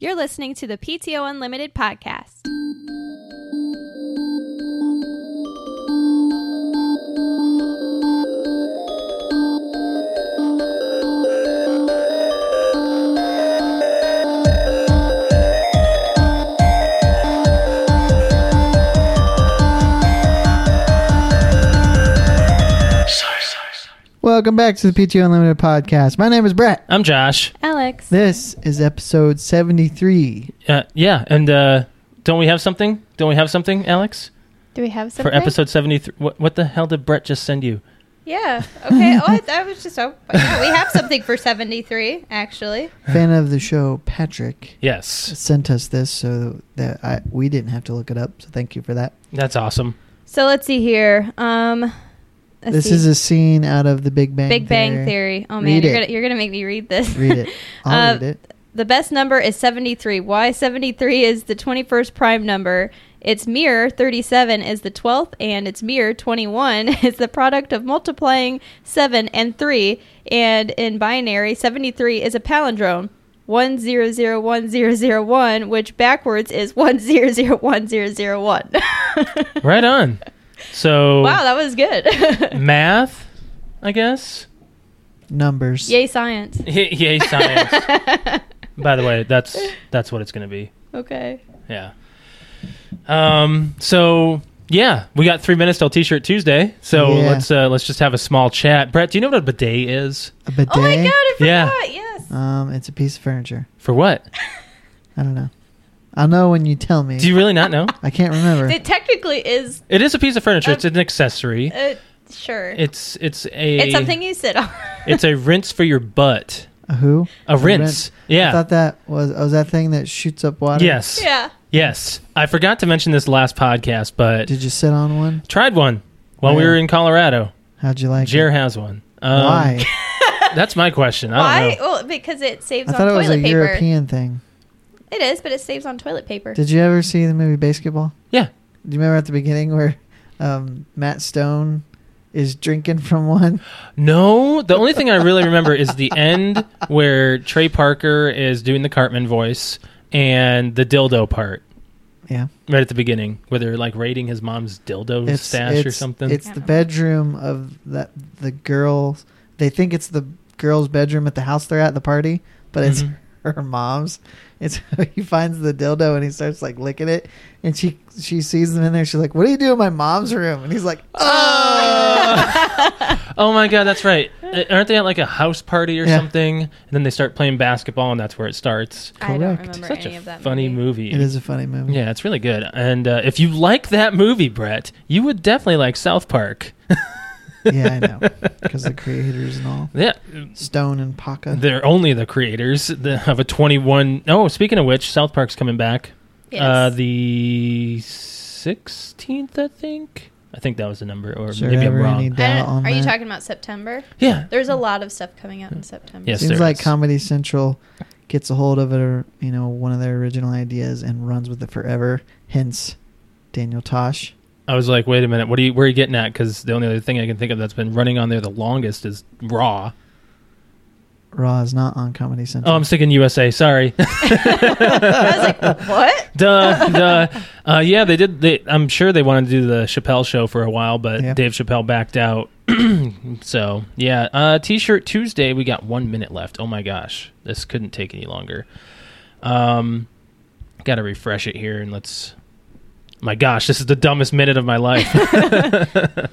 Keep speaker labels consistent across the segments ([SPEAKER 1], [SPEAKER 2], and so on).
[SPEAKER 1] You're listening to the PTO Unlimited podcast.
[SPEAKER 2] Welcome back to the PTO Unlimited podcast. My name is Brett.
[SPEAKER 3] I'm Josh.
[SPEAKER 1] Alex.
[SPEAKER 2] This is episode 73.
[SPEAKER 3] Uh, yeah, and uh, don't we have something? Don't we have something, Alex?
[SPEAKER 1] Do we have
[SPEAKER 3] For episode 73. What, what the hell did Brett just send you?
[SPEAKER 4] Yeah. Okay. Oh, I, I was just. Oh, yeah, we have something for 73, actually.
[SPEAKER 2] Fan of the show, Patrick,
[SPEAKER 3] Yes.
[SPEAKER 2] sent us this so that I, we didn't have to look it up. So thank you for that.
[SPEAKER 3] That's awesome.
[SPEAKER 4] So let's see here. Um, let's
[SPEAKER 2] this
[SPEAKER 4] see.
[SPEAKER 2] is a scene out of the Big Bang
[SPEAKER 4] Big Bang Theory. Oh, man.
[SPEAKER 2] Read
[SPEAKER 4] You're
[SPEAKER 2] it.
[SPEAKER 4] going to you're gonna make me read this.
[SPEAKER 2] Read it. I'll
[SPEAKER 4] Uh,
[SPEAKER 2] read it.
[SPEAKER 4] The best number is 73. Why 73 is the 21st prime number. Its mirror, 37, is the 12th, and its mirror, 21, is the product of multiplying 7 and 3. And in binary, 73 is a palindrome. 1001001, which backwards is 1001001.
[SPEAKER 3] Right on. So,
[SPEAKER 4] Wow, that was good.
[SPEAKER 3] math, I guess.
[SPEAKER 2] Numbers.
[SPEAKER 4] Yay, science.
[SPEAKER 3] Yay, science. By the way, that's that's what it's going to be.
[SPEAKER 4] Okay.
[SPEAKER 3] Yeah. Um. So yeah, we got three minutes till T-shirt Tuesday. So
[SPEAKER 2] Yeah.
[SPEAKER 3] let's uh, let's just have a small chat. Brett, do you know what a bidet is?
[SPEAKER 2] A bidet.
[SPEAKER 4] Oh my god, I forgot.
[SPEAKER 3] Yeah.
[SPEAKER 4] Yes.
[SPEAKER 2] Um, it's a piece of furniture.
[SPEAKER 3] For what?
[SPEAKER 2] I don't know. I'll know when you tell me.
[SPEAKER 3] Do you really not know?
[SPEAKER 2] I can't remember.
[SPEAKER 4] It technically is.
[SPEAKER 3] It is a piece of furniture. It's an accessory.
[SPEAKER 4] Uh, sure.
[SPEAKER 3] It's it's a
[SPEAKER 4] Um, It's something you sit on.
[SPEAKER 3] It's a rinse for your butt.
[SPEAKER 2] a who?
[SPEAKER 3] A rinse.
[SPEAKER 2] I
[SPEAKER 3] Yeah.
[SPEAKER 2] thought that was oh, was that thing that shoots up water.
[SPEAKER 3] Yes.
[SPEAKER 4] yeah.
[SPEAKER 3] Yes. I forgot to mention this last podcast, but
[SPEAKER 2] Did you sit on one?
[SPEAKER 3] tried one while we
[SPEAKER 2] Yeah.
[SPEAKER 3] were in Colorado.
[SPEAKER 2] How'd you like
[SPEAKER 3] Jer
[SPEAKER 2] it?
[SPEAKER 3] has one. Um,
[SPEAKER 2] Why?
[SPEAKER 3] That's my question. I don't
[SPEAKER 4] Why?
[SPEAKER 3] know.
[SPEAKER 4] Well, because it saves
[SPEAKER 2] I
[SPEAKER 4] on
[SPEAKER 2] thought it
[SPEAKER 4] toilet
[SPEAKER 2] was a
[SPEAKER 4] paper.
[SPEAKER 2] European thing.
[SPEAKER 4] It is, but it saves on toilet paper.
[SPEAKER 2] Did you ever see the movie Basketball?
[SPEAKER 3] Yeah.
[SPEAKER 2] Do you remember at the beginning where um, Matt Stone is drinking from one?
[SPEAKER 3] No, the only thing I really remember is the end where Trey Parker is doing the Cartman voice and the dildo part
[SPEAKER 2] Yeah.
[SPEAKER 3] right at the beginning where they're like raiding his mom's dildo stash or something.
[SPEAKER 2] It's the bedroom of that the girl. They think it's the girl's bedroom at the house they're at the party, but it's
[SPEAKER 3] Mhm.
[SPEAKER 2] her mom's. It's he finds the dildo and he starts like licking it, and she she sees them in there. She's like, "What do you do in my mom's room?" And he's like,
[SPEAKER 3] oh my god, that's right. Uh, Aren't they at like a house party or
[SPEAKER 2] Yeah.
[SPEAKER 3] something? And then they start playing basketball and that's where it starts.
[SPEAKER 4] I don't
[SPEAKER 2] Correct.
[SPEAKER 4] remember
[SPEAKER 3] Such
[SPEAKER 4] any
[SPEAKER 3] a
[SPEAKER 4] of that.
[SPEAKER 3] funny movie.
[SPEAKER 2] "It is a funny movie."
[SPEAKER 3] Yeah, it's really good. And uh, if you like that movie, Brett, you would definitely like South Park.
[SPEAKER 2] yeah, I know, because the creators and all
[SPEAKER 3] Yeah,
[SPEAKER 2] Stone and Paca.
[SPEAKER 3] they're only the creators the, of a 21 oh speaking of which south park's coming back
[SPEAKER 4] Yes.
[SPEAKER 3] uh the 16th i think i think that was the number or
[SPEAKER 2] Sure,
[SPEAKER 3] maybe i'm
[SPEAKER 2] ever
[SPEAKER 3] wrong
[SPEAKER 2] any
[SPEAKER 4] I
[SPEAKER 2] doubt
[SPEAKER 4] don't-
[SPEAKER 2] on
[SPEAKER 4] are you
[SPEAKER 2] that?
[SPEAKER 4] talking about September?
[SPEAKER 3] yeah
[SPEAKER 4] There's a lot of stuff coming out in September.
[SPEAKER 3] Yes.
[SPEAKER 2] Seems
[SPEAKER 3] there
[SPEAKER 2] like
[SPEAKER 3] is.
[SPEAKER 2] Comedy Central gets a hold of it, or you know, one of their original ideas and runs with it forever. Hence, Daniel Tosh.
[SPEAKER 3] i was like wait a minute what are you where are you getting at because the only other thing i can think of that's been running on there the longest is raw
[SPEAKER 2] Raw is not on Comedy Central.
[SPEAKER 3] oh i'm thinking usa sorry
[SPEAKER 4] I was like, what?
[SPEAKER 3] duh, duh. Uh, yeah, they did. They, I'm sure they wanted to do the Chappelle show for a while, but
[SPEAKER 2] Yeah.
[SPEAKER 3] Dave Chappelle backed out. so yeah, uh, T-shirt Tuesday. We got one minute left. Oh my gosh, this couldn't take any longer. Um, got to refresh it here and let's. My gosh, this is the dumbest minute of my life. uh,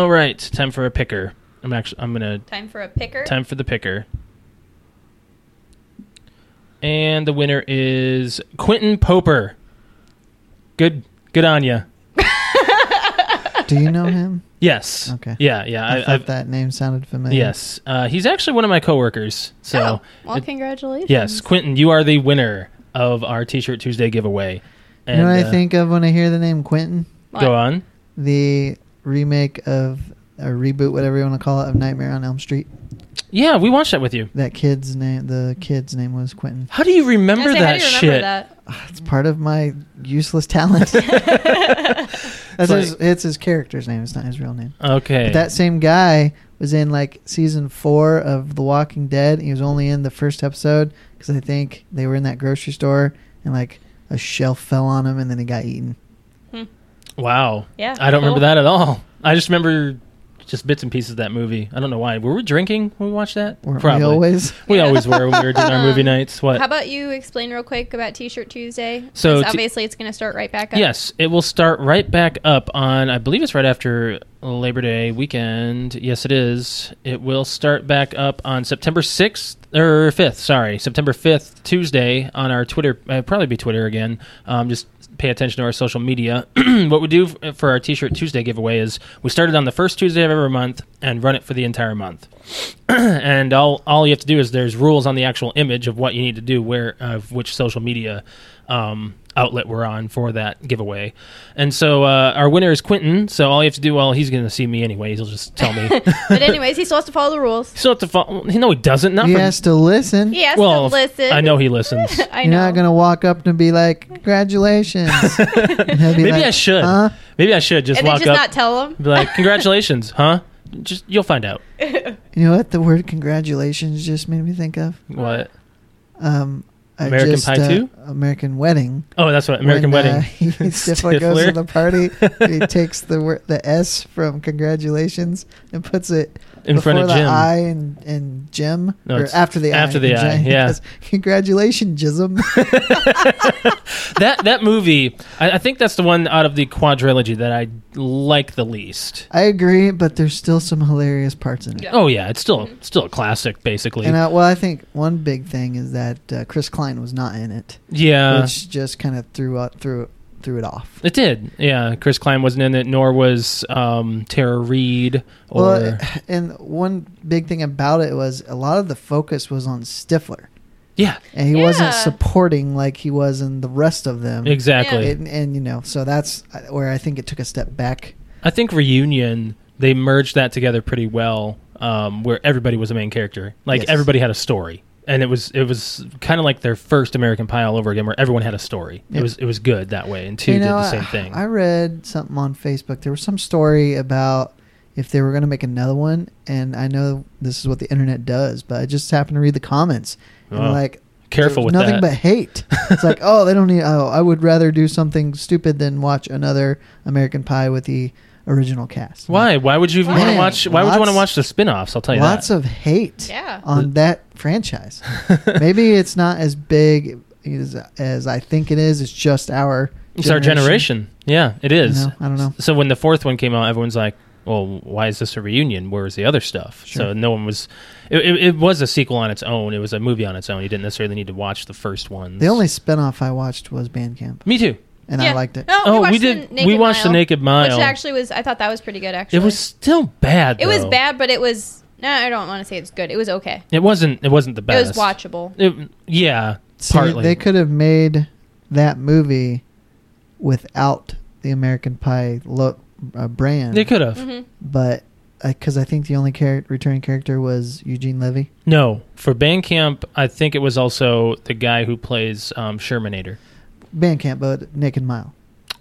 [SPEAKER 3] all right, time for a picker. I'm actually. I'm gonna
[SPEAKER 4] Time for a picker.
[SPEAKER 3] Time for the picker. And the winner is Quentin Poper. Good, good on you.
[SPEAKER 2] Do you know him?
[SPEAKER 3] Yes.
[SPEAKER 2] Okay.
[SPEAKER 3] Yeah, yeah.
[SPEAKER 2] I,
[SPEAKER 3] I,
[SPEAKER 2] thought
[SPEAKER 3] I've,
[SPEAKER 2] that name sounded familiar.
[SPEAKER 3] yes. Uh, he's actually one of my coworkers. So,
[SPEAKER 4] Oh, well,
[SPEAKER 3] it-
[SPEAKER 4] congratulations.
[SPEAKER 3] yes, Quentin, you are the winner of our T-shirt Tuesday giveaway.
[SPEAKER 2] You know what I
[SPEAKER 3] uh,
[SPEAKER 2] think of when I hear the name Quentin?
[SPEAKER 4] What?
[SPEAKER 3] Go on.
[SPEAKER 2] The remake of a reboot, whatever you want to call it, of Nightmare on Elm Street.
[SPEAKER 3] Yeah, we watched that with you.
[SPEAKER 2] That kid's name, the kid's name was Quentin.
[SPEAKER 3] How do you
[SPEAKER 4] I was
[SPEAKER 3] remember
[SPEAKER 4] like,
[SPEAKER 3] that
[SPEAKER 4] how do you
[SPEAKER 3] shit?
[SPEAKER 4] remember that?
[SPEAKER 2] It's part of my useless talent. That's
[SPEAKER 3] It's
[SPEAKER 2] his, it's his character's name. It's not his real name.
[SPEAKER 3] Okay.
[SPEAKER 2] But that same guy was in like season four of The Walking Dead. He was only in the first episode because I think they were in that grocery store and like a shelf fell on him and then he got eaten.
[SPEAKER 3] Wow.
[SPEAKER 4] Hmm, Yeah,
[SPEAKER 3] I don't remember
[SPEAKER 4] cool.
[SPEAKER 3] that at all. I just remember just bits and pieces of that movie. I don't know why. Were we drinking when we watched that?
[SPEAKER 2] Weren't we always?
[SPEAKER 3] We always were when we were doing our
[SPEAKER 4] Um,
[SPEAKER 3] movie nights. What?
[SPEAKER 4] How about you explain real quick about T-shirt Tuesday?
[SPEAKER 3] So
[SPEAKER 4] 'Cause
[SPEAKER 3] t-
[SPEAKER 4] obviously it's going to start right back up.
[SPEAKER 3] Yes, it will start right back up on, I believe it's right after Labor Day weekend. Yes, it is. It will start back up on September 6th, or 5th, sorry, September 5th, Tuesday, on our Twitter, uh, probably be Twitter again. Um, just pay attention to our social media. what we do f- for our T shirt Tuesday giveaway is we started on the first Tuesday of every month and run it for the entire month. and all all you have to do is there's rules on the actual image of what you need to do where of which social media um, outlet we're on for that giveaway and so uh, our winner is quentin so all you have to do well he's going to see me anyways he'll just tell me
[SPEAKER 4] But anyways, he still has to follow the rules.
[SPEAKER 3] still have to follow no he doesn't not
[SPEAKER 2] He
[SPEAKER 3] for-
[SPEAKER 2] has to listen.
[SPEAKER 4] He has
[SPEAKER 3] well
[SPEAKER 4] to listen.
[SPEAKER 3] i know he listens
[SPEAKER 4] I
[SPEAKER 2] You're
[SPEAKER 4] know.
[SPEAKER 2] not gonna walk up and be like, "Congratulations." And he'll be
[SPEAKER 3] maybe
[SPEAKER 2] like,
[SPEAKER 3] i should
[SPEAKER 2] "Huh?"
[SPEAKER 3] maybe i should just
[SPEAKER 4] and then
[SPEAKER 3] walk
[SPEAKER 4] just
[SPEAKER 3] up
[SPEAKER 4] not tell him.
[SPEAKER 3] and be like congratulations huh just you'll find out
[SPEAKER 2] You know what the word "congratulations" just made me think of?
[SPEAKER 3] what
[SPEAKER 2] Um, I
[SPEAKER 3] American
[SPEAKER 2] just,
[SPEAKER 3] Pie
[SPEAKER 2] uh,
[SPEAKER 3] 2?
[SPEAKER 2] American Wedding.
[SPEAKER 3] oh that's what american
[SPEAKER 2] when,
[SPEAKER 3] wedding
[SPEAKER 2] Uh, he Stifler goes to
[SPEAKER 3] Stifler.
[SPEAKER 2] the party. and he takes the wor- the S from congratulations and puts it
[SPEAKER 3] in front of
[SPEAKER 2] before
[SPEAKER 3] jim
[SPEAKER 2] the I and and Jim
[SPEAKER 3] No,
[SPEAKER 2] or
[SPEAKER 3] it's
[SPEAKER 2] after the
[SPEAKER 3] after
[SPEAKER 2] I
[SPEAKER 3] the
[SPEAKER 2] and
[SPEAKER 3] I,
[SPEAKER 2] Jim. He
[SPEAKER 3] yeah.
[SPEAKER 2] goes, Congratulations, Jism.
[SPEAKER 3] that that movie, I, I think that's the one out of the quadrilogy that I like the least.
[SPEAKER 2] I agree, but there's still some hilarious parts in it.
[SPEAKER 3] Oh yeah, it's still
[SPEAKER 4] Mm-hmm.
[SPEAKER 3] still a classic, basically.
[SPEAKER 2] And uh, well, I think one big thing is that uh, Chris Klein was not in it,
[SPEAKER 3] yeah,
[SPEAKER 2] which just kind of threw out threw threw it off.
[SPEAKER 3] it did. Yeah, Chris Klein wasn't in it, nor was um, Tara Reid or
[SPEAKER 2] well, and one big thing about it was a lot of the focus was on Stifler,
[SPEAKER 3] yeah,
[SPEAKER 2] and he wasn't
[SPEAKER 4] Yeah.
[SPEAKER 2] supporting like he was in the rest of them.
[SPEAKER 3] exactly.
[SPEAKER 2] And, and you know, so that's uh, where I think it took a step back.
[SPEAKER 3] I think reunion they merged that together pretty well, um, where everybody was a main character. Like
[SPEAKER 2] Yes.
[SPEAKER 3] everybody had a story. And it was it was kind of like their first American Pie all over again, where everyone had a story.
[SPEAKER 2] Yeah.
[SPEAKER 3] It was it was good that way, and two
[SPEAKER 2] You
[SPEAKER 3] did
[SPEAKER 2] know,
[SPEAKER 3] the same
[SPEAKER 2] I-
[SPEAKER 3] thing.
[SPEAKER 2] I read something on Facebook. There was some story about if they were going to make another one, and I know this is what the internet does, but I just happened to read the comments and
[SPEAKER 3] Oh.
[SPEAKER 2] like
[SPEAKER 3] Careful
[SPEAKER 2] there's
[SPEAKER 3] with
[SPEAKER 2] nothing
[SPEAKER 3] that.
[SPEAKER 2] but hate. it's like, oh, they don't need. Oh, I would rather do something stupid than watch another American Pie with the original cast.
[SPEAKER 3] Why? Why would you even want to
[SPEAKER 2] Man,
[SPEAKER 3] watch? Why would you want to
[SPEAKER 2] lots-
[SPEAKER 3] watch the spin-offs? I'll tell you
[SPEAKER 2] Lots
[SPEAKER 3] that.
[SPEAKER 2] of hate
[SPEAKER 4] Yeah.
[SPEAKER 2] on that franchise. Maybe it's not as big as, as I think it is. It's just our
[SPEAKER 3] it's our generation. Yeah, it
[SPEAKER 2] You
[SPEAKER 3] is.
[SPEAKER 2] know, I don't know.
[SPEAKER 3] So when the fourth one came out, everyone's like, "Well, why is this a reunion? Where's the other stuff?" So
[SPEAKER 2] Sure.
[SPEAKER 3] no one was. It, it, it was a sequel on its own. It was a movie on its own. You didn't necessarily need to watch the first one.
[SPEAKER 2] The only spinoff I watched was Bandcamp,
[SPEAKER 3] Me too.
[SPEAKER 2] and I
[SPEAKER 4] Yeah.
[SPEAKER 2] liked it.
[SPEAKER 4] No,
[SPEAKER 3] Oh, we
[SPEAKER 4] watched
[SPEAKER 3] did.
[SPEAKER 4] The
[SPEAKER 3] We watched the Naked Mile.
[SPEAKER 4] which actually was. I thought that was pretty good. Actually,
[SPEAKER 3] it was still bad.
[SPEAKER 4] It was
[SPEAKER 3] though.
[SPEAKER 4] bad, but it was. No, I don't want to say it's good. It was okay.
[SPEAKER 3] It wasn't. It wasn't the best.
[SPEAKER 4] It was watchable.
[SPEAKER 3] It- yeah,
[SPEAKER 2] See,
[SPEAKER 3] partly.
[SPEAKER 2] they could have made that movie without the American Pie lo- uh, brand.
[SPEAKER 3] They could have.
[SPEAKER 4] Mm-hmm.
[SPEAKER 2] but because I think the only char- returning character was Eugene Levy.
[SPEAKER 3] No, for Bandcamp, I think it was also the guy who plays um, Shermanator.
[SPEAKER 2] Bandcamp, but Naked Mile.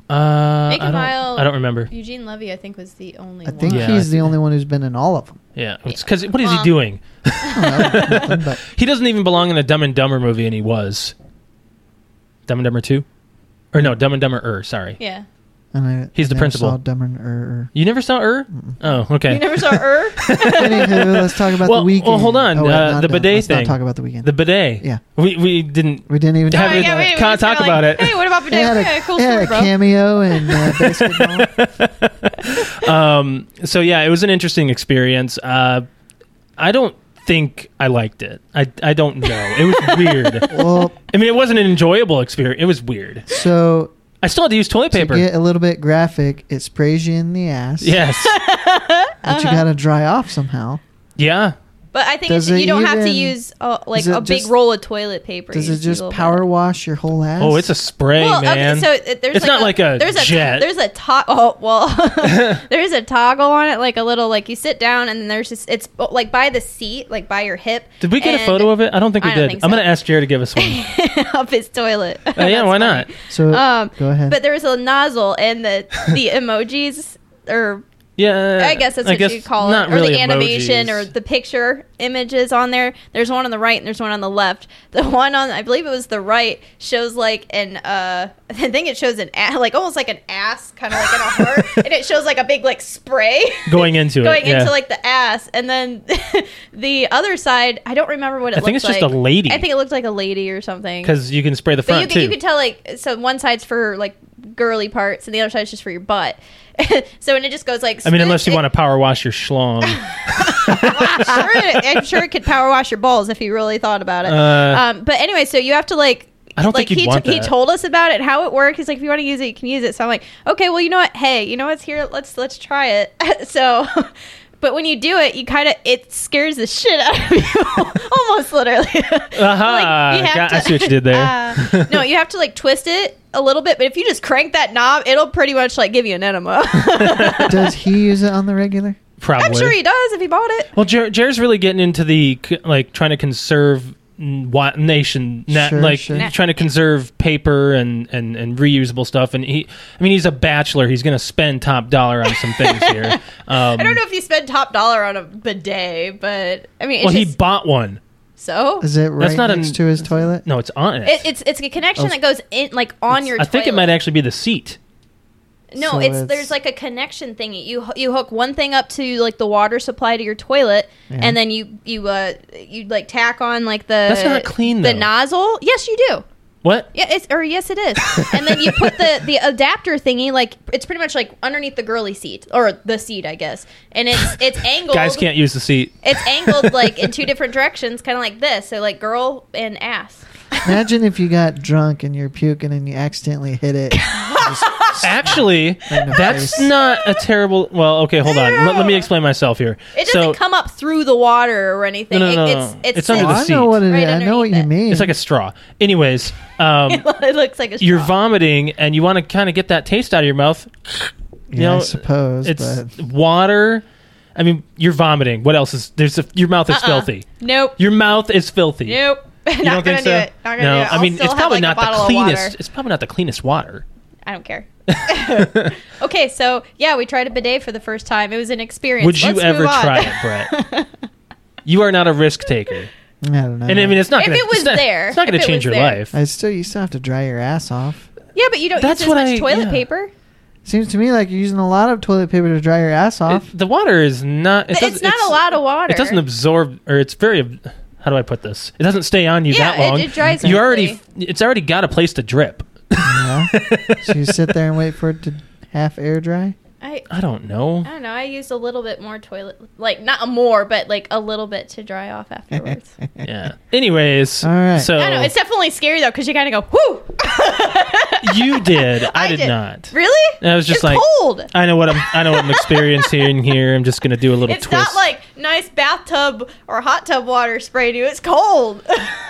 [SPEAKER 3] Uh,
[SPEAKER 4] Naked
[SPEAKER 3] I don't,
[SPEAKER 4] Mile-
[SPEAKER 3] I don't remember.
[SPEAKER 4] Eugene Levy, I think, was the only
[SPEAKER 2] I think
[SPEAKER 4] one.
[SPEAKER 3] Yeah, I
[SPEAKER 2] he's the
[SPEAKER 3] think-
[SPEAKER 2] only one who's been in all of them.
[SPEAKER 3] Yeah, it's because what is he
[SPEAKER 4] Well-
[SPEAKER 3] doing?
[SPEAKER 2] I don't know, nothing, but
[SPEAKER 3] He doesn't even belong in a Dumb and Dumber movie, and he was Dumb and Dumber two, or no, Dumb and Dumber Er. Sorry,
[SPEAKER 4] Yeah.
[SPEAKER 2] and I
[SPEAKER 3] He's the
[SPEAKER 2] never
[SPEAKER 3] principal.
[SPEAKER 2] Saw Dumber and Err.
[SPEAKER 3] you never saw Er. Oh, okay.
[SPEAKER 4] You never saw her?
[SPEAKER 2] Anywho, let's talk about
[SPEAKER 3] Well-
[SPEAKER 2] the weekend. Oh,
[SPEAKER 3] well, hold on,
[SPEAKER 2] wait,
[SPEAKER 3] uh,
[SPEAKER 2] not
[SPEAKER 3] the
[SPEAKER 2] done.
[SPEAKER 3] bidet
[SPEAKER 2] let's
[SPEAKER 3] thing.
[SPEAKER 2] Not talk about the weekend.
[SPEAKER 3] the bidet.
[SPEAKER 2] Yeah.
[SPEAKER 3] we we didn't.
[SPEAKER 2] we didn't even.
[SPEAKER 3] Have
[SPEAKER 2] talk
[SPEAKER 3] it-
[SPEAKER 4] Oh, yeah, we- we
[SPEAKER 3] can't
[SPEAKER 4] just
[SPEAKER 3] talk
[SPEAKER 4] kinda
[SPEAKER 3] about
[SPEAKER 4] like,
[SPEAKER 3] it.
[SPEAKER 4] Hey, what about
[SPEAKER 2] They had
[SPEAKER 4] Bidet?
[SPEAKER 2] a,
[SPEAKER 4] Yeah, cool
[SPEAKER 2] they had
[SPEAKER 4] story,
[SPEAKER 2] a
[SPEAKER 4] bro.
[SPEAKER 2] cameo and uh, basketball.
[SPEAKER 3] Um. So yeah, it was an interesting experience. Uh, I don't think I liked it. I I don't know. It was weird.
[SPEAKER 2] well,
[SPEAKER 3] I mean, it wasn't an enjoyable experience. It was weird.
[SPEAKER 2] so
[SPEAKER 3] I still had to use toilet paper.
[SPEAKER 2] to get a little bit graphic, it sprays you in the ass.
[SPEAKER 3] yes.
[SPEAKER 2] but you got to dry off somehow.
[SPEAKER 3] yeah.
[SPEAKER 4] But I think
[SPEAKER 2] Does
[SPEAKER 4] it's,
[SPEAKER 2] it
[SPEAKER 4] you don't have to
[SPEAKER 2] even-
[SPEAKER 4] use uh, like
[SPEAKER 2] does it
[SPEAKER 4] a big
[SPEAKER 2] just-
[SPEAKER 4] roll of toilet paper.
[SPEAKER 2] Does
[SPEAKER 4] You
[SPEAKER 2] it
[SPEAKER 4] just use a
[SPEAKER 2] just
[SPEAKER 4] little
[SPEAKER 2] power
[SPEAKER 4] bit.
[SPEAKER 2] wash your whole ass?
[SPEAKER 3] Oh, it's a spray,
[SPEAKER 4] Well,
[SPEAKER 3] man.
[SPEAKER 4] okay, so it, there's
[SPEAKER 3] It's
[SPEAKER 4] like
[SPEAKER 3] not like a
[SPEAKER 4] there's
[SPEAKER 3] jet.
[SPEAKER 4] a there's a to- oh well there's a toggle on it like a little like you sit down and then there's just it's oh, like by the seat like by your hip.
[SPEAKER 3] Did we get a
[SPEAKER 4] and
[SPEAKER 3] photo of it? I don't think we
[SPEAKER 4] I don't
[SPEAKER 3] did.
[SPEAKER 4] think
[SPEAKER 3] I'm
[SPEAKER 4] so.
[SPEAKER 3] gonna ask Jared to give us one. Uh,
[SPEAKER 4] up his toilet?
[SPEAKER 3] Oh, yeah,
[SPEAKER 4] That's
[SPEAKER 3] why
[SPEAKER 4] funny.
[SPEAKER 3] not?
[SPEAKER 2] So
[SPEAKER 4] Um,
[SPEAKER 2] go ahead.
[SPEAKER 4] But there was a nozzle and the the emojis or
[SPEAKER 3] Yeah,
[SPEAKER 4] I guess that's what
[SPEAKER 3] Uh, guess
[SPEAKER 4] you call
[SPEAKER 3] not
[SPEAKER 4] it, or
[SPEAKER 3] really
[SPEAKER 4] the animation,
[SPEAKER 3] emojis.
[SPEAKER 4] or the picture images on there. There's one on the right and there's one on the left. The one on, I believe it was the right, shows like an, uh, I think it shows an, a- like almost like an ass, kind of like in a heart, and it shows like a big like spray
[SPEAKER 3] going into
[SPEAKER 4] going
[SPEAKER 3] it. yeah.
[SPEAKER 4] into like the ass, and then the other side, I don't remember what it.
[SPEAKER 3] I think
[SPEAKER 4] looked
[SPEAKER 3] it's just
[SPEAKER 4] like.
[SPEAKER 3] a lady.
[SPEAKER 4] I think it looked like a lady or something.
[SPEAKER 3] because you can spray the
[SPEAKER 4] But you
[SPEAKER 3] front
[SPEAKER 4] can, you
[SPEAKER 3] too.
[SPEAKER 4] can tell like so one side's for like girly parts and the other side's just for your butt. so and it just goes like
[SPEAKER 3] I mean,
[SPEAKER 4] spin-
[SPEAKER 3] unless you
[SPEAKER 4] it-
[SPEAKER 3] want to power wash your schlong.
[SPEAKER 4] sure, I'm sure it could power wash your balls if you really thought about it.
[SPEAKER 3] Uh,
[SPEAKER 4] um, but anyway, so you have to like.
[SPEAKER 3] I don't
[SPEAKER 4] like,
[SPEAKER 3] think you'd
[SPEAKER 4] he,
[SPEAKER 3] want
[SPEAKER 4] he
[SPEAKER 3] that.
[SPEAKER 4] told us about it, how it worked. He's like, if you want to use it, you can use it. So I'm like, okay, well, you know what? Hey, you know what's here? Let's let's try it. so, but when you do it, you kind of it scares the shit out of you, almost literally.
[SPEAKER 3] Aha, got- I see what you did there.
[SPEAKER 4] Uh, no, you have to like twist it a little bit, but if you just crank that knob, it'll pretty much like give you an enema.
[SPEAKER 2] Does he use it on the regular?
[SPEAKER 3] Probably.
[SPEAKER 4] I'm sure he does if he bought it.
[SPEAKER 3] Well, Jer- Jer's really getting into the c- like trying to conserve n- wa- nation, na-
[SPEAKER 2] Sure,
[SPEAKER 3] like
[SPEAKER 2] sure.
[SPEAKER 3] he's trying to conserve paper and, and and reusable stuff. And he, I mean, he's a bachelor. He's going to spend top dollar on some things here. Um,
[SPEAKER 4] I don't know if you spend top dollar on a bidet, but I mean, it's
[SPEAKER 3] well, he
[SPEAKER 4] just-
[SPEAKER 3] bought one.
[SPEAKER 4] so
[SPEAKER 2] Is it right
[SPEAKER 3] That's not
[SPEAKER 2] next
[SPEAKER 3] an-
[SPEAKER 2] to his toilet?
[SPEAKER 3] No, it's on it.
[SPEAKER 4] it, it's it's a connection
[SPEAKER 2] Oh.
[SPEAKER 4] that goes in like on your.
[SPEAKER 3] I think it
[SPEAKER 4] toilet.
[SPEAKER 3] might actually be the seat.
[SPEAKER 4] No,
[SPEAKER 2] So
[SPEAKER 4] it's,
[SPEAKER 2] it's-
[SPEAKER 4] there's like a connection thingy. You ho- you hook one thing up to like the water supply to your toilet,
[SPEAKER 2] Yeah.
[SPEAKER 4] and then you you uh you like tack on like the
[SPEAKER 3] That's not clean,
[SPEAKER 4] the
[SPEAKER 3] though.
[SPEAKER 4] nozzle. Yes, you do.
[SPEAKER 3] What?
[SPEAKER 4] Yeah, it's or yes, it is. and then you put the the adapter thingy like it's pretty much like underneath the girly seat or the seat, I guess. And it's it's angled.
[SPEAKER 3] Guys can't use the seat.
[SPEAKER 4] It's angled like in two different directions, kind of like this. So like girl and ass.
[SPEAKER 2] Imagine if you got drunk and you're puking and you accidentally hit it.
[SPEAKER 3] Actually,
[SPEAKER 2] in the
[SPEAKER 3] that's
[SPEAKER 2] face.
[SPEAKER 3] not a terrible. Well, okay, hold on. Let, let me explain myself here.
[SPEAKER 4] It doesn't
[SPEAKER 3] so
[SPEAKER 4] come up through the water or anything.
[SPEAKER 3] No, no, no,
[SPEAKER 4] it,
[SPEAKER 3] no.
[SPEAKER 4] It's, it's
[SPEAKER 3] It's under
[SPEAKER 2] Oh,
[SPEAKER 3] the
[SPEAKER 2] I
[SPEAKER 3] seat.
[SPEAKER 2] know what it is.
[SPEAKER 4] Right
[SPEAKER 2] I know what you
[SPEAKER 4] underneath it.
[SPEAKER 2] mean.
[SPEAKER 3] it's like a straw. Anyways, um,
[SPEAKER 4] it looks like a.
[SPEAKER 3] you're
[SPEAKER 4] straw.
[SPEAKER 3] vomiting and you want to kind of get that taste out of your mouth. You
[SPEAKER 2] yeah,
[SPEAKER 3] know,
[SPEAKER 2] I suppose,
[SPEAKER 3] It's
[SPEAKER 2] but
[SPEAKER 3] water. I mean, you're vomiting. What else is there's a, your mouth is
[SPEAKER 4] Uh-uh.
[SPEAKER 3] filthy.
[SPEAKER 4] Nope.
[SPEAKER 3] Your mouth is filthy.
[SPEAKER 4] Nope.
[SPEAKER 3] You
[SPEAKER 4] not
[SPEAKER 3] don't
[SPEAKER 4] gonna
[SPEAKER 3] think
[SPEAKER 4] do
[SPEAKER 3] so?
[SPEAKER 4] it. Not gonna
[SPEAKER 3] no,
[SPEAKER 4] do it. I'll
[SPEAKER 3] I mean
[SPEAKER 4] still
[SPEAKER 3] it's
[SPEAKER 4] have,
[SPEAKER 3] probably
[SPEAKER 4] like, a
[SPEAKER 3] not
[SPEAKER 4] bottle
[SPEAKER 3] the
[SPEAKER 4] of
[SPEAKER 3] cleanest.
[SPEAKER 4] water.
[SPEAKER 3] It's probably not the cleanest water.
[SPEAKER 4] I don't care. okay, so yeah, we tried a bidet for the first time. It was an experience.
[SPEAKER 3] Would you
[SPEAKER 4] Let's
[SPEAKER 3] ever
[SPEAKER 4] move on.
[SPEAKER 3] try it, Brett? you are not a risk taker,
[SPEAKER 2] I don't know.
[SPEAKER 3] and I mean it's not.
[SPEAKER 4] If
[SPEAKER 3] gonna,
[SPEAKER 4] it was
[SPEAKER 3] it's not,
[SPEAKER 4] there,
[SPEAKER 3] it's not going
[SPEAKER 4] if
[SPEAKER 3] to
[SPEAKER 4] it was
[SPEAKER 3] change your
[SPEAKER 4] there.
[SPEAKER 3] life.
[SPEAKER 2] I still you still have to dry your ass off.
[SPEAKER 4] yeah, but you don't
[SPEAKER 3] That's
[SPEAKER 4] use as
[SPEAKER 3] what
[SPEAKER 4] much
[SPEAKER 3] I-
[SPEAKER 4] toilet
[SPEAKER 3] yeah.
[SPEAKER 4] paper.
[SPEAKER 2] Seems to me like you're using a lot of toilet paper to dry your ass off.
[SPEAKER 3] It- the water is not. It
[SPEAKER 4] But it's
[SPEAKER 3] doesn't-
[SPEAKER 4] not a lot of water.
[SPEAKER 3] It doesn't absorb, or it's very. ab- How do I put this? It doesn't stay on you
[SPEAKER 4] Yeah,
[SPEAKER 3] that long.
[SPEAKER 4] it- it dries
[SPEAKER 3] You already.
[SPEAKER 4] quickly.
[SPEAKER 3] It's already got a place to drip.
[SPEAKER 2] you know? so you sit there and wait for it to half air dry.
[SPEAKER 4] I,
[SPEAKER 3] I don't know.
[SPEAKER 4] I don't know. I used a little bit more toilet, like not a more, but like a little bit to dry off afterwards.
[SPEAKER 3] Yeah. Anyways,
[SPEAKER 2] All right.
[SPEAKER 3] So
[SPEAKER 4] I don't know. It's definitely scary though, because you kind of go, "Whoo!"
[SPEAKER 3] you did. I,
[SPEAKER 4] I
[SPEAKER 3] did,
[SPEAKER 4] did.
[SPEAKER 3] not.
[SPEAKER 4] Really?
[SPEAKER 3] And I was just
[SPEAKER 4] it's
[SPEAKER 3] like,
[SPEAKER 4] cold.
[SPEAKER 3] I know what I'm. I know what I'm experiencing here. I'm just gonna do a little
[SPEAKER 4] It's not
[SPEAKER 3] twist.
[SPEAKER 4] like nice bathtub or hot tub water sprayed you. It's cold.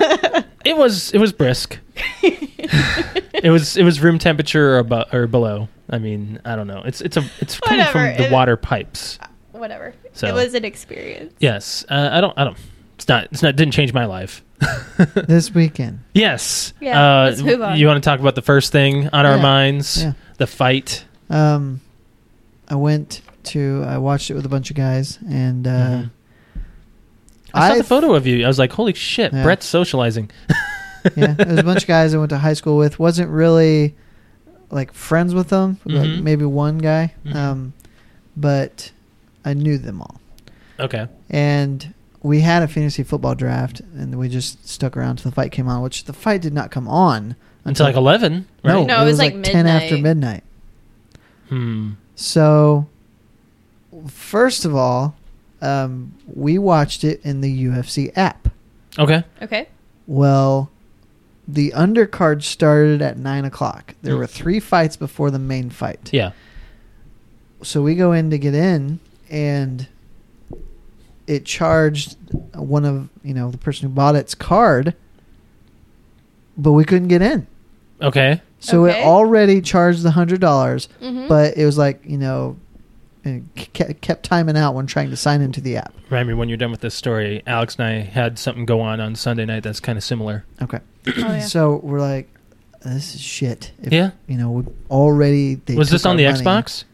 [SPEAKER 3] it was. It was brisk. It was. It was room temperature or, abo- or below. I mean, I don't know. It's. It's a. It's coming
[SPEAKER 4] Whatever.
[SPEAKER 3] from the
[SPEAKER 4] It-
[SPEAKER 3] water pipes.
[SPEAKER 4] Whatever.
[SPEAKER 3] So.
[SPEAKER 4] It was an experience.
[SPEAKER 3] Yes. Uh, I don't. I don't. It's not. It's not. Didn't change my life.
[SPEAKER 2] This weekend.
[SPEAKER 3] Yes.
[SPEAKER 4] Yeah,
[SPEAKER 3] Uh,
[SPEAKER 4] let's move on.
[SPEAKER 3] You want to talk about the first thing on our
[SPEAKER 2] Yeah,
[SPEAKER 3] minds?
[SPEAKER 2] yeah.
[SPEAKER 3] The fight.
[SPEAKER 2] Um, I went to I watched it with a bunch of guys and uh,
[SPEAKER 3] Mhm. I saw
[SPEAKER 2] I
[SPEAKER 3] the photo of you. I was like, "Holy shit,
[SPEAKER 2] Yeah.
[SPEAKER 3] Brett's socializing."
[SPEAKER 2] yeah, there was a bunch of guys I went to high school with. Wasn't really like friends with them. but
[SPEAKER 3] Mhm.
[SPEAKER 2] maybe one guy,
[SPEAKER 3] Mhm.
[SPEAKER 2] um, but I knew them all.
[SPEAKER 3] Okay.
[SPEAKER 2] And we had a fantasy football draft, and we just stuck around till the fight came on. Which the fight did not come on
[SPEAKER 3] Until like eleven. Right?
[SPEAKER 2] no,
[SPEAKER 4] No,
[SPEAKER 2] it was, like, ten after midnight.
[SPEAKER 3] Hmm.
[SPEAKER 2] So, first of all, um, we watched it in the UFC app.
[SPEAKER 3] Okay.
[SPEAKER 4] Okay.
[SPEAKER 2] Well, the undercard started at nine o'clock. There
[SPEAKER 3] Hmm.
[SPEAKER 2] were three fights before the main fight.
[SPEAKER 3] Yeah.
[SPEAKER 2] So we go in to get in, and it charged one of you know the person who bought its card, but we couldn't get in.
[SPEAKER 3] Okay.
[SPEAKER 2] So
[SPEAKER 4] Okay.
[SPEAKER 2] it already charged the hundred dollars,
[SPEAKER 4] Mhm.
[SPEAKER 2] but it was like you know, it ke- kept timing out when trying to sign into the app.
[SPEAKER 3] Remind me when you're done with this story. Alex and I had something go on on Sunday night that's kind of similar.
[SPEAKER 2] Okay,
[SPEAKER 4] Oh, yeah.
[SPEAKER 2] so we're like, this is shit. If,
[SPEAKER 3] Yeah.
[SPEAKER 2] you know, we already they
[SPEAKER 3] was
[SPEAKER 2] took
[SPEAKER 3] this on
[SPEAKER 2] our
[SPEAKER 3] the
[SPEAKER 2] money.
[SPEAKER 3] Xbox?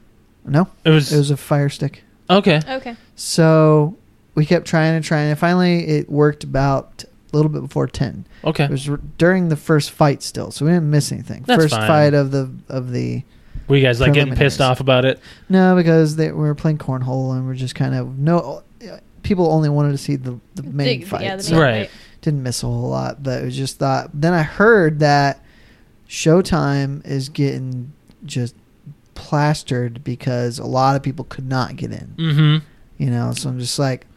[SPEAKER 2] No,
[SPEAKER 3] It was,
[SPEAKER 2] it was a fire stick.
[SPEAKER 3] okay.
[SPEAKER 4] Okay.
[SPEAKER 2] So we kept trying and trying, and finally it worked about a little bit before ten.
[SPEAKER 3] Okay,
[SPEAKER 2] It was r- during the first fight still, so we didn't miss anything.
[SPEAKER 3] That's
[SPEAKER 2] first
[SPEAKER 3] fine.
[SPEAKER 2] fight of the of the
[SPEAKER 3] were you guys like getting pissed
[SPEAKER 2] preliminaries.
[SPEAKER 3] off about it?
[SPEAKER 2] no because they we were playing cornhole and we're just kind of no. People only wanted to see the the main
[SPEAKER 4] Dig-
[SPEAKER 2] fight,
[SPEAKER 4] yeah, the
[SPEAKER 2] so
[SPEAKER 4] main
[SPEAKER 3] Right.
[SPEAKER 4] fight.
[SPEAKER 2] didn't miss a whole lot. But it was just thought. Then I heard that Showtime is getting just plastered because a lot of people could not get in.
[SPEAKER 3] Mm-hmm.
[SPEAKER 2] you know so i'm just like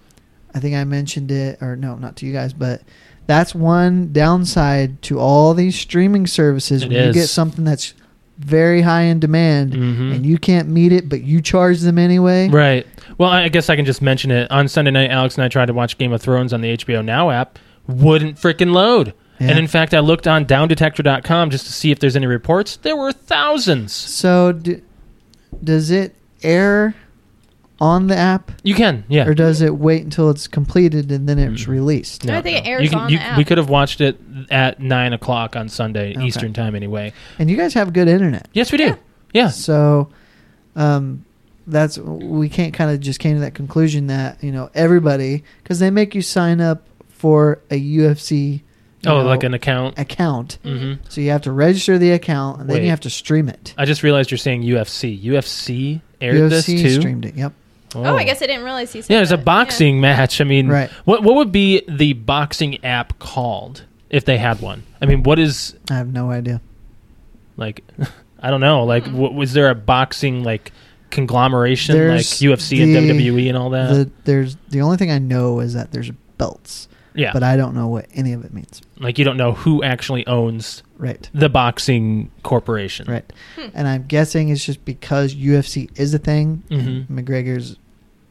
[SPEAKER 2] i think i mentioned it or no not to you guys but that's one downside to all these streaming services
[SPEAKER 3] It
[SPEAKER 2] when you get
[SPEAKER 3] is.
[SPEAKER 2] something that's very high in demand
[SPEAKER 3] Mhm.
[SPEAKER 2] and you can't meet it but you charge them anyway
[SPEAKER 3] Right. Well, I I guess I can just mention it. On Sunday night, Alex and I tried to watch Game of Thrones on the HBO Now app. Wouldn't freaking load.
[SPEAKER 2] Yeah.
[SPEAKER 3] And in fact, I looked on downdetector.com just to see if there's any reports. There were thousands.
[SPEAKER 2] so do, does it air on the app
[SPEAKER 3] You can, yeah.
[SPEAKER 2] or does it wait until it's completed and then it's
[SPEAKER 3] Mm.
[SPEAKER 2] released
[SPEAKER 4] I think it airs
[SPEAKER 3] you can,
[SPEAKER 4] on
[SPEAKER 3] you,
[SPEAKER 4] the app.
[SPEAKER 3] We could have watched it at 9 o'clock on Sunday,
[SPEAKER 2] Okay.
[SPEAKER 3] Eastern Time anyway.
[SPEAKER 2] and you guys have good internet
[SPEAKER 3] Yes, we do.
[SPEAKER 4] Yeah.
[SPEAKER 3] Yeah.
[SPEAKER 2] So, um, that's we can't kind of just came to that conclusion that you know everybody because they make you sign up for a UFC. you
[SPEAKER 3] Oh,
[SPEAKER 2] know,
[SPEAKER 3] like an account.
[SPEAKER 2] account.
[SPEAKER 3] hmm
[SPEAKER 2] So you have to register the account and then
[SPEAKER 3] Wait.
[SPEAKER 2] you have to stream it.
[SPEAKER 3] I just realized you're saying UFC. UFC aired this
[SPEAKER 2] UFC
[SPEAKER 3] too?
[SPEAKER 2] streamed it. Yep.
[SPEAKER 4] Oh, I guess I didn't realize he said
[SPEAKER 3] Yeah, it's a
[SPEAKER 4] that.
[SPEAKER 3] boxing match. I mean,
[SPEAKER 2] Right.
[SPEAKER 3] what what would be the boxing app called if they had one? I mean, what is
[SPEAKER 2] I have no idea.
[SPEAKER 3] like I don't know. Like, what, was there a boxing like conglomeration
[SPEAKER 2] There's
[SPEAKER 3] like UFC
[SPEAKER 2] the-
[SPEAKER 3] and WWE and all that?
[SPEAKER 2] the, there's the only thing I know is that there's belts,
[SPEAKER 3] yeah,
[SPEAKER 2] but I don't know what any of it means.
[SPEAKER 3] like you don't know who actually owns
[SPEAKER 2] Right.
[SPEAKER 3] the boxing corporation.
[SPEAKER 2] Right.
[SPEAKER 4] Hmm.
[SPEAKER 2] And I'm guessing it's just because UFC is a thing.
[SPEAKER 3] Mhm.
[SPEAKER 2] and McGregor's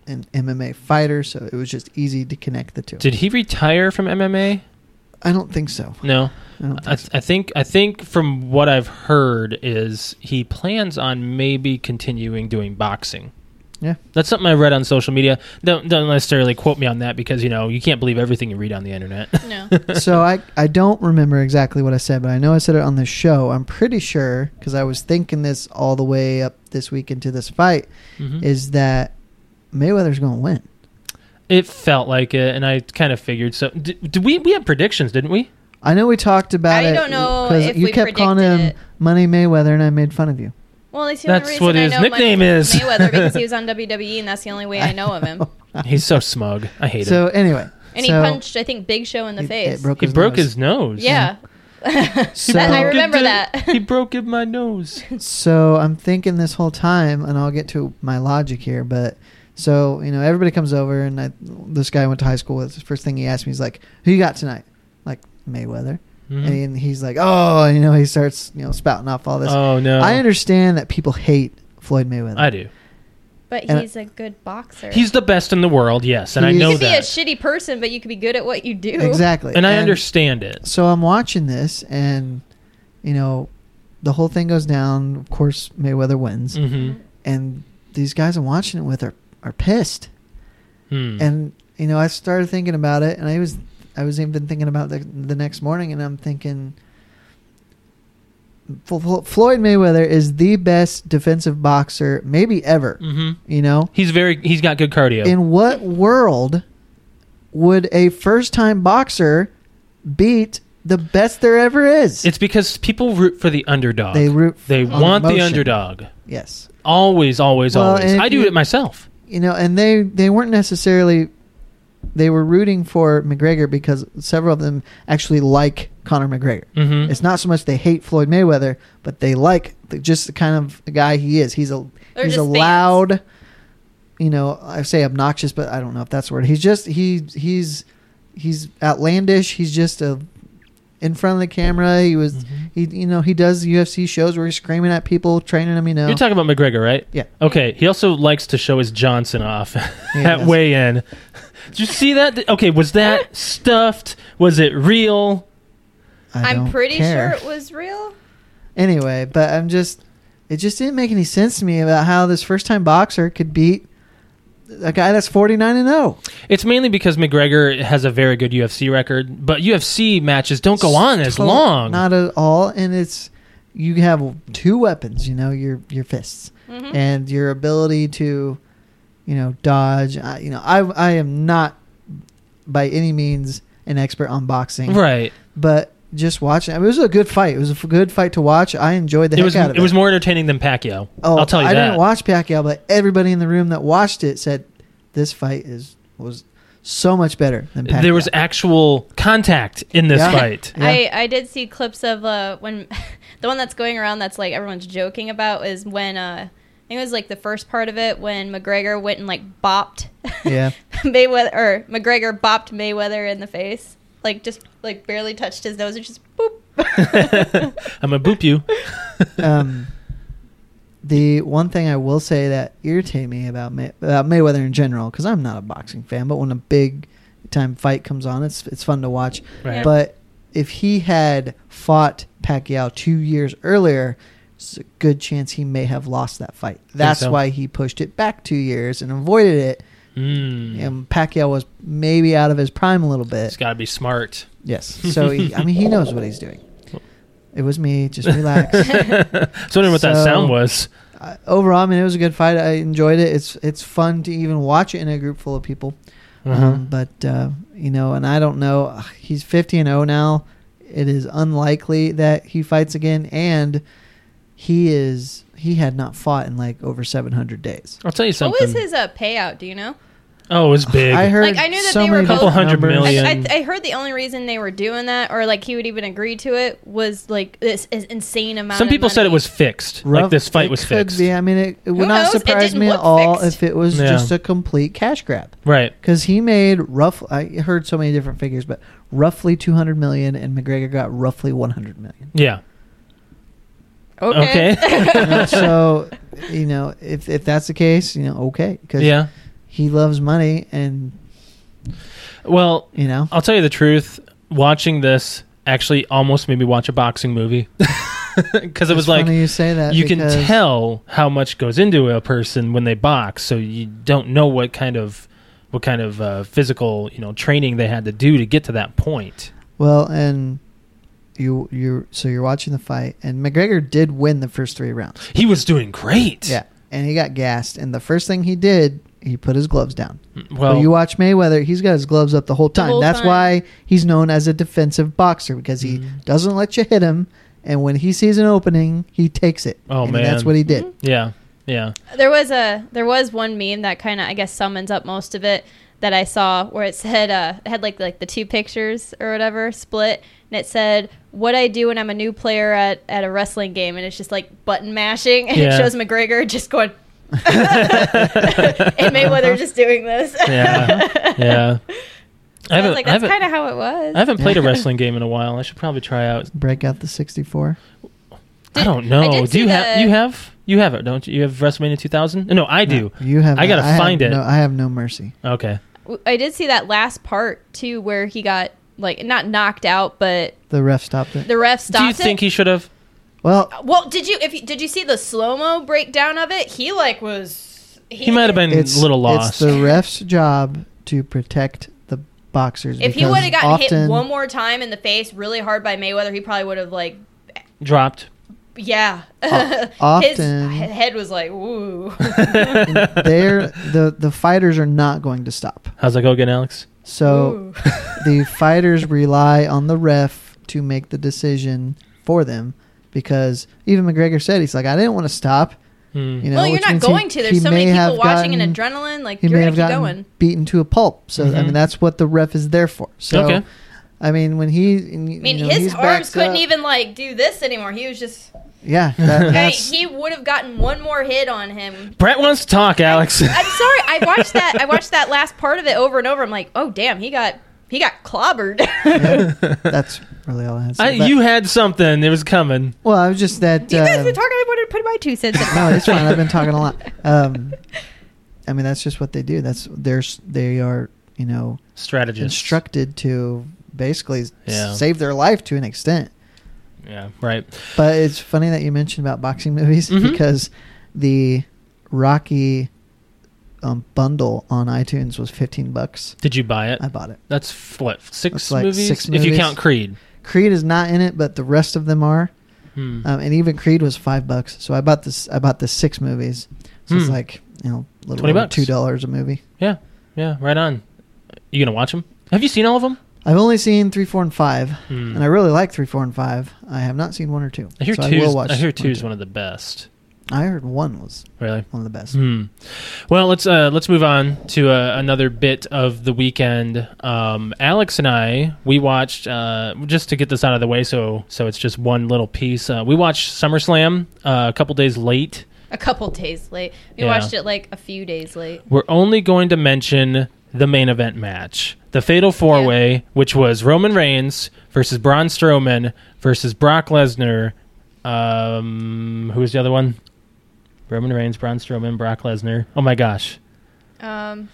[SPEAKER 2] an MMA fighter, so it was just easy to connect the two.
[SPEAKER 3] Did he retire from MMA?
[SPEAKER 2] I don't think so.
[SPEAKER 3] No,
[SPEAKER 2] I don't think
[SPEAKER 3] I,
[SPEAKER 2] so.
[SPEAKER 3] I think I think from what I've heard is he plans on maybe continuing doing boxing.
[SPEAKER 2] Yeah.
[SPEAKER 3] That's something I read on social media. Don't don't necessarily quote me on that because you know you can't believe everything you read on the internet.
[SPEAKER 4] No.
[SPEAKER 2] so I I don't remember exactly what I said, but I know I said it on this show. I'm pretty sure because I was thinking this all the way up this week into this fight
[SPEAKER 3] Mhm.
[SPEAKER 2] is that Mayweather's going to win.
[SPEAKER 3] It felt like it, and I kind of figured. So did, did we? We had predictions, didn't we?
[SPEAKER 2] I know we talked about
[SPEAKER 4] I
[SPEAKER 2] it.
[SPEAKER 4] don't know if
[SPEAKER 2] you
[SPEAKER 4] we
[SPEAKER 2] kept calling him
[SPEAKER 4] predicted it.
[SPEAKER 2] Money Mayweather, and I made fun of you.
[SPEAKER 4] Well, at least the
[SPEAKER 3] That's
[SPEAKER 4] only reason
[SPEAKER 3] what his
[SPEAKER 4] I know
[SPEAKER 3] nickname
[SPEAKER 4] Mike
[SPEAKER 3] is.
[SPEAKER 4] Mayweather because he was on WWE, and that's the only way I know of him.
[SPEAKER 3] He's so smug. I hate
[SPEAKER 2] so
[SPEAKER 3] him.
[SPEAKER 2] anyway,
[SPEAKER 4] And he
[SPEAKER 2] so
[SPEAKER 4] punched, I think, Big Show in the
[SPEAKER 2] it-
[SPEAKER 4] face.
[SPEAKER 2] It broke
[SPEAKER 3] He
[SPEAKER 2] his
[SPEAKER 3] broke
[SPEAKER 2] nose.
[SPEAKER 3] his nose.
[SPEAKER 4] yeah.
[SPEAKER 2] So-
[SPEAKER 4] That- I
[SPEAKER 3] Broke it
[SPEAKER 4] remember
[SPEAKER 3] to-
[SPEAKER 4] that.
[SPEAKER 3] he broke it my nose.
[SPEAKER 2] So I'm thinking this whole time, and I'll get to my logic here, but so you know, everybody comes over, and I, this guy I went to high school with. The first thing he asked me, he's like, "Who you got tonight?" Like Mayweather,
[SPEAKER 3] Mhm.
[SPEAKER 2] and he's like, "Oh, you know," he starts you know spouting off all this.
[SPEAKER 3] Oh no!
[SPEAKER 2] I understand that people hate Floyd Mayweather.
[SPEAKER 3] I do.
[SPEAKER 4] but
[SPEAKER 2] And-
[SPEAKER 4] he's a good boxer.
[SPEAKER 3] He's the best in the world. Yes, and I
[SPEAKER 2] He's-
[SPEAKER 3] know
[SPEAKER 4] you could be
[SPEAKER 3] that.
[SPEAKER 4] a shitty person, but you could be good at what you do.
[SPEAKER 2] exactly,
[SPEAKER 3] and I understand it.
[SPEAKER 2] So I'm watching this, and you know, the whole thing goes down. Of course, Mayweather wins,
[SPEAKER 3] hmm
[SPEAKER 2] and these guys I'm watching it with are are pissed.
[SPEAKER 3] Hmm.
[SPEAKER 2] and you know i started thinking about it and i was i was even thinking about the, the next morning and i'm thinking Fl- Fl- floyd mayweather is the best defensive boxer maybe ever
[SPEAKER 3] hmm
[SPEAKER 2] you know
[SPEAKER 3] He's very. He's got good cardio.
[SPEAKER 2] in what world would a first-time boxer beat the best there ever is
[SPEAKER 3] it's because people root for the underdog.
[SPEAKER 2] they
[SPEAKER 3] They,
[SPEAKER 2] root on
[SPEAKER 3] want the
[SPEAKER 2] emotion.
[SPEAKER 3] underdog.
[SPEAKER 2] yes
[SPEAKER 3] Always, always,
[SPEAKER 2] Well,
[SPEAKER 3] always.
[SPEAKER 2] and
[SPEAKER 3] I
[SPEAKER 2] if
[SPEAKER 3] do
[SPEAKER 2] you-
[SPEAKER 3] it myself.
[SPEAKER 2] you know, and they they weren't necessarily they were rooting for McGregor because several of them actually like Conor McGregor.
[SPEAKER 3] Mm-hmm.
[SPEAKER 2] It's not so much they hate Floyd Mayweather, but they like the, just the kind of guy he is. He's a
[SPEAKER 4] They're
[SPEAKER 2] he's
[SPEAKER 4] just
[SPEAKER 2] a
[SPEAKER 4] fans.
[SPEAKER 2] loud, you know, I say obnoxious, but I don't know if that's the word. He's just he he's he's outlandish. He's just a in front of the camera. He was
[SPEAKER 4] Mm-hmm.
[SPEAKER 2] he you know he does UFC shows where he's screaming at people, training them. You know,
[SPEAKER 3] You're talking about McGregor, right?
[SPEAKER 2] Yeah.
[SPEAKER 3] Okay. He also likes to show his Johnson off at
[SPEAKER 2] that's-
[SPEAKER 3] weigh-in. Did you see that? Th- Okay. Was that stuffed? Was it real?
[SPEAKER 2] I
[SPEAKER 4] I'm
[SPEAKER 2] don't
[SPEAKER 4] pretty sure
[SPEAKER 2] care.
[SPEAKER 4] it was real.
[SPEAKER 2] anyway, but I'm just it just didn't make any sense to me about how this first time boxer could beat a guy that's 49 and oh. 0.
[SPEAKER 3] It's mainly because McGregor has a very good UFC record, but UFC matches don't go on as
[SPEAKER 2] Tot-
[SPEAKER 3] long.
[SPEAKER 2] Not at all and it's you have two weapons. You know, your your fists
[SPEAKER 4] Mhm.
[SPEAKER 2] and your ability to, you know, dodge. I, you know, I I am not by any means an expert on boxing,
[SPEAKER 3] Right.
[SPEAKER 2] but just watching, I mean, it was a good fight. It was a f- good fight to watch. I enjoyed the
[SPEAKER 3] it
[SPEAKER 2] heck
[SPEAKER 3] was
[SPEAKER 2] out of it.
[SPEAKER 3] was more entertaining than Pacquiao.
[SPEAKER 2] Oh,
[SPEAKER 3] I'll tell you
[SPEAKER 2] I
[SPEAKER 3] that.
[SPEAKER 2] didn't watch Pacquiao, but everybody in the room that watched it said this fight is was so much better than Pacquiao.
[SPEAKER 3] there was actual contact in this
[SPEAKER 2] Yeah.
[SPEAKER 3] fight.
[SPEAKER 2] Yeah.
[SPEAKER 4] I, I did see clips of uh, when the one that's going around that's like everyone's joking about is when uh, I think it was like the first part of it when McGregor went and like bopped
[SPEAKER 2] Yeah.
[SPEAKER 4] Mayweather or McGregor bopped Mayweather in the face like just like barely touched his nose and just boop.
[SPEAKER 3] I'm gonna boop you.
[SPEAKER 2] um, the one thing I will say that irritated me about May- about Mayweather in general, because I'm not a boxing fan, but when a big time fight comes on, it's it's fun to watch.
[SPEAKER 3] Right.
[SPEAKER 2] But if he had fought Pacquiao two years earlier, it's a good chance he may have lost that fight. That's
[SPEAKER 3] so?
[SPEAKER 2] why he pushed it back two years and avoided it.
[SPEAKER 3] Mm.
[SPEAKER 2] and Pacquiao was maybe out of his prime a little bit.
[SPEAKER 3] It's got to be smart.
[SPEAKER 2] Yes. So he, I mean, he knows what he's doing. It was me. Just relax.
[SPEAKER 3] so I wondering what that
[SPEAKER 2] So-
[SPEAKER 3] sound was.
[SPEAKER 2] uh, overall, I mean, it was a good fight. I enjoyed it. It's it's fun to even watch it in a group full of people.
[SPEAKER 3] Uh-huh.
[SPEAKER 2] Um, but uh, you know, and I don't know. ugh, He's fifty and zero now. It is unlikely that he fights again, and he is he had not fought in like over seven hundred days.
[SPEAKER 3] I'll tell you
[SPEAKER 4] what
[SPEAKER 3] something.
[SPEAKER 4] was his uh, payout? Do you know?
[SPEAKER 3] Oh, it was big.
[SPEAKER 2] I heard
[SPEAKER 4] Like, I knew that
[SPEAKER 2] so
[SPEAKER 4] they were
[SPEAKER 2] many
[SPEAKER 4] both-
[SPEAKER 2] different
[SPEAKER 3] Couple hundred
[SPEAKER 2] numbers.
[SPEAKER 3] million.
[SPEAKER 4] I, I, I heard the only reason they were doing that, or like he would even agree to it, was like this is insane amount.
[SPEAKER 3] Some
[SPEAKER 4] of
[SPEAKER 3] people said it
[SPEAKER 4] money.
[SPEAKER 3] was fixed.
[SPEAKER 2] Rough-
[SPEAKER 3] like this
[SPEAKER 2] it
[SPEAKER 3] fight was
[SPEAKER 2] could
[SPEAKER 3] fixed.
[SPEAKER 2] Be. I mean, it, it would
[SPEAKER 4] Who
[SPEAKER 2] not
[SPEAKER 4] knows? It
[SPEAKER 2] surprise
[SPEAKER 4] didn't
[SPEAKER 2] me at
[SPEAKER 4] look
[SPEAKER 2] all
[SPEAKER 4] fixed.
[SPEAKER 2] if it was
[SPEAKER 3] Yeah.
[SPEAKER 2] just a complete cash grab.
[SPEAKER 3] Right.
[SPEAKER 2] Because he made rough, I heard so many different figures, but roughly 200 million, and McGregor got roughly 100 million.
[SPEAKER 3] Yeah.
[SPEAKER 4] okay.
[SPEAKER 2] You know, so, you know, if if that's the case, you know, okay, because
[SPEAKER 3] Yeah.
[SPEAKER 2] he loves money, and
[SPEAKER 3] Well,
[SPEAKER 2] you know,
[SPEAKER 3] I'll tell you the truth. Watching this actually almost made me watch a boxing movie because it was
[SPEAKER 2] it's
[SPEAKER 3] like
[SPEAKER 2] funny you say that
[SPEAKER 3] you can
[SPEAKER 2] because-
[SPEAKER 3] tell how much goes into a person when they box so you don't know what kind of what kind of uh, physical you know training they had to do to get to that point
[SPEAKER 2] Well, and you you so you're watching the fight, and McGregor did win the first three rounds.
[SPEAKER 3] he was doing great
[SPEAKER 2] Yeah, and he got gassed, and the first thing he did, he put his gloves down.
[SPEAKER 3] Mm, well
[SPEAKER 2] But you watch Mayweather, he's got his gloves up the whole time.
[SPEAKER 4] whole
[SPEAKER 2] That's
[SPEAKER 4] time.
[SPEAKER 2] why he's known as a defensive boxer because he
[SPEAKER 3] Mhm.
[SPEAKER 2] doesn't let you hit him. And when he sees an opening, he takes it.
[SPEAKER 3] Oh,
[SPEAKER 2] and
[SPEAKER 3] man.
[SPEAKER 2] that's what he did.
[SPEAKER 4] Mm-hmm.
[SPEAKER 3] yeah yeah
[SPEAKER 4] There was a there was one meme that kind of I guess summons up most of it that I saw where it said uh it had like like the two pictures or whatever split and it said what I do when I'm a new player at at a wrestling game and it's just like button mashing and
[SPEAKER 3] Yeah.
[SPEAKER 4] it shows McGregor just going and Mayweather just doing this.
[SPEAKER 3] yeah yeah I
[SPEAKER 4] I
[SPEAKER 3] haven't,
[SPEAKER 4] was like
[SPEAKER 3] I
[SPEAKER 4] that's
[SPEAKER 3] haven't,
[SPEAKER 4] kind of how it was.
[SPEAKER 3] I haven't played a wrestling game in a while. I should probably try out.
[SPEAKER 2] Break out the sixty-four.
[SPEAKER 3] I
[SPEAKER 4] Did-
[SPEAKER 3] don't
[SPEAKER 4] I
[SPEAKER 3] know.
[SPEAKER 4] did
[SPEAKER 3] do you
[SPEAKER 4] see
[SPEAKER 3] have?
[SPEAKER 4] the-
[SPEAKER 3] You have? You have it, don't you? You have WrestleMania 2000? No, I do.
[SPEAKER 2] You have.
[SPEAKER 3] I gotta
[SPEAKER 2] have
[SPEAKER 3] find it.
[SPEAKER 2] No, I have no mercy.
[SPEAKER 3] Okay.
[SPEAKER 4] W- I did see that last part too where he got like not knocked out but
[SPEAKER 2] The ref stopped it.
[SPEAKER 4] the ref
[SPEAKER 3] Do you
[SPEAKER 4] stopped it.
[SPEAKER 3] think he should have?
[SPEAKER 2] Well,
[SPEAKER 4] Well, did you if you, did you see the slow mo breakdown of it? He like was
[SPEAKER 3] He might have been
[SPEAKER 2] it's
[SPEAKER 3] a Mm, little
[SPEAKER 2] It's
[SPEAKER 3] lost.
[SPEAKER 2] the ref's job to protect the boxers.
[SPEAKER 4] If he
[SPEAKER 2] because
[SPEAKER 4] would have gotten hit
[SPEAKER 2] often-
[SPEAKER 4] one more time in the face really hard by Mayweather, he probably would have like
[SPEAKER 3] Dropped.
[SPEAKER 4] yeah.
[SPEAKER 2] often-
[SPEAKER 4] his he- head was like ooh.
[SPEAKER 2] there the the fighters are not going to stop.
[SPEAKER 3] How's that go again, Alex?
[SPEAKER 2] So.
[SPEAKER 4] Ooh.
[SPEAKER 2] the fighters rely on the ref to make the decision for them because even McGregor said he's like, I didn't want to stop.
[SPEAKER 3] Hmm.
[SPEAKER 2] You know,
[SPEAKER 4] well, you're
[SPEAKER 2] which
[SPEAKER 4] not
[SPEAKER 2] means he-
[SPEAKER 4] going to.
[SPEAKER 2] he
[SPEAKER 4] There's so
[SPEAKER 2] may
[SPEAKER 4] many people
[SPEAKER 2] have
[SPEAKER 4] watching
[SPEAKER 2] gotten-
[SPEAKER 4] and adrenaline. Like
[SPEAKER 2] He
[SPEAKER 4] you're gonna
[SPEAKER 2] may have
[SPEAKER 4] keep
[SPEAKER 2] gotten
[SPEAKER 4] going. Mm-hmm.
[SPEAKER 2] beaten to a pulp. So I
[SPEAKER 3] Mhm.
[SPEAKER 2] mean, that's what the ref is there for. So
[SPEAKER 3] Okay.
[SPEAKER 2] I mean, when he, I
[SPEAKER 4] I mean, his arms couldn't even like do this anymore. He was just.
[SPEAKER 2] Yeah, that,
[SPEAKER 4] I mean,
[SPEAKER 2] that's
[SPEAKER 4] he would have gotten one more hit on him.
[SPEAKER 3] Brett wants to talk, Alex.
[SPEAKER 4] I'm sorry. I watched that. I watched that last part of it over and over. I'm like, oh damn, he got he got clobbered.
[SPEAKER 2] that's really all I had. To
[SPEAKER 3] I,
[SPEAKER 2] say. But-
[SPEAKER 3] you had something. It was coming.
[SPEAKER 2] well, I was just that.
[SPEAKER 4] you guys
[SPEAKER 2] uh,
[SPEAKER 4] were talking. I wanted to put my two cents. in.
[SPEAKER 2] no, it's fine. I've been talking a lot. Um, I mean, that's just what they do. That's they're s- they are you know
[SPEAKER 3] Strategist.
[SPEAKER 2] instructed to basically s-
[SPEAKER 3] Yeah.
[SPEAKER 2] save their life to an extent.
[SPEAKER 3] Yeah. Right.
[SPEAKER 2] But it's funny that you mentioned about boxing movies
[SPEAKER 3] Mhm.
[SPEAKER 2] because the Rocky um, bundle on iTunes was 15 bucks.
[SPEAKER 3] Did you buy it?
[SPEAKER 2] I bought it.
[SPEAKER 3] That's f- what six
[SPEAKER 2] That's like
[SPEAKER 3] movies.
[SPEAKER 2] six
[SPEAKER 3] If you
[SPEAKER 2] movies.
[SPEAKER 3] count Creed.
[SPEAKER 2] Creed is not in it, but the rest of them are.
[SPEAKER 3] Hmm.
[SPEAKER 2] um, and even Creed was five bucks. So I bought this. I bought the six movies. So it's
[SPEAKER 3] Hmm.
[SPEAKER 2] like you know, a little
[SPEAKER 3] 20
[SPEAKER 2] over
[SPEAKER 3] bucks.
[SPEAKER 2] two dollars a movie.
[SPEAKER 3] yeah, yeah, right on. You gonna watch them? Have you seen all of them?
[SPEAKER 2] I've only seen three, four, and five, and I really like three, four, and five. I have not seen one or two.
[SPEAKER 3] Hmm. I hear
[SPEAKER 2] so
[SPEAKER 3] two's.
[SPEAKER 2] I will
[SPEAKER 3] I,
[SPEAKER 2] watch
[SPEAKER 3] hear
[SPEAKER 2] two.
[SPEAKER 3] two's one of the best.
[SPEAKER 2] I heard one was
[SPEAKER 3] Really.
[SPEAKER 2] one of the best.
[SPEAKER 3] Hmm. Well, let's uh, let's move on to uh, another bit of the weekend. Um, Alex and I we watched uh, just to get this out of the way, so so it's just one little piece. Uh, we watched SummerSlam uh, a couple days late.
[SPEAKER 4] A couple days late. We
[SPEAKER 3] Yeah.
[SPEAKER 4] watched it like a few days late.
[SPEAKER 3] We're only going to mention the main event match, the Fatal Four Way, which was Roman Reigns versus Braun Strowman versus Brock Lesnar. Um, who was the other one? Roman Reigns, Braun Strowman, Brock Lesnar. Oh my gosh!
[SPEAKER 4] Um,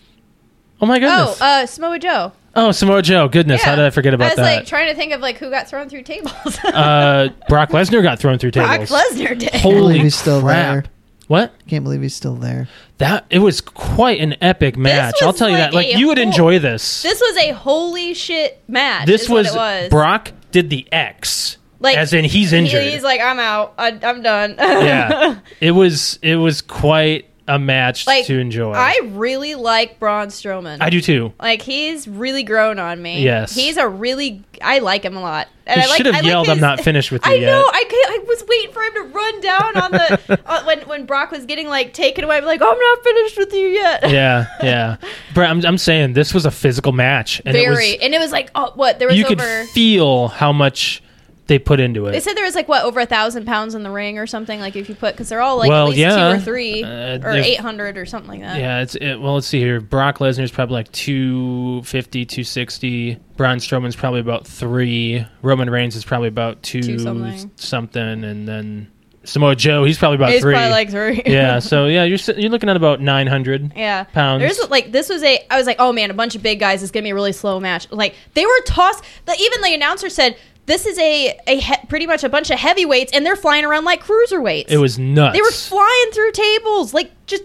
[SPEAKER 3] Oh my goodness!
[SPEAKER 4] oh, uh, Samoa Joe.
[SPEAKER 3] Oh, Samoa Joe. Goodness,
[SPEAKER 4] Yeah.
[SPEAKER 3] how did I forget about
[SPEAKER 4] I was like
[SPEAKER 3] that?
[SPEAKER 4] trying to think of like who got thrown through tables.
[SPEAKER 3] uh, Brock Lesnar got thrown through
[SPEAKER 4] Brock
[SPEAKER 3] tables.
[SPEAKER 4] Lesnar did.
[SPEAKER 2] Can't
[SPEAKER 3] Holy
[SPEAKER 2] believe he's still
[SPEAKER 3] crap.
[SPEAKER 2] there.
[SPEAKER 3] What?
[SPEAKER 2] Can't believe he's still there.
[SPEAKER 3] That it was quite an epic match. I'll
[SPEAKER 4] was
[SPEAKER 3] tell you
[SPEAKER 4] like
[SPEAKER 3] that. Like
[SPEAKER 4] a
[SPEAKER 3] you would
[SPEAKER 4] whole-
[SPEAKER 3] enjoy this.
[SPEAKER 4] This was a holy shit match.
[SPEAKER 3] This
[SPEAKER 4] is
[SPEAKER 3] was,
[SPEAKER 4] what it was.
[SPEAKER 3] Brock did the X,
[SPEAKER 4] Like,
[SPEAKER 3] as in he's
[SPEAKER 4] He-
[SPEAKER 3] injured.
[SPEAKER 4] he's like, I'm out. I, I'm done.
[SPEAKER 3] yeah, it was it was quite a match
[SPEAKER 4] Like,
[SPEAKER 3] to enjoy.
[SPEAKER 4] I really like Braun Strowman.
[SPEAKER 3] I do too.
[SPEAKER 4] Like he's really grown on me.
[SPEAKER 3] Yes.
[SPEAKER 4] he's a really. I like him a lot. And
[SPEAKER 3] You
[SPEAKER 4] I like,
[SPEAKER 3] should have
[SPEAKER 4] I like
[SPEAKER 3] yelled, "I'm
[SPEAKER 4] his-
[SPEAKER 3] not finished with you
[SPEAKER 4] I
[SPEAKER 3] yet."
[SPEAKER 4] know. I, ca- I was waiting for him to run down on the uh, when when Brock was getting like taken away. I'm like, I'm not finished with you yet.
[SPEAKER 3] Yeah, yeah. But I'm I'm saying this was a physical match, and
[SPEAKER 4] Very.
[SPEAKER 3] it
[SPEAKER 4] and it was like, oh, what? There
[SPEAKER 3] was
[SPEAKER 4] was
[SPEAKER 3] you
[SPEAKER 4] over.
[SPEAKER 3] could feel how much they put into it.
[SPEAKER 4] They said there was like what over a thousand pounds in the ring or something. Like if you put because they're all like
[SPEAKER 3] Well,
[SPEAKER 4] at least
[SPEAKER 3] yeah.
[SPEAKER 4] two or three
[SPEAKER 3] Uh,
[SPEAKER 4] or
[SPEAKER 3] if-
[SPEAKER 4] eight hundred or something like that.
[SPEAKER 3] Yeah, it's it, well. Let's see here. Brock Lesnar's probably like 250, 260. Braun Strowman's probably about three. Roman Reigns is probably about two,
[SPEAKER 4] Two something.
[SPEAKER 3] something, and then Samoa Joe, he's probably about
[SPEAKER 4] it's
[SPEAKER 3] three.
[SPEAKER 4] probably like three.
[SPEAKER 3] yeah, so yeah, you're sit- you're looking at about nine hundred.
[SPEAKER 4] Yeah.
[SPEAKER 3] Pounds.
[SPEAKER 4] There's like this was a I was like, oh man, a bunch of big guys. It's gonna be a really slow match. Like they were tossed. The, even the announcer said this is a a he- pretty much a bunch of heavyweights, and they're flying around like cruiserweights.
[SPEAKER 3] It was nuts.
[SPEAKER 4] They were flying through tables, like just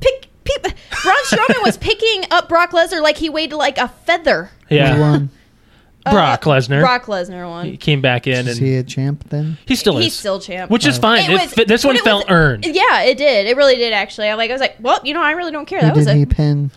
[SPEAKER 4] pick. Pe- Braun Strowman was picking up Brock Lesnar like he weighed like a feather. Uh,
[SPEAKER 2] He
[SPEAKER 3] yeah.
[SPEAKER 2] won.
[SPEAKER 3] Brock Lesnar.
[SPEAKER 4] Brock Lesnar won.
[SPEAKER 3] He came back in,
[SPEAKER 2] Is
[SPEAKER 3] and
[SPEAKER 2] he a champ then?
[SPEAKER 3] he still
[SPEAKER 4] He's
[SPEAKER 3] is,
[SPEAKER 4] still champ.
[SPEAKER 3] which is fine.
[SPEAKER 4] It
[SPEAKER 3] It
[SPEAKER 4] was-
[SPEAKER 3] fit- this
[SPEAKER 4] but
[SPEAKER 3] one
[SPEAKER 4] it
[SPEAKER 3] felt
[SPEAKER 4] was-
[SPEAKER 3] earned.
[SPEAKER 4] yeah, it did. It really did. Actually, I like. I was like, well, you know, I really don't care.
[SPEAKER 2] Who
[SPEAKER 4] That was
[SPEAKER 2] did
[SPEAKER 4] a.
[SPEAKER 2] he pin?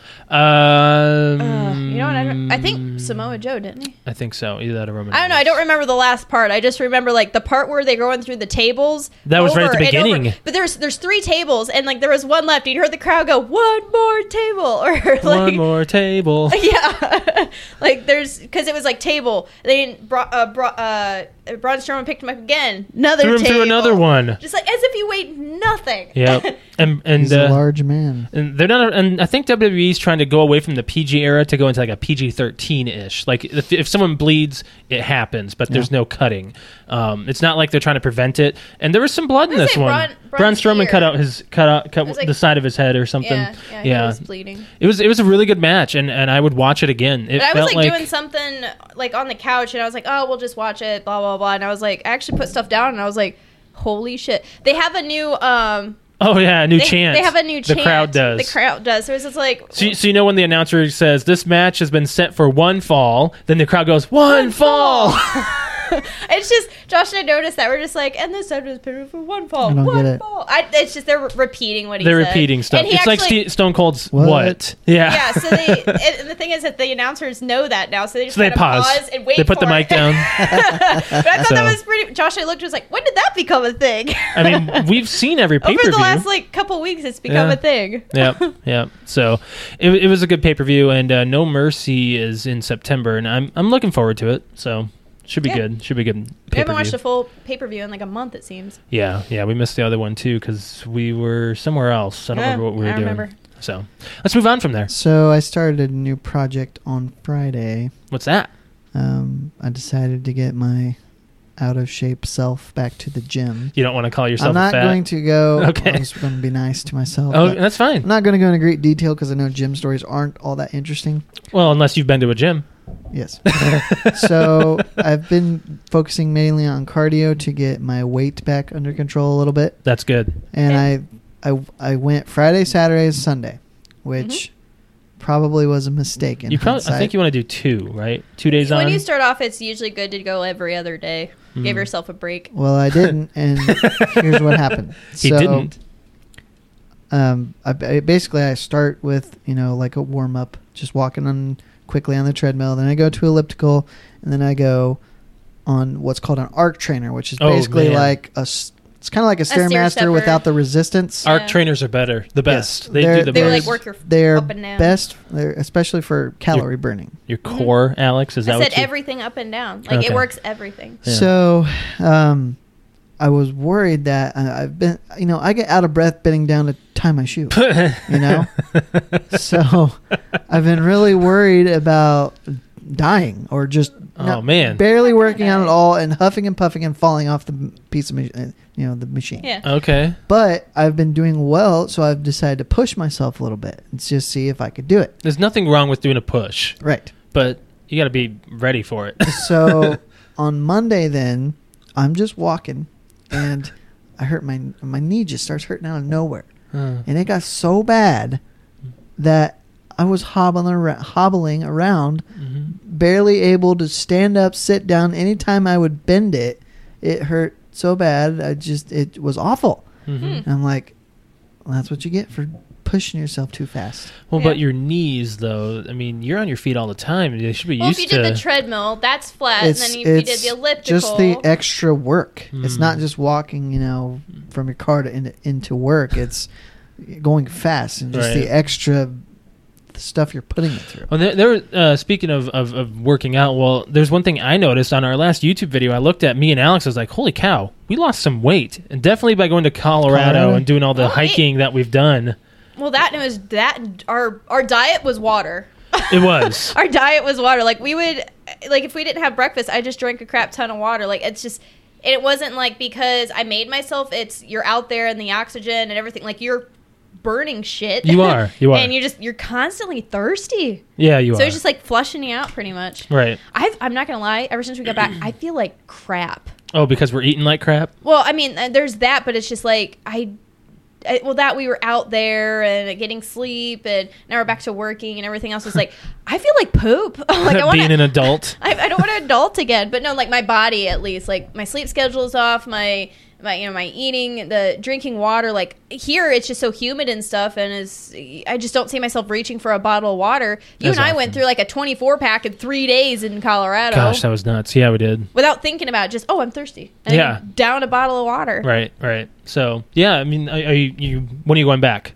[SPEAKER 3] Um,
[SPEAKER 4] Uh, you know what? I, don't- I think Samoa Joe didn't he?
[SPEAKER 3] I think so. Either that or Roman.
[SPEAKER 4] I don't know. I
[SPEAKER 3] Reigns.
[SPEAKER 4] don't remember the last part. I just remember like the part where they're going through the tables.
[SPEAKER 3] That was right at the
[SPEAKER 4] over and over.
[SPEAKER 3] beginning.
[SPEAKER 4] But there's there's three tables and like there was one left. You heard the crowd go one more table or like
[SPEAKER 3] One more table.
[SPEAKER 4] yeah, like there's because it was like table. Then bro, uh, bro, uh, Braun Strowman picked him up again. Another
[SPEAKER 3] Threw him
[SPEAKER 4] table.
[SPEAKER 3] through another one.
[SPEAKER 4] Just like as if you weighed nothing.
[SPEAKER 3] Yep. And and
[SPEAKER 2] He's
[SPEAKER 3] uh,
[SPEAKER 2] a large man.
[SPEAKER 3] and they're not. And I think WWE's trying to go away from the PG era to go into like a PG thirteen ish. Like if, if someone bleeds, it happens, but there's no cutting. Um, it's not like they're trying to prevent it. And there was some blood in
[SPEAKER 4] gonna
[SPEAKER 3] this
[SPEAKER 4] say
[SPEAKER 3] one.
[SPEAKER 4] Braun-
[SPEAKER 3] Braun
[SPEAKER 4] Braun's
[SPEAKER 3] Strowman
[SPEAKER 4] ear.
[SPEAKER 3] cut out his cut out cut
[SPEAKER 4] was like-
[SPEAKER 3] the side of his head or something.
[SPEAKER 4] yeah,
[SPEAKER 3] Yeah,
[SPEAKER 4] yeah, He was bleeding.
[SPEAKER 3] it was it was a really good match, and, and I would watch it again. It
[SPEAKER 4] But I
[SPEAKER 3] felt
[SPEAKER 4] was like,
[SPEAKER 3] like
[SPEAKER 4] doing something like on the couch, and I was like, "Oh, we'll just watch it." Blah blah blah. And I was like, I actually put stuff down, and I was like, "Holy shit!" They have a new um.
[SPEAKER 3] oh yeah, a new
[SPEAKER 4] They,
[SPEAKER 3] chant.
[SPEAKER 4] they have a new
[SPEAKER 3] The
[SPEAKER 4] chant.
[SPEAKER 3] crowd does.
[SPEAKER 4] The crowd does. So it's just like
[SPEAKER 3] So, you- so you know when the announcer says this match has been set for one fall, then the crowd goes one, fall.
[SPEAKER 4] it's just Josh and I noticed that we're just like, and this episode was pivoted for one fall.
[SPEAKER 2] I don't
[SPEAKER 4] one
[SPEAKER 2] get it.
[SPEAKER 4] fall. I, it's just they're repeating what he
[SPEAKER 3] They're
[SPEAKER 4] said.
[SPEAKER 3] repeating stuff.
[SPEAKER 4] And he
[SPEAKER 3] It's like
[SPEAKER 4] actually-
[SPEAKER 3] Ste Stone Cold's what?
[SPEAKER 2] What?
[SPEAKER 3] Yeah.
[SPEAKER 4] Yeah, so they and and the thing is that the announcers know that now, so they just
[SPEAKER 3] So they
[SPEAKER 4] kinda
[SPEAKER 3] pause.
[SPEAKER 4] and wait.
[SPEAKER 3] they put
[SPEAKER 4] for
[SPEAKER 3] the mic
[SPEAKER 4] it.
[SPEAKER 3] down.
[SPEAKER 4] but I thought
[SPEAKER 3] So-
[SPEAKER 4] that was pretty. Josh, I looked, was like, when did that become a thing?
[SPEAKER 3] I mean, we've seen every pay
[SPEAKER 4] over
[SPEAKER 3] per view.
[SPEAKER 4] the last like couple weeks, it's become
[SPEAKER 3] Yeah.
[SPEAKER 4] a thing.
[SPEAKER 3] yep, yep. So it, it was a good pay per view, and uh, No Mercy is in September, and I'm I'm looking forward to it. So should be
[SPEAKER 4] Yeah.
[SPEAKER 3] good. Should be good.
[SPEAKER 4] We haven't
[SPEAKER 3] pay-per-view.
[SPEAKER 4] watched a full pay per view in like a month, it seems.
[SPEAKER 3] Yeah, yeah, we missed the other one too because we were somewhere else. I don't
[SPEAKER 4] Yeah,
[SPEAKER 3] remember what we were
[SPEAKER 4] I
[SPEAKER 3] doing.
[SPEAKER 4] remember.
[SPEAKER 3] So let's move on from there.
[SPEAKER 2] So I started a new project on Friday.
[SPEAKER 3] What's that?
[SPEAKER 2] Um, I decided to get my out of shape self back to the gym.
[SPEAKER 3] You don't want to call yourself
[SPEAKER 2] I'm not
[SPEAKER 3] a fat?
[SPEAKER 2] going to go.
[SPEAKER 3] Okay.
[SPEAKER 2] I'm just going to be nice to myself.
[SPEAKER 3] oh,
[SPEAKER 2] but
[SPEAKER 3] that's fine.
[SPEAKER 2] I'm not going to go into great detail because I know gym stories aren't all that interesting.
[SPEAKER 3] Well, unless you've been to a gym.
[SPEAKER 2] Yes. so I've been focusing mainly on cardio to get my weight back under control a little bit.
[SPEAKER 3] That's good.
[SPEAKER 2] and I, I, I went Friday, Saturday, Sunday, which
[SPEAKER 4] Mm-hmm.
[SPEAKER 2] probably was a mistake. In
[SPEAKER 3] you probably, I
[SPEAKER 2] hindsight.
[SPEAKER 3] think you want to do two, right? Two days
[SPEAKER 4] when
[SPEAKER 3] on. Hmm.
[SPEAKER 4] you start off, it's usually good to go every other day. Give
[SPEAKER 3] Mm.
[SPEAKER 4] yourself a break.
[SPEAKER 2] Well, I didn't, and here's what happened.
[SPEAKER 3] He
[SPEAKER 2] so,
[SPEAKER 3] didn't.
[SPEAKER 2] Um, I, I- basically I start with you know like a warm up, just walking on quickly on the treadmill. Then I go to elliptical, and then I go on what's called an arc trainer, which is
[SPEAKER 3] Oh,
[SPEAKER 2] basically
[SPEAKER 3] man.
[SPEAKER 2] like a. s- It's kind of like a
[SPEAKER 4] stair
[SPEAKER 2] stairmaster
[SPEAKER 4] stepper.
[SPEAKER 2] without the resistance.
[SPEAKER 4] Ar-
[SPEAKER 3] Arc
[SPEAKER 4] Yeah.
[SPEAKER 3] trainers are better. The
[SPEAKER 2] Yes.
[SPEAKER 3] best. they
[SPEAKER 2] They're-
[SPEAKER 3] do the
[SPEAKER 4] They
[SPEAKER 3] most.
[SPEAKER 4] like work your
[SPEAKER 2] They're
[SPEAKER 4] up and down.
[SPEAKER 2] best, they're, especially for calorie burning.
[SPEAKER 3] Your core, Alex, is that
[SPEAKER 4] Mm-hmm. I
[SPEAKER 3] what
[SPEAKER 4] said
[SPEAKER 3] you-
[SPEAKER 4] everything up and down. Like
[SPEAKER 3] Okay.
[SPEAKER 4] it works everything.
[SPEAKER 3] Yeah.
[SPEAKER 2] So, um, I was worried that I, I've been, you know, I get out of breath bending down to tie my shoe. you know? so I've been really worried about dying or just
[SPEAKER 3] Oh,
[SPEAKER 2] not-
[SPEAKER 3] man.
[SPEAKER 2] barely
[SPEAKER 4] Not gonna
[SPEAKER 2] working on
[SPEAKER 4] die.
[SPEAKER 2] it all and huffing and puffing and falling off the m- piece of mach- uh, you know the machine.
[SPEAKER 4] Yeah.
[SPEAKER 3] Okay.
[SPEAKER 2] But I've been doing well, so I've decided to push myself a little bit and just see if I could do it.
[SPEAKER 3] There's nothing wrong with doing a push,
[SPEAKER 2] Right.
[SPEAKER 3] but you got to be ready for it.
[SPEAKER 2] So on Monday, then I'm just walking, and I hurt my my knee just starts hurting out of nowhere,
[SPEAKER 3] Uh,
[SPEAKER 2] and it got so bad that I was hobbling around, hobbling around,
[SPEAKER 3] mhm.
[SPEAKER 2] barely able to stand up, sit down. Anytime I would bend it, it hurt so bad. I just it was awful.
[SPEAKER 4] Hmm.
[SPEAKER 3] Mhm.
[SPEAKER 2] And I'm like, well, that's what you get for pushing yourself too fast.
[SPEAKER 3] Well,
[SPEAKER 4] Yeah.
[SPEAKER 3] but your knees, though. I mean, you're on your feet all the time. They should be
[SPEAKER 4] Well, if
[SPEAKER 3] used
[SPEAKER 4] you
[SPEAKER 3] to.
[SPEAKER 4] did the treadmill, that's flat, and then if you did the elliptical,
[SPEAKER 2] just the extra work. It's
[SPEAKER 3] Mm.
[SPEAKER 2] not just walking, you know, from your car to into, into work. It's going fast and just
[SPEAKER 3] Right.
[SPEAKER 2] the extra stuff you're putting it through.
[SPEAKER 3] Well, there, there uh, speaking of, of, of working out, well, there's one thing I noticed on our last YouTube video. I looked at me and Alex. I was like, "Holy cow, we lost some weight!" And definitely by going to Colorado,
[SPEAKER 2] Colorado?
[SPEAKER 3] and doing all the
[SPEAKER 4] Oh, wait.
[SPEAKER 3] hiking that we've done,
[SPEAKER 4] well, that and it was that and our our diet was water.
[SPEAKER 3] it was.
[SPEAKER 4] our diet was water. Like we would, like if we didn't have breakfast, I just drank a crap ton of water. Like it's just, and it wasn't like because I made myself. It's you're out there and the oxygen and everything. Like you're burning shit.
[SPEAKER 3] You are. You are.
[SPEAKER 4] and you just you're constantly thirsty.
[SPEAKER 3] yeah, you
[SPEAKER 4] so
[SPEAKER 3] are.
[SPEAKER 4] it's just like flushing you out pretty much.
[SPEAKER 3] right.
[SPEAKER 4] I've, I'm not gonna lie. Ever since we got back, I feel like crap.
[SPEAKER 3] Oh, because we're eating like crap.
[SPEAKER 4] Well, I mean, uh, there's that, but it's just like I, I well, that we were out there and getting sleep, and now we're back to working and everything else. It's like I feel like poop. like I want
[SPEAKER 3] Being an adult.
[SPEAKER 4] I, I don't want to adult again, but no, like my body at least, like my sleep schedule's off, my my you know my eating, the drinking water. Like here, it's just so humid and stuff, and is I just don't see myself reaching for a bottle of water. You
[SPEAKER 3] As
[SPEAKER 4] and I
[SPEAKER 3] often.
[SPEAKER 4] went through like a twenty four pack in three days in Colorado
[SPEAKER 3] Gosh, that was nuts. Yeah, we did.
[SPEAKER 4] without thinking about it, just oh I'm thirsty, and then
[SPEAKER 3] Yeah.
[SPEAKER 4] down a bottle of water.
[SPEAKER 3] Right, right. So yeah, I mean, are, are you, you when are you going back?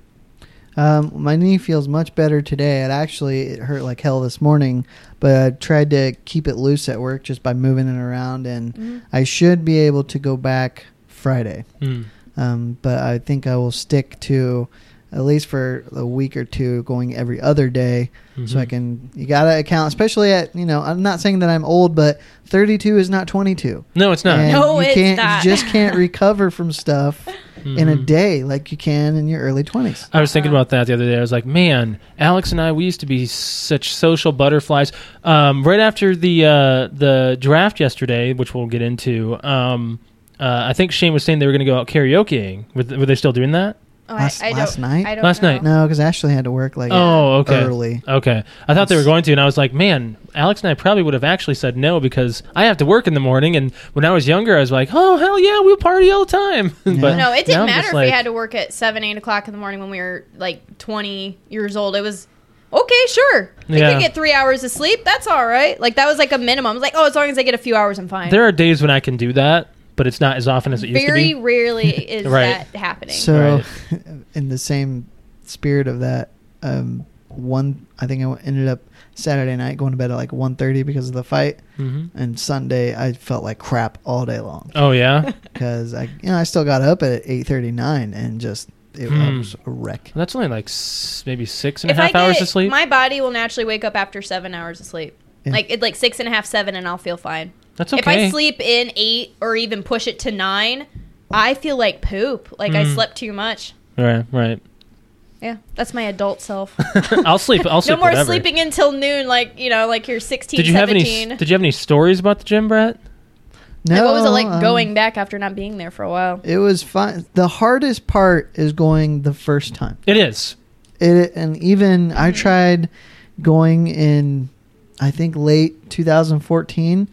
[SPEAKER 2] Um, my knee feels much better today. It actually it hurt like hell this morning, but I tried to keep it loose at work just by moving it around, and
[SPEAKER 4] Oh,
[SPEAKER 2] I should be able to go back Friday.
[SPEAKER 3] Mm.
[SPEAKER 2] Um, but I think I will stick to at least for a week or two going every other day so I
[SPEAKER 3] Mhm.
[SPEAKER 2] can you got to account especially at you know I'm not saying that I'm old but 32 is not 22
[SPEAKER 3] No, it's not.
[SPEAKER 2] and
[SPEAKER 4] No,
[SPEAKER 2] you
[SPEAKER 4] it's
[SPEAKER 2] can't
[SPEAKER 4] not.
[SPEAKER 2] you just can't recover from stuff in a
[SPEAKER 3] Mhm.
[SPEAKER 2] day like you can in your early 20s
[SPEAKER 3] I was thinking about that the other day. I was like, man, Alex and I, we used to be such social butterflies. Um, right after the uh, the draft yesterday, which we'll get into, um, uh, I think Shane was saying they were going to go out karaokeing. Were, th- were they still doing that?
[SPEAKER 4] Oh,
[SPEAKER 2] Last- last night?
[SPEAKER 4] I don't
[SPEAKER 3] Last
[SPEAKER 4] know.
[SPEAKER 3] night.
[SPEAKER 2] no cuz Ashley had to work like
[SPEAKER 3] Oh, okay.
[SPEAKER 2] early
[SPEAKER 3] Okay. I thought they were
[SPEAKER 2] It's-
[SPEAKER 3] going to, and I was like, man, Alex and I probably would have actually said no because I have to work in the morning. And when I was younger, I was like, oh, hell yeah, we'll party all the time. but
[SPEAKER 4] No, it
[SPEAKER 3] now
[SPEAKER 4] didn't
[SPEAKER 3] I'm
[SPEAKER 4] matter
[SPEAKER 3] just
[SPEAKER 4] if
[SPEAKER 3] like,
[SPEAKER 4] we had to work at seven, eight o'clock in the morning when we were like twenty years old. It was okay, sure. We
[SPEAKER 3] Yeah.
[SPEAKER 4] could get three hours of sleep. That's all right. Like that was like a minimum. I was like, oh, as long as I get a few hours, I'm fine.
[SPEAKER 3] There are days when I can do that, but it's not as often as it used to
[SPEAKER 4] Very
[SPEAKER 3] be.
[SPEAKER 4] rarely is
[SPEAKER 3] Right.
[SPEAKER 4] that happening.
[SPEAKER 2] So,
[SPEAKER 3] Right.
[SPEAKER 2] in the same spirit of that, um, one I think I w- ended up Saturday night going to bed at like 1.30 because of the fight,
[SPEAKER 3] hmm
[SPEAKER 2] and Sunday I felt like crap all day long
[SPEAKER 3] Oh, yeah?
[SPEAKER 2] because I you know I still got up at 8:39 and just it
[SPEAKER 3] Hmm.
[SPEAKER 2] was a wreck.
[SPEAKER 3] Well, That's only like s- maybe six and a
[SPEAKER 4] if
[SPEAKER 3] half
[SPEAKER 4] I get,
[SPEAKER 3] hours of sleep.
[SPEAKER 4] my body will naturally wake up after seven hours of sleep.
[SPEAKER 2] Yeah.
[SPEAKER 4] Like it, like six and a half, seven, and I'll feel fine.
[SPEAKER 3] That's okay.
[SPEAKER 4] If I sleep in eight or even push it to nine, I feel like poop. Like I
[SPEAKER 3] Mm.
[SPEAKER 4] slept too much.
[SPEAKER 3] right, right.
[SPEAKER 4] Yeah, that's my adult self.
[SPEAKER 3] I'll sleep. I'll sleep.
[SPEAKER 4] no more
[SPEAKER 3] whatever.
[SPEAKER 4] sleeping until noon, like you know, like you're 16,
[SPEAKER 3] Did you have
[SPEAKER 4] 17.
[SPEAKER 3] any? Did you have any stories about the gym, Brett?
[SPEAKER 2] No,
[SPEAKER 4] like, what was it like
[SPEAKER 2] um,
[SPEAKER 4] going back after not being there for a while?
[SPEAKER 2] It was fun. The hardest part is going the first time.
[SPEAKER 3] It is.
[SPEAKER 2] it and even I tried going in I think late 2014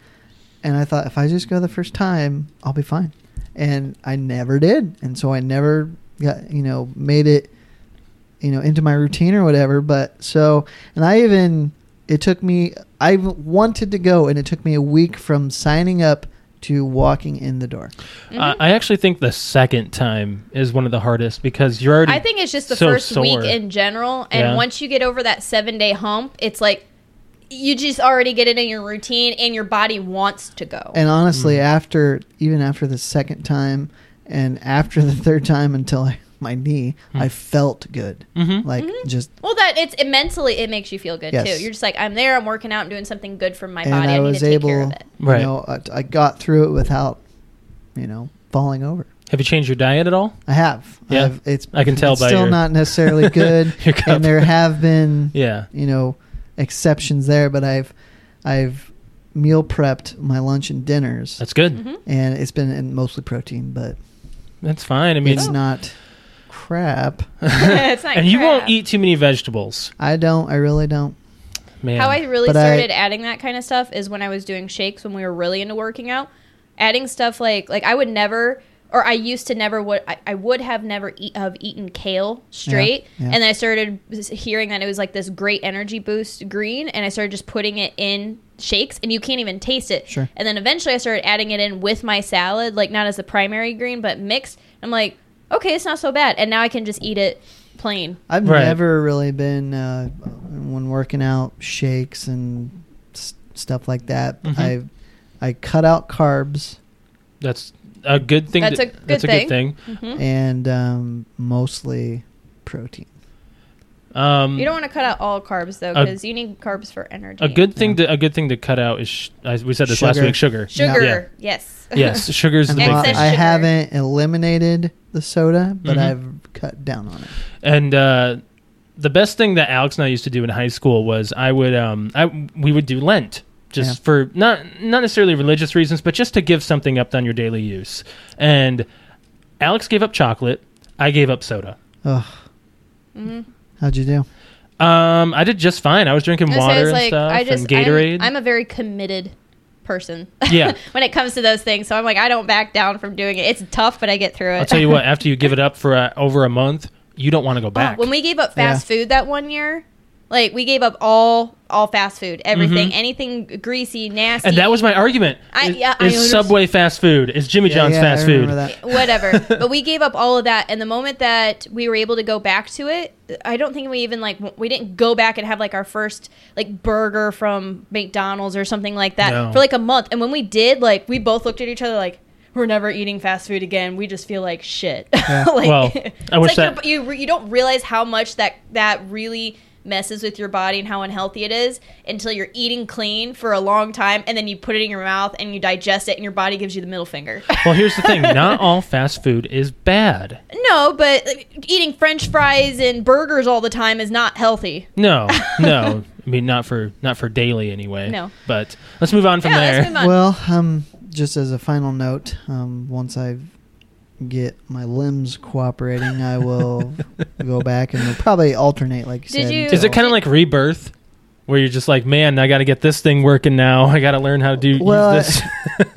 [SPEAKER 2] And I thought if I just go the first time, I'll be fine. And I never did. And so I never got, you know, made it, you know, into my routine or whatever. But so, and I even, it took me, I wanted to go and it took me a week from signing up to walking in the door.
[SPEAKER 3] I,
[SPEAKER 4] Mm-hmm.
[SPEAKER 3] I actually think the second time is one of the hardest because you're already.
[SPEAKER 4] I think it's just the
[SPEAKER 3] so
[SPEAKER 4] first
[SPEAKER 3] sore.
[SPEAKER 4] week in general, and
[SPEAKER 3] Yeah.
[SPEAKER 4] once you get over that seven day hump, it's like you just already get it in your routine, and your body wants to go.
[SPEAKER 2] And honestly,
[SPEAKER 3] Mm.
[SPEAKER 2] after, even after the second time and after the third time until I, my knee,
[SPEAKER 3] Hmm.
[SPEAKER 2] I felt good.
[SPEAKER 3] Mhm.
[SPEAKER 2] Like just
[SPEAKER 4] well, that it's it mentally it makes you feel good
[SPEAKER 2] Yes.
[SPEAKER 4] too. You're just like I'm there, I'm working out, I'm doing something good for my
[SPEAKER 2] and
[SPEAKER 4] body. I,
[SPEAKER 2] I
[SPEAKER 4] need
[SPEAKER 2] was
[SPEAKER 4] to take
[SPEAKER 2] able,
[SPEAKER 4] care of it.
[SPEAKER 2] you
[SPEAKER 3] Right.
[SPEAKER 2] know, I, I got through it without, you know, falling over.
[SPEAKER 3] Have you changed your diet at all?
[SPEAKER 2] I have.
[SPEAKER 3] Yeah.
[SPEAKER 2] I've, it's
[SPEAKER 3] I can tell
[SPEAKER 2] it's
[SPEAKER 3] by
[SPEAKER 2] still
[SPEAKER 3] your-
[SPEAKER 2] not necessarily good,
[SPEAKER 3] Your cup.
[SPEAKER 2] and there have been
[SPEAKER 3] Yeah.
[SPEAKER 2] you know exceptions there, but I've I've meal prepped my lunch and dinners,
[SPEAKER 3] That's good.
[SPEAKER 4] Mm. Mm-hmm.
[SPEAKER 2] and it's been in mostly protein, but
[SPEAKER 3] That's fine. I mean,
[SPEAKER 2] it's not crap.
[SPEAKER 4] it's not
[SPEAKER 3] and you won't
[SPEAKER 4] crap.
[SPEAKER 3] eat too many vegetables,
[SPEAKER 2] I don't. I really don't.
[SPEAKER 3] man.
[SPEAKER 4] How I really
[SPEAKER 2] But I-
[SPEAKER 4] started adding that kind of stuff is when I was doing shakes when we were really into working out. Adding stuff like like I would never or I used to never would I, I would have never eat, have eaten kale straight,
[SPEAKER 2] yeah.
[SPEAKER 4] and then I started hearing that it was like this great energy boost green, and I started just putting it in shakes, and you can't even taste it.
[SPEAKER 2] Sure.
[SPEAKER 4] And then eventually I started adding it in with my salad, like not as the primary green, but mixed. I'm like, okay, it's not so bad, and now I can just eat it plain.
[SPEAKER 2] I've
[SPEAKER 3] Right.
[SPEAKER 2] never really been uh, when working out shakes and s- stuff like that.
[SPEAKER 3] Mhm.
[SPEAKER 2] I I cut out carbs
[SPEAKER 3] that's a good thing.
[SPEAKER 4] That's
[SPEAKER 3] to-
[SPEAKER 4] a good
[SPEAKER 3] that's a good thing.
[SPEAKER 4] Mm-hmm.
[SPEAKER 2] and um, mostly protein.
[SPEAKER 3] Um,
[SPEAKER 4] You don't want to cut out all carbs though,
[SPEAKER 3] A-
[SPEAKER 4] because you need carbs for energy.
[SPEAKER 3] a good thing to a good thing to cut out is sh- I, we said this last
[SPEAKER 2] Sugar.
[SPEAKER 3] week. Sugar.
[SPEAKER 4] Sugar,
[SPEAKER 3] Yeah.
[SPEAKER 4] yes.
[SPEAKER 3] yes, sugar's the
[SPEAKER 2] And
[SPEAKER 3] big
[SPEAKER 2] while
[SPEAKER 3] thing.
[SPEAKER 2] I
[SPEAKER 4] Sugar.
[SPEAKER 2] haven't eliminated the soda, but
[SPEAKER 3] Mhm.
[SPEAKER 2] I've cut down on it.
[SPEAKER 3] And uh, the best thing that Alex and I used to do in high school was I would um I we would do Lent just
[SPEAKER 2] Yeah.
[SPEAKER 3] for not not necessarily religious reasons, but just to give something up on your daily use. And Alex gave up chocolate. I gave up soda.
[SPEAKER 2] Ugh.
[SPEAKER 4] Mm-hmm.
[SPEAKER 2] How'd you do?
[SPEAKER 3] Um, I did just fine. I was drinking
[SPEAKER 4] I was
[SPEAKER 3] water and
[SPEAKER 4] like,
[SPEAKER 3] stuff
[SPEAKER 4] I just,
[SPEAKER 3] and Gatorade.
[SPEAKER 4] I'm, I'm a very committed person.
[SPEAKER 3] Yeah.
[SPEAKER 4] when it comes to those things, so I'm like, I don't back down from doing it. It's tough, but I get through it.
[SPEAKER 3] I'll tell you what. After you give it up for uh, over a month, you don't want to go back.
[SPEAKER 4] Oh, when we gave up fast
[SPEAKER 2] Yeah.
[SPEAKER 4] food that one year, like we gave up all all fast food, everything, anything greasy, nasty,
[SPEAKER 3] Mm-hmm. and that was my argument.
[SPEAKER 4] I-
[SPEAKER 3] is,
[SPEAKER 4] yeah, I
[SPEAKER 3] is
[SPEAKER 4] under-
[SPEAKER 3] Subway fast food? Is Jimmy John's
[SPEAKER 2] Yeah,
[SPEAKER 3] fast
[SPEAKER 2] I remember
[SPEAKER 3] food?
[SPEAKER 2] that.
[SPEAKER 4] whatever. but we gave up all of that, and the moment that we were able to go back to it, I don't think we even like w- we didn't go back and have like our first like burger from McDonald's or something like that
[SPEAKER 3] No.
[SPEAKER 4] for like a month. And when we did, like we both looked at each other like. We're never eating fast food again. We just feel like shit. like,
[SPEAKER 3] Well, I
[SPEAKER 4] it's like
[SPEAKER 3] wish that-
[SPEAKER 4] your- you re- you don't realize how much that that really messes with your body and how unhealthy it is until you're eating clean for a long time and then you put it in your mouth and you digest it and your body gives you the middle finger.
[SPEAKER 3] Well, here's the thing. Not all fast food is bad.
[SPEAKER 4] No, but like, eating French fries and burgers all the time is not healthy.
[SPEAKER 3] No, no. I mean, not for not for daily anyway.
[SPEAKER 4] No.
[SPEAKER 3] But let's move on from
[SPEAKER 4] yeah,
[SPEAKER 3] there.
[SPEAKER 4] let's move on.
[SPEAKER 2] Well, um, just as a final note, um, once I get my limbs cooperating, I will go back and we'll probably alternate, like you
[SPEAKER 4] Did
[SPEAKER 2] said.
[SPEAKER 4] you-
[SPEAKER 2] until-
[SPEAKER 3] Is it kind of like rebirth, where you're just like, man, I got to get this thing working now. I got to learn how to do
[SPEAKER 2] Well,
[SPEAKER 3] use this.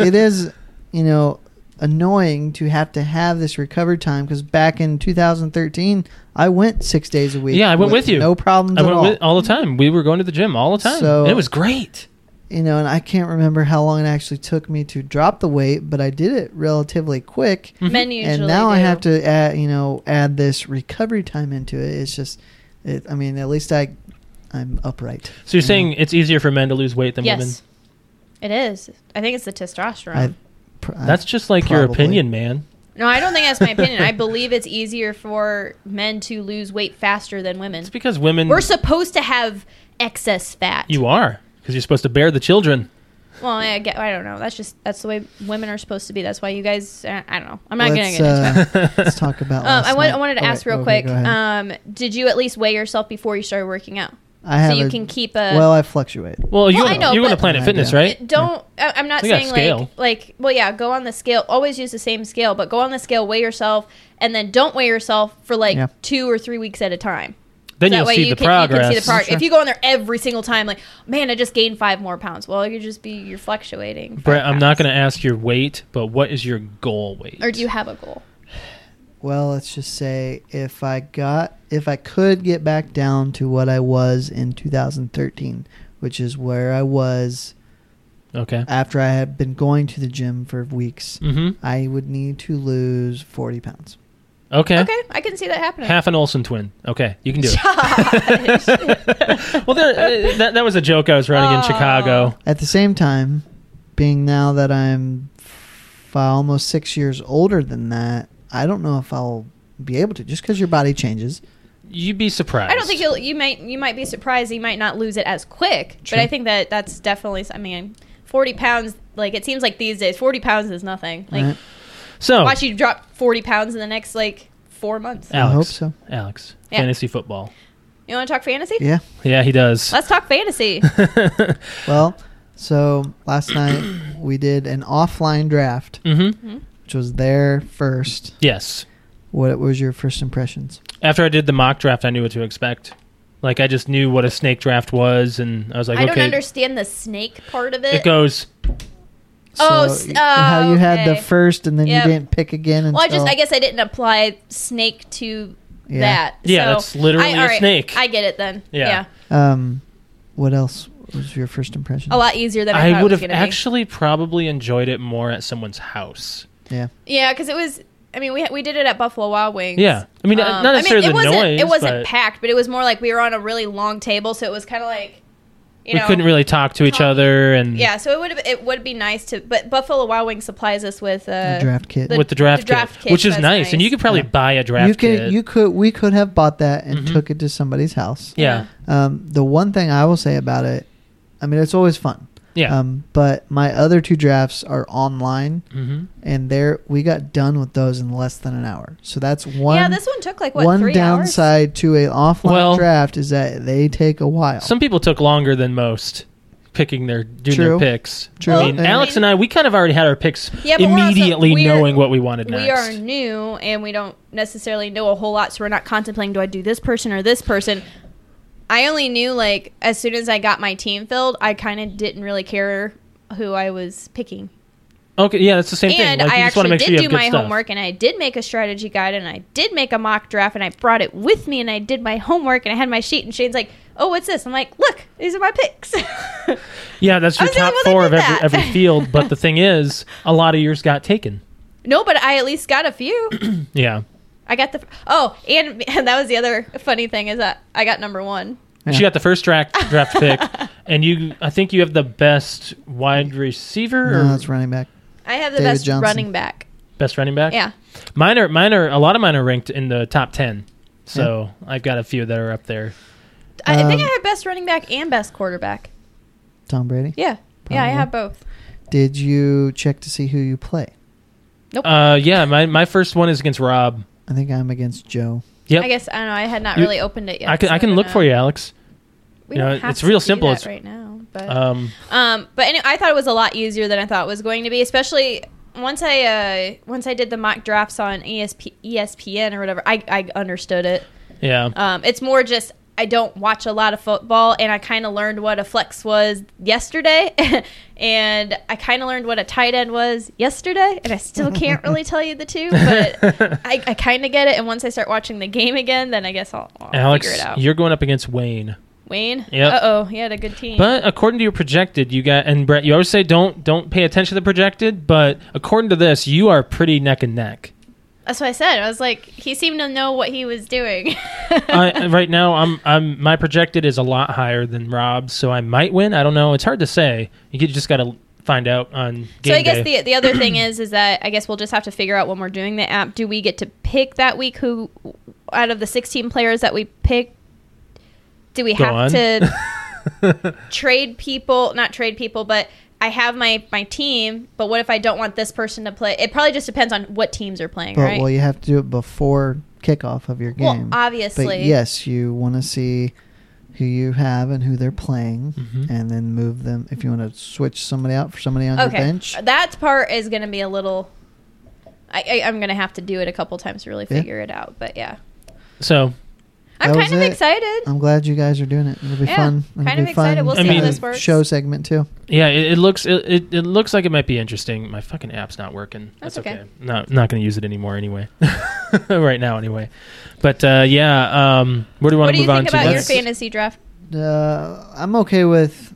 [SPEAKER 2] it is, you know, annoying to have to have this recovery time because back in 2013, I went six days a week.
[SPEAKER 3] Yeah, I went with you.
[SPEAKER 2] No problems
[SPEAKER 3] I
[SPEAKER 2] at
[SPEAKER 3] went
[SPEAKER 2] all.
[SPEAKER 3] with, uh, all the time. We were going to the gym all the time.
[SPEAKER 2] So-
[SPEAKER 3] and it was great.
[SPEAKER 2] you know, and I can't remember how long it actually took me to drop the weight, but I did it relatively quick.
[SPEAKER 4] Men usually
[SPEAKER 2] and now I
[SPEAKER 4] do.
[SPEAKER 2] have to add, you know, add this recovery time into it. It's just, it, I mean, at least I, I'm upright.
[SPEAKER 3] Mm-hmm. So you're
[SPEAKER 2] Yeah.
[SPEAKER 3] saying it's easier for men to lose weight than women?
[SPEAKER 4] Yes, it is. I think it's the testosterone.
[SPEAKER 2] I, pr- I-
[SPEAKER 3] That's just like your
[SPEAKER 2] Uh, Probably.
[SPEAKER 3] opinion, man.
[SPEAKER 4] no, I don't think that's my opinion. I believe it's easier for men to lose weight faster than women.
[SPEAKER 3] It's because women.
[SPEAKER 4] We're supposed to have excess fat.
[SPEAKER 3] you are because you're supposed to bear the children.
[SPEAKER 4] well, I, get, I don't know. That's just that's the way women are supposed to be. That's why you guys. uh, I don't know. I'm not gonna
[SPEAKER 2] let's,
[SPEAKER 4] get into it.
[SPEAKER 2] uh, let's talk about.
[SPEAKER 4] Um,
[SPEAKER 2] last
[SPEAKER 4] I, want,
[SPEAKER 2] night.
[SPEAKER 4] I wanted to
[SPEAKER 2] Oh,
[SPEAKER 4] ask
[SPEAKER 2] wait,
[SPEAKER 4] real
[SPEAKER 2] okay,
[SPEAKER 4] quick.
[SPEAKER 2] go ahead.
[SPEAKER 4] Um, did you at least weigh yourself before you started working out?
[SPEAKER 2] I have
[SPEAKER 4] so you
[SPEAKER 2] a-
[SPEAKER 4] can keep a
[SPEAKER 2] Well, I fluctuate.
[SPEAKER 3] Well, you
[SPEAKER 4] Well,
[SPEAKER 3] wanna-
[SPEAKER 4] I know,
[SPEAKER 3] you're going to
[SPEAKER 4] but-
[SPEAKER 3] Planet
[SPEAKER 2] Yeah,
[SPEAKER 3] Fitness,
[SPEAKER 2] yeah.
[SPEAKER 3] right?
[SPEAKER 4] don't I- i'm not
[SPEAKER 3] We got a
[SPEAKER 4] saying
[SPEAKER 3] scale.
[SPEAKER 4] like like well yeah go on the scale always use the same scale but go on the scale weigh yourself and then don't weigh yourself for like
[SPEAKER 2] Yeah.
[SPEAKER 4] two or three weeks at a time
[SPEAKER 3] Then
[SPEAKER 4] that
[SPEAKER 3] you'll
[SPEAKER 4] way
[SPEAKER 3] see
[SPEAKER 4] you
[SPEAKER 3] the
[SPEAKER 4] can,
[SPEAKER 3] progress.
[SPEAKER 4] You can see the progress.
[SPEAKER 2] Sure.
[SPEAKER 4] If you go in there every single time, like, man, I just gained five more pounds. Well, you just be you're fluctuating. five
[SPEAKER 3] Brett, I'm not
[SPEAKER 4] pounds.
[SPEAKER 3] going to ask your weight, but what is your goal weight?
[SPEAKER 4] Or do you have a goal?
[SPEAKER 2] Well, let's just say if I got if I could get back down to what I was in 2013, which is where I was
[SPEAKER 3] Okay.
[SPEAKER 2] after I had been going to the gym for weeks,
[SPEAKER 3] hmm
[SPEAKER 2] I would need to lose 40 pounds.
[SPEAKER 3] Okay.
[SPEAKER 4] Okay, I can see that happening.
[SPEAKER 3] Half an Olsen twin. Okay, you can do
[SPEAKER 4] Josh.
[SPEAKER 3] it. well, there, uh, that, that was a joke I was running in
[SPEAKER 4] Aw.
[SPEAKER 3] Chicago.
[SPEAKER 2] At the same time, being now that I'm f- almost 6 years older than that, I don't know if I'll be able to just cuz your body changes.
[SPEAKER 3] You'd be surprised.
[SPEAKER 4] I don't think you'll you might you might be surprised you might not lose it as quick,
[SPEAKER 2] Sure.
[SPEAKER 4] but I think that that's definitely. I mean, forty pounds. Like it seems like these days, forty pounds is nothing. Like
[SPEAKER 2] right?
[SPEAKER 3] so.
[SPEAKER 4] watch you drop forty pounds in the next like four months.
[SPEAKER 2] Yeah. I hope so.
[SPEAKER 3] Alex,
[SPEAKER 4] Yeah.
[SPEAKER 3] fantasy football.
[SPEAKER 4] You want to talk fantasy?
[SPEAKER 2] Yeah.
[SPEAKER 3] Yeah, he does.
[SPEAKER 4] Let's talk fantasy.
[SPEAKER 2] Well, so last night we did an offline draft,
[SPEAKER 3] hmm
[SPEAKER 2] which was there first.
[SPEAKER 3] Yes.
[SPEAKER 2] What was your first impressions?
[SPEAKER 3] After I did the mock draft, I knew what to expect. Like I just knew what a snake draft was, and I was like,
[SPEAKER 4] I don't
[SPEAKER 3] okay,
[SPEAKER 4] understand the snake part of
[SPEAKER 3] it
[SPEAKER 4] it.
[SPEAKER 3] goes.
[SPEAKER 4] Oh, s-
[SPEAKER 2] y-
[SPEAKER 4] oh,
[SPEAKER 2] how you had the
[SPEAKER 4] okay.
[SPEAKER 2] first, and then
[SPEAKER 4] Yep.
[SPEAKER 2] you didn't pick again. Until,
[SPEAKER 4] well, I just I guess I didn't apply snake to
[SPEAKER 2] Yeah.
[SPEAKER 4] that.
[SPEAKER 3] Yeah,
[SPEAKER 4] so
[SPEAKER 3] that's literally
[SPEAKER 4] I-
[SPEAKER 3] a
[SPEAKER 4] all right,
[SPEAKER 3] snake.
[SPEAKER 4] I get it then.
[SPEAKER 3] Yeah.
[SPEAKER 4] Yeah.
[SPEAKER 2] Um, what else was your first impression?
[SPEAKER 4] a lot easier than I,
[SPEAKER 3] I
[SPEAKER 4] thought
[SPEAKER 3] would
[SPEAKER 4] it was
[SPEAKER 3] have
[SPEAKER 4] going to be.
[SPEAKER 3] actually probably enjoyed it more at someone's house.
[SPEAKER 2] Yeah,
[SPEAKER 4] Yeah, because it was. I mean, we we did it at Buffalo Wild Wings.
[SPEAKER 3] Yeah, I mean, uh,
[SPEAKER 4] Um,
[SPEAKER 3] not necessarily
[SPEAKER 4] it
[SPEAKER 3] the
[SPEAKER 4] wasn't,
[SPEAKER 3] noise.
[SPEAKER 4] It wasn't
[SPEAKER 3] but
[SPEAKER 4] packed, but it was more like we were on a really long table, so it was kind of like, you
[SPEAKER 3] we
[SPEAKER 4] know,
[SPEAKER 3] couldn't really talk to each
[SPEAKER 4] talk-
[SPEAKER 3] other, and
[SPEAKER 4] yeah. So it would it would be nice to, but Buffalo Wild Wings supplies us with uh,
[SPEAKER 2] the draft kit.
[SPEAKER 4] the-
[SPEAKER 3] with the draft,
[SPEAKER 4] the draft
[SPEAKER 3] kit,
[SPEAKER 4] kit
[SPEAKER 3] which is
[SPEAKER 4] was
[SPEAKER 3] nice. And
[SPEAKER 4] nice.
[SPEAKER 3] you could probably
[SPEAKER 2] Yeah.
[SPEAKER 3] buy a draft
[SPEAKER 2] you could,
[SPEAKER 3] kit.
[SPEAKER 2] you could, we could have bought that and
[SPEAKER 3] Mhm.
[SPEAKER 2] took it to somebody's house.
[SPEAKER 3] yeah,
[SPEAKER 2] Um, the one thing I will say about it, I mean, it's always fun.
[SPEAKER 3] yeah.
[SPEAKER 2] Um, but my other two drafts are online,
[SPEAKER 3] hmm
[SPEAKER 2] and there we got done with those in less than an hour. So that's one.
[SPEAKER 4] yeah. This one took like what
[SPEAKER 2] one
[SPEAKER 4] three hours.
[SPEAKER 2] downside to a offline
[SPEAKER 3] Well-
[SPEAKER 2] draft is that they take a while.
[SPEAKER 3] Some people took longer than most picking their doing their
[SPEAKER 2] True.
[SPEAKER 3] picks.
[SPEAKER 2] True.
[SPEAKER 3] I mean,
[SPEAKER 2] Well,
[SPEAKER 3] Alex
[SPEAKER 4] I mean-
[SPEAKER 3] and I, we kind of already had our picks
[SPEAKER 4] Yeah, but we're also-
[SPEAKER 3] immediately
[SPEAKER 4] we're-
[SPEAKER 3] knowing what we wanted next.
[SPEAKER 4] We are new and we don't necessarily know a whole lot, so we're not contemplating do I do this person or this person. I only knew like as soon as I got my team filled, I kind of didn't really care who I was picking.
[SPEAKER 3] Okay, yeah, that's the same thing.
[SPEAKER 4] and
[SPEAKER 3] Like,
[SPEAKER 4] I
[SPEAKER 3] you just want to
[SPEAKER 4] actually
[SPEAKER 3] make
[SPEAKER 4] did
[SPEAKER 3] sure you
[SPEAKER 4] do
[SPEAKER 3] have good
[SPEAKER 4] my
[SPEAKER 3] stuff.
[SPEAKER 4] homework, and I did make a strategy guide, and I did make a mock draft, and I brought it with me, and I did my homework, and I had my sheet, and Shane's like, "Oh, what's this?" I'm like, "Look, these are my picks."
[SPEAKER 3] Yeah, that's
[SPEAKER 4] I
[SPEAKER 3] your
[SPEAKER 4] was the
[SPEAKER 3] top
[SPEAKER 4] only one that
[SPEAKER 3] four of
[SPEAKER 4] did
[SPEAKER 3] every,
[SPEAKER 4] that.
[SPEAKER 3] every field. But the thing is, a lot of yours got taken.
[SPEAKER 4] no, but I at least got a few.
[SPEAKER 3] Yeah,
[SPEAKER 4] I got the oh, and, and that was the other funny thing is that I got number one.
[SPEAKER 3] she got the first draft draft pick, and you. I think you have the best wide receiver
[SPEAKER 2] no,
[SPEAKER 3] or
[SPEAKER 2] it's running back.
[SPEAKER 4] I have the
[SPEAKER 2] David
[SPEAKER 4] best
[SPEAKER 2] Johnson.
[SPEAKER 4] running back.
[SPEAKER 3] best running back.
[SPEAKER 4] Yeah,
[SPEAKER 3] mine are mine are a lot of mine are ranked in the top ten. So I've got a few that are up there.
[SPEAKER 4] I I think I
[SPEAKER 2] Um,
[SPEAKER 4] have best running back and best quarterback.
[SPEAKER 2] Tom Brady.
[SPEAKER 4] Yeah, yeah, I
[SPEAKER 2] Probably.
[SPEAKER 4] have both.
[SPEAKER 2] Did you check to see who you play?
[SPEAKER 3] Uh, yeah, my my first one is against Rob.
[SPEAKER 2] I think I'm against Joe.
[SPEAKER 3] Yep.
[SPEAKER 4] I guess I don't know. I had not
[SPEAKER 3] You-
[SPEAKER 4] really opened it yet.
[SPEAKER 3] I can
[SPEAKER 4] so
[SPEAKER 3] I can
[SPEAKER 4] don't
[SPEAKER 3] look
[SPEAKER 4] know.
[SPEAKER 3] for you, Alex.
[SPEAKER 4] We
[SPEAKER 3] You
[SPEAKER 4] don't
[SPEAKER 3] know,
[SPEAKER 4] have
[SPEAKER 3] it's
[SPEAKER 4] to
[SPEAKER 3] real
[SPEAKER 4] do
[SPEAKER 3] simple.
[SPEAKER 4] that
[SPEAKER 3] It's-
[SPEAKER 4] right now, but
[SPEAKER 3] Um,
[SPEAKER 4] Um, but anyway, I thought it was a lot easier than I thought it was going to be, especially once I uh, once I did the mock drafts on E ESP, ESPN or whatever. I, I understood it.
[SPEAKER 3] yeah.
[SPEAKER 4] Um, it's more just I don't watch a lot of football, and I kind of learned what a flex was yesterday, and I kind of learned what a tight end was yesterday, and I still can't really tell you the two, but I, I kind of get it. And once I start watching the game again, then I guess I'll, I'll figure
[SPEAKER 3] Alex,
[SPEAKER 4] it out.
[SPEAKER 3] you're going up against Wayne.
[SPEAKER 4] Wayne,
[SPEAKER 3] Yep.
[SPEAKER 4] uh oh, he had a good team.
[SPEAKER 3] But according to your projected, you got and Brett, you always say don't don't pay attention to the projected, but according to this, you are pretty neck and neck.
[SPEAKER 4] That's what I said. I was like, he seemed to know what he was doing.
[SPEAKER 3] I, right now, I'm I'm my projected is a lot higher than Rob's, so I might win. I don't know. It's hard to say. You could- just got to find out on
[SPEAKER 4] so
[SPEAKER 3] game
[SPEAKER 4] I guess
[SPEAKER 3] day.
[SPEAKER 4] the the other thing is is that I guess we'll just have to figure out when we're doing the app. Do we get to pick that week who out of the sixteen players that we pick? Do we
[SPEAKER 3] Go
[SPEAKER 4] have
[SPEAKER 3] on.
[SPEAKER 4] to trade people? Not trade people, but I have my my team. But what if I don't want this person to play? It probably just depends on what teams are playing,
[SPEAKER 2] But
[SPEAKER 4] right?
[SPEAKER 2] well, you have to do it before kickoff of your
[SPEAKER 4] Well,
[SPEAKER 2] game.
[SPEAKER 4] obviously.
[SPEAKER 2] But yes, you want to see who you have and who they're playing,
[SPEAKER 3] Mhm.
[SPEAKER 2] and then move them if you want to switch somebody out for somebody on
[SPEAKER 4] okay, Uh,
[SPEAKER 2] your bench.
[SPEAKER 4] that part is going to be a little. I, I, I'm going to have to do it a couple times to really
[SPEAKER 2] Yeah.
[SPEAKER 4] figure it out. But yeah.
[SPEAKER 3] so
[SPEAKER 4] I'm
[SPEAKER 2] That was
[SPEAKER 4] kind of
[SPEAKER 2] it. Um,
[SPEAKER 4] excited.
[SPEAKER 2] I'm glad you guys are doing it. It'll be
[SPEAKER 4] Yeah,
[SPEAKER 2] fun. It'll
[SPEAKER 4] kind of
[SPEAKER 2] be fun
[SPEAKER 4] excited. We'll
[SPEAKER 3] I
[SPEAKER 4] see
[SPEAKER 3] mean,
[SPEAKER 4] how this works.
[SPEAKER 2] Show segment too.
[SPEAKER 3] Yeah, it, it looks it, it, it looks like it might be interesting. My fucking app's not working.
[SPEAKER 4] That's
[SPEAKER 3] That's,
[SPEAKER 4] okay.
[SPEAKER 3] okay. Not not going to use it anymore anyway. right now anyway. But uh, yeah, um, where do you
[SPEAKER 4] What
[SPEAKER 3] want to
[SPEAKER 4] do you
[SPEAKER 3] move on
[SPEAKER 4] think
[SPEAKER 3] to?
[SPEAKER 4] about your
[SPEAKER 3] Let's-
[SPEAKER 4] fantasy draft?
[SPEAKER 2] Uh, I'm okay with.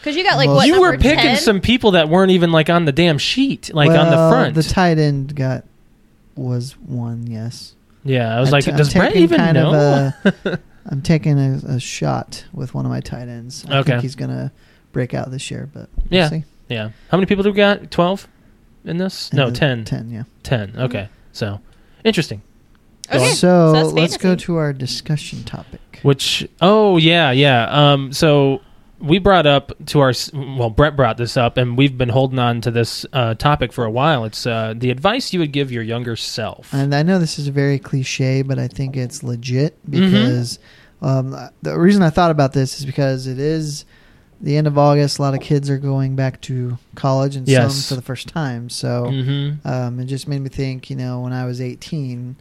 [SPEAKER 4] Because you got like
[SPEAKER 2] Well,
[SPEAKER 4] what?
[SPEAKER 3] you were
[SPEAKER 4] number
[SPEAKER 3] picking
[SPEAKER 4] 10?
[SPEAKER 3] some people that weren't even like on the damn sheet, like on
[SPEAKER 2] well,
[SPEAKER 3] the front.
[SPEAKER 2] The tight end got was one. Yes,
[SPEAKER 3] yeah, I was
[SPEAKER 2] I'm
[SPEAKER 3] like,
[SPEAKER 2] t- I'm
[SPEAKER 3] does Brett
[SPEAKER 2] taking
[SPEAKER 3] even
[SPEAKER 2] kind of
[SPEAKER 3] know?
[SPEAKER 2] I'm taking a, a shot with one of my tight ends. I
[SPEAKER 3] Okay.
[SPEAKER 2] think he's gonna break out this year, but we'll
[SPEAKER 3] Yeah.
[SPEAKER 2] see.
[SPEAKER 3] yeah. How many people do we got? Twelve in this?
[SPEAKER 2] And
[SPEAKER 3] no,
[SPEAKER 2] the
[SPEAKER 3] ten.
[SPEAKER 2] Ten, yeah.
[SPEAKER 3] Ten. Okay, so interesting.
[SPEAKER 4] Okay,
[SPEAKER 2] Oh, So,
[SPEAKER 4] that's
[SPEAKER 2] let's go
[SPEAKER 4] fantasy.
[SPEAKER 2] to our discussion topic.
[SPEAKER 3] Which oh yeah yeah um so we brought up to our s- well Brett brought this up and we've been holding on to this uh, topic for a while. It's uh, the advice you would give your younger self.
[SPEAKER 2] And I know this is very cliche, but I think it's legit
[SPEAKER 3] Mm-hmm.
[SPEAKER 2] because um, the reason I thought about this is because it is the end of August. A lot of kids are going back to college and
[SPEAKER 3] Yes.
[SPEAKER 2] some for the first time. So
[SPEAKER 3] hmm
[SPEAKER 2] um, it just made me think, you know, when I was 18,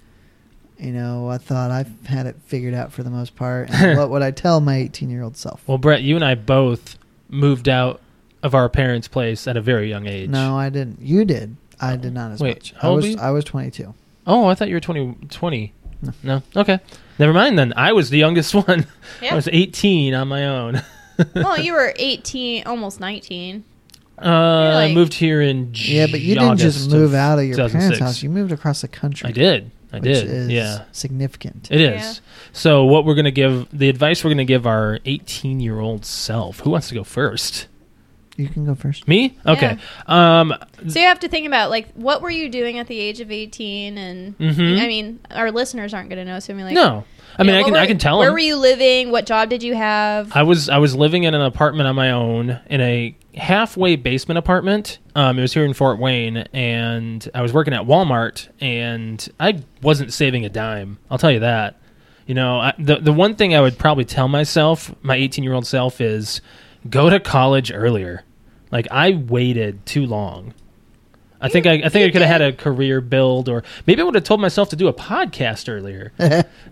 [SPEAKER 2] you know, I thought I had it figured out for the most part. And what would I tell my 18 year old self?
[SPEAKER 3] Well, Brett, you and I both moved out of our parents' place at a very young age.
[SPEAKER 2] No, I didn't. You did. I did not as
[SPEAKER 3] Oh. Wait,
[SPEAKER 2] much.
[SPEAKER 3] how
[SPEAKER 2] I
[SPEAKER 3] old
[SPEAKER 2] was
[SPEAKER 3] were you?
[SPEAKER 2] I was 22.
[SPEAKER 3] Oh, I thought you were 20. 20.
[SPEAKER 2] No.
[SPEAKER 3] No. Okay. Never mind then. I was the youngest one.
[SPEAKER 4] Yeah.
[SPEAKER 3] I was 18 on my own.
[SPEAKER 4] well, you were 18, almost 19.
[SPEAKER 3] Uh, I
[SPEAKER 4] like-
[SPEAKER 3] moved here in J-
[SPEAKER 2] Yeah, but you didn't just
[SPEAKER 3] August
[SPEAKER 2] move
[SPEAKER 3] of
[SPEAKER 2] out of your parents'
[SPEAKER 3] 2006.
[SPEAKER 2] house. You moved across the country.
[SPEAKER 3] I did. I
[SPEAKER 2] which
[SPEAKER 3] did.
[SPEAKER 2] Is
[SPEAKER 3] yeah.
[SPEAKER 2] significant.
[SPEAKER 3] It is.
[SPEAKER 4] Yeah.
[SPEAKER 3] So what we're going to give the advice we're going to give our 18-year-old self. Who wants to go first?
[SPEAKER 2] You can go first.
[SPEAKER 3] Me? Okay. Um
[SPEAKER 4] So you have to think about like what were you doing at the age of 18, and
[SPEAKER 3] Mhm.
[SPEAKER 4] I mean, our listeners aren't going to know. So I mean, like,
[SPEAKER 3] no. I
[SPEAKER 4] you
[SPEAKER 3] mean,
[SPEAKER 4] know,
[SPEAKER 3] I
[SPEAKER 4] what
[SPEAKER 3] can
[SPEAKER 4] were-
[SPEAKER 3] I can tell
[SPEAKER 4] Where
[SPEAKER 3] him.
[SPEAKER 4] were you living? What job did you have?
[SPEAKER 3] I was I was living in an apartment on my own in a halfway basement apartment. Um, it was here in Fort Wayne, and I was working at Walmart, and I wasn't saving a dime. I'll tell you that. You know, I, the the one thing I would probably tell myself, my 18 year old self, is go to college earlier. Like I waited too long. I think I, I think I could have had a career build, or maybe I would have told myself to do a podcast earlier.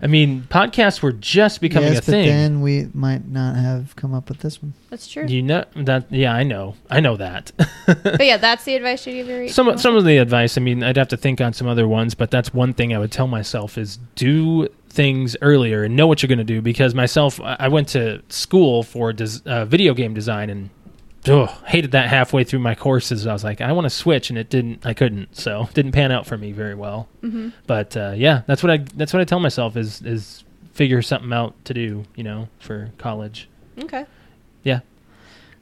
[SPEAKER 3] I mean, podcasts were just becoming
[SPEAKER 2] yes,
[SPEAKER 3] a thing.
[SPEAKER 2] but then we might not have come up with this one.
[SPEAKER 4] That's true.
[SPEAKER 3] You know that? Yeah, I know. I know that.
[SPEAKER 4] but yeah, that's the advice you give your 18.
[SPEAKER 3] some some of the advice. I mean, I'd have to think on some other ones, but that's one thing I would tell myself is do things earlier and know what you're going to do. Because myself, I I went to school for des- uh, video game design and. ugh, hated that halfway through my courses. I was like, I want to switch, and it didn't. I couldn't, so it didn't pan out for me very well.
[SPEAKER 4] Mhm.
[SPEAKER 3] But uh, yeah, that's what I that's what I tell myself is is figure something out to do, you know, for college.
[SPEAKER 4] Okay.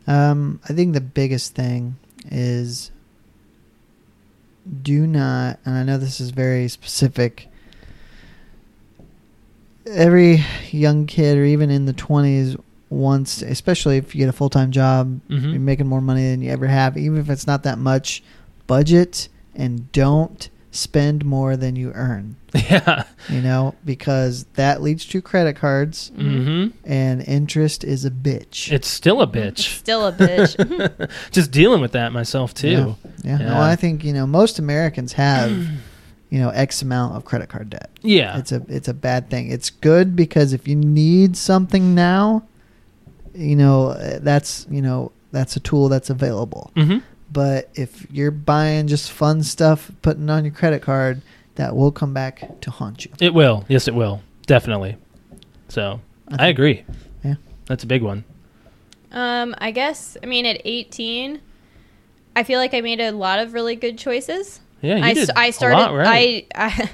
[SPEAKER 2] Um, I think the biggest thing is do not, and I know this is very specific. Every young kid, or even in the twenties, wants, especially if you get a full time job,
[SPEAKER 3] Mhm.
[SPEAKER 2] you're making more money than you ever have, even if it's not that much. Budget and don't spend more than you earn.
[SPEAKER 3] yeah.
[SPEAKER 2] you know, because that leads to credit cards
[SPEAKER 3] hmm
[SPEAKER 2] and interest is a bitch.
[SPEAKER 3] It's still a
[SPEAKER 4] It's
[SPEAKER 3] bitch.
[SPEAKER 4] still a bitch.
[SPEAKER 3] Just dealing with that myself too.
[SPEAKER 2] yeah.
[SPEAKER 3] Yeah.
[SPEAKER 2] Well, I think, you know, most Americans have, you know, X amount of credit card debt.
[SPEAKER 3] Yeah.
[SPEAKER 2] It's a it's a bad thing. It's good because if you need something now, you know, uh, that's, you know, that's a tool that's available.
[SPEAKER 3] hmm
[SPEAKER 2] But if you're buying just fun stuff, putting on your credit card, that will come back to haunt you.
[SPEAKER 3] It will. Yes, it will. Definitely. So I,
[SPEAKER 2] think-
[SPEAKER 3] agree.
[SPEAKER 2] Yeah.
[SPEAKER 3] That's a big one.
[SPEAKER 4] um, I guess. I mean, at 18, I feel like I made a lot of really good choices.
[SPEAKER 3] Yeah. You
[SPEAKER 4] I,
[SPEAKER 3] did
[SPEAKER 4] s- I started.
[SPEAKER 3] A lot, right?
[SPEAKER 4] I, I,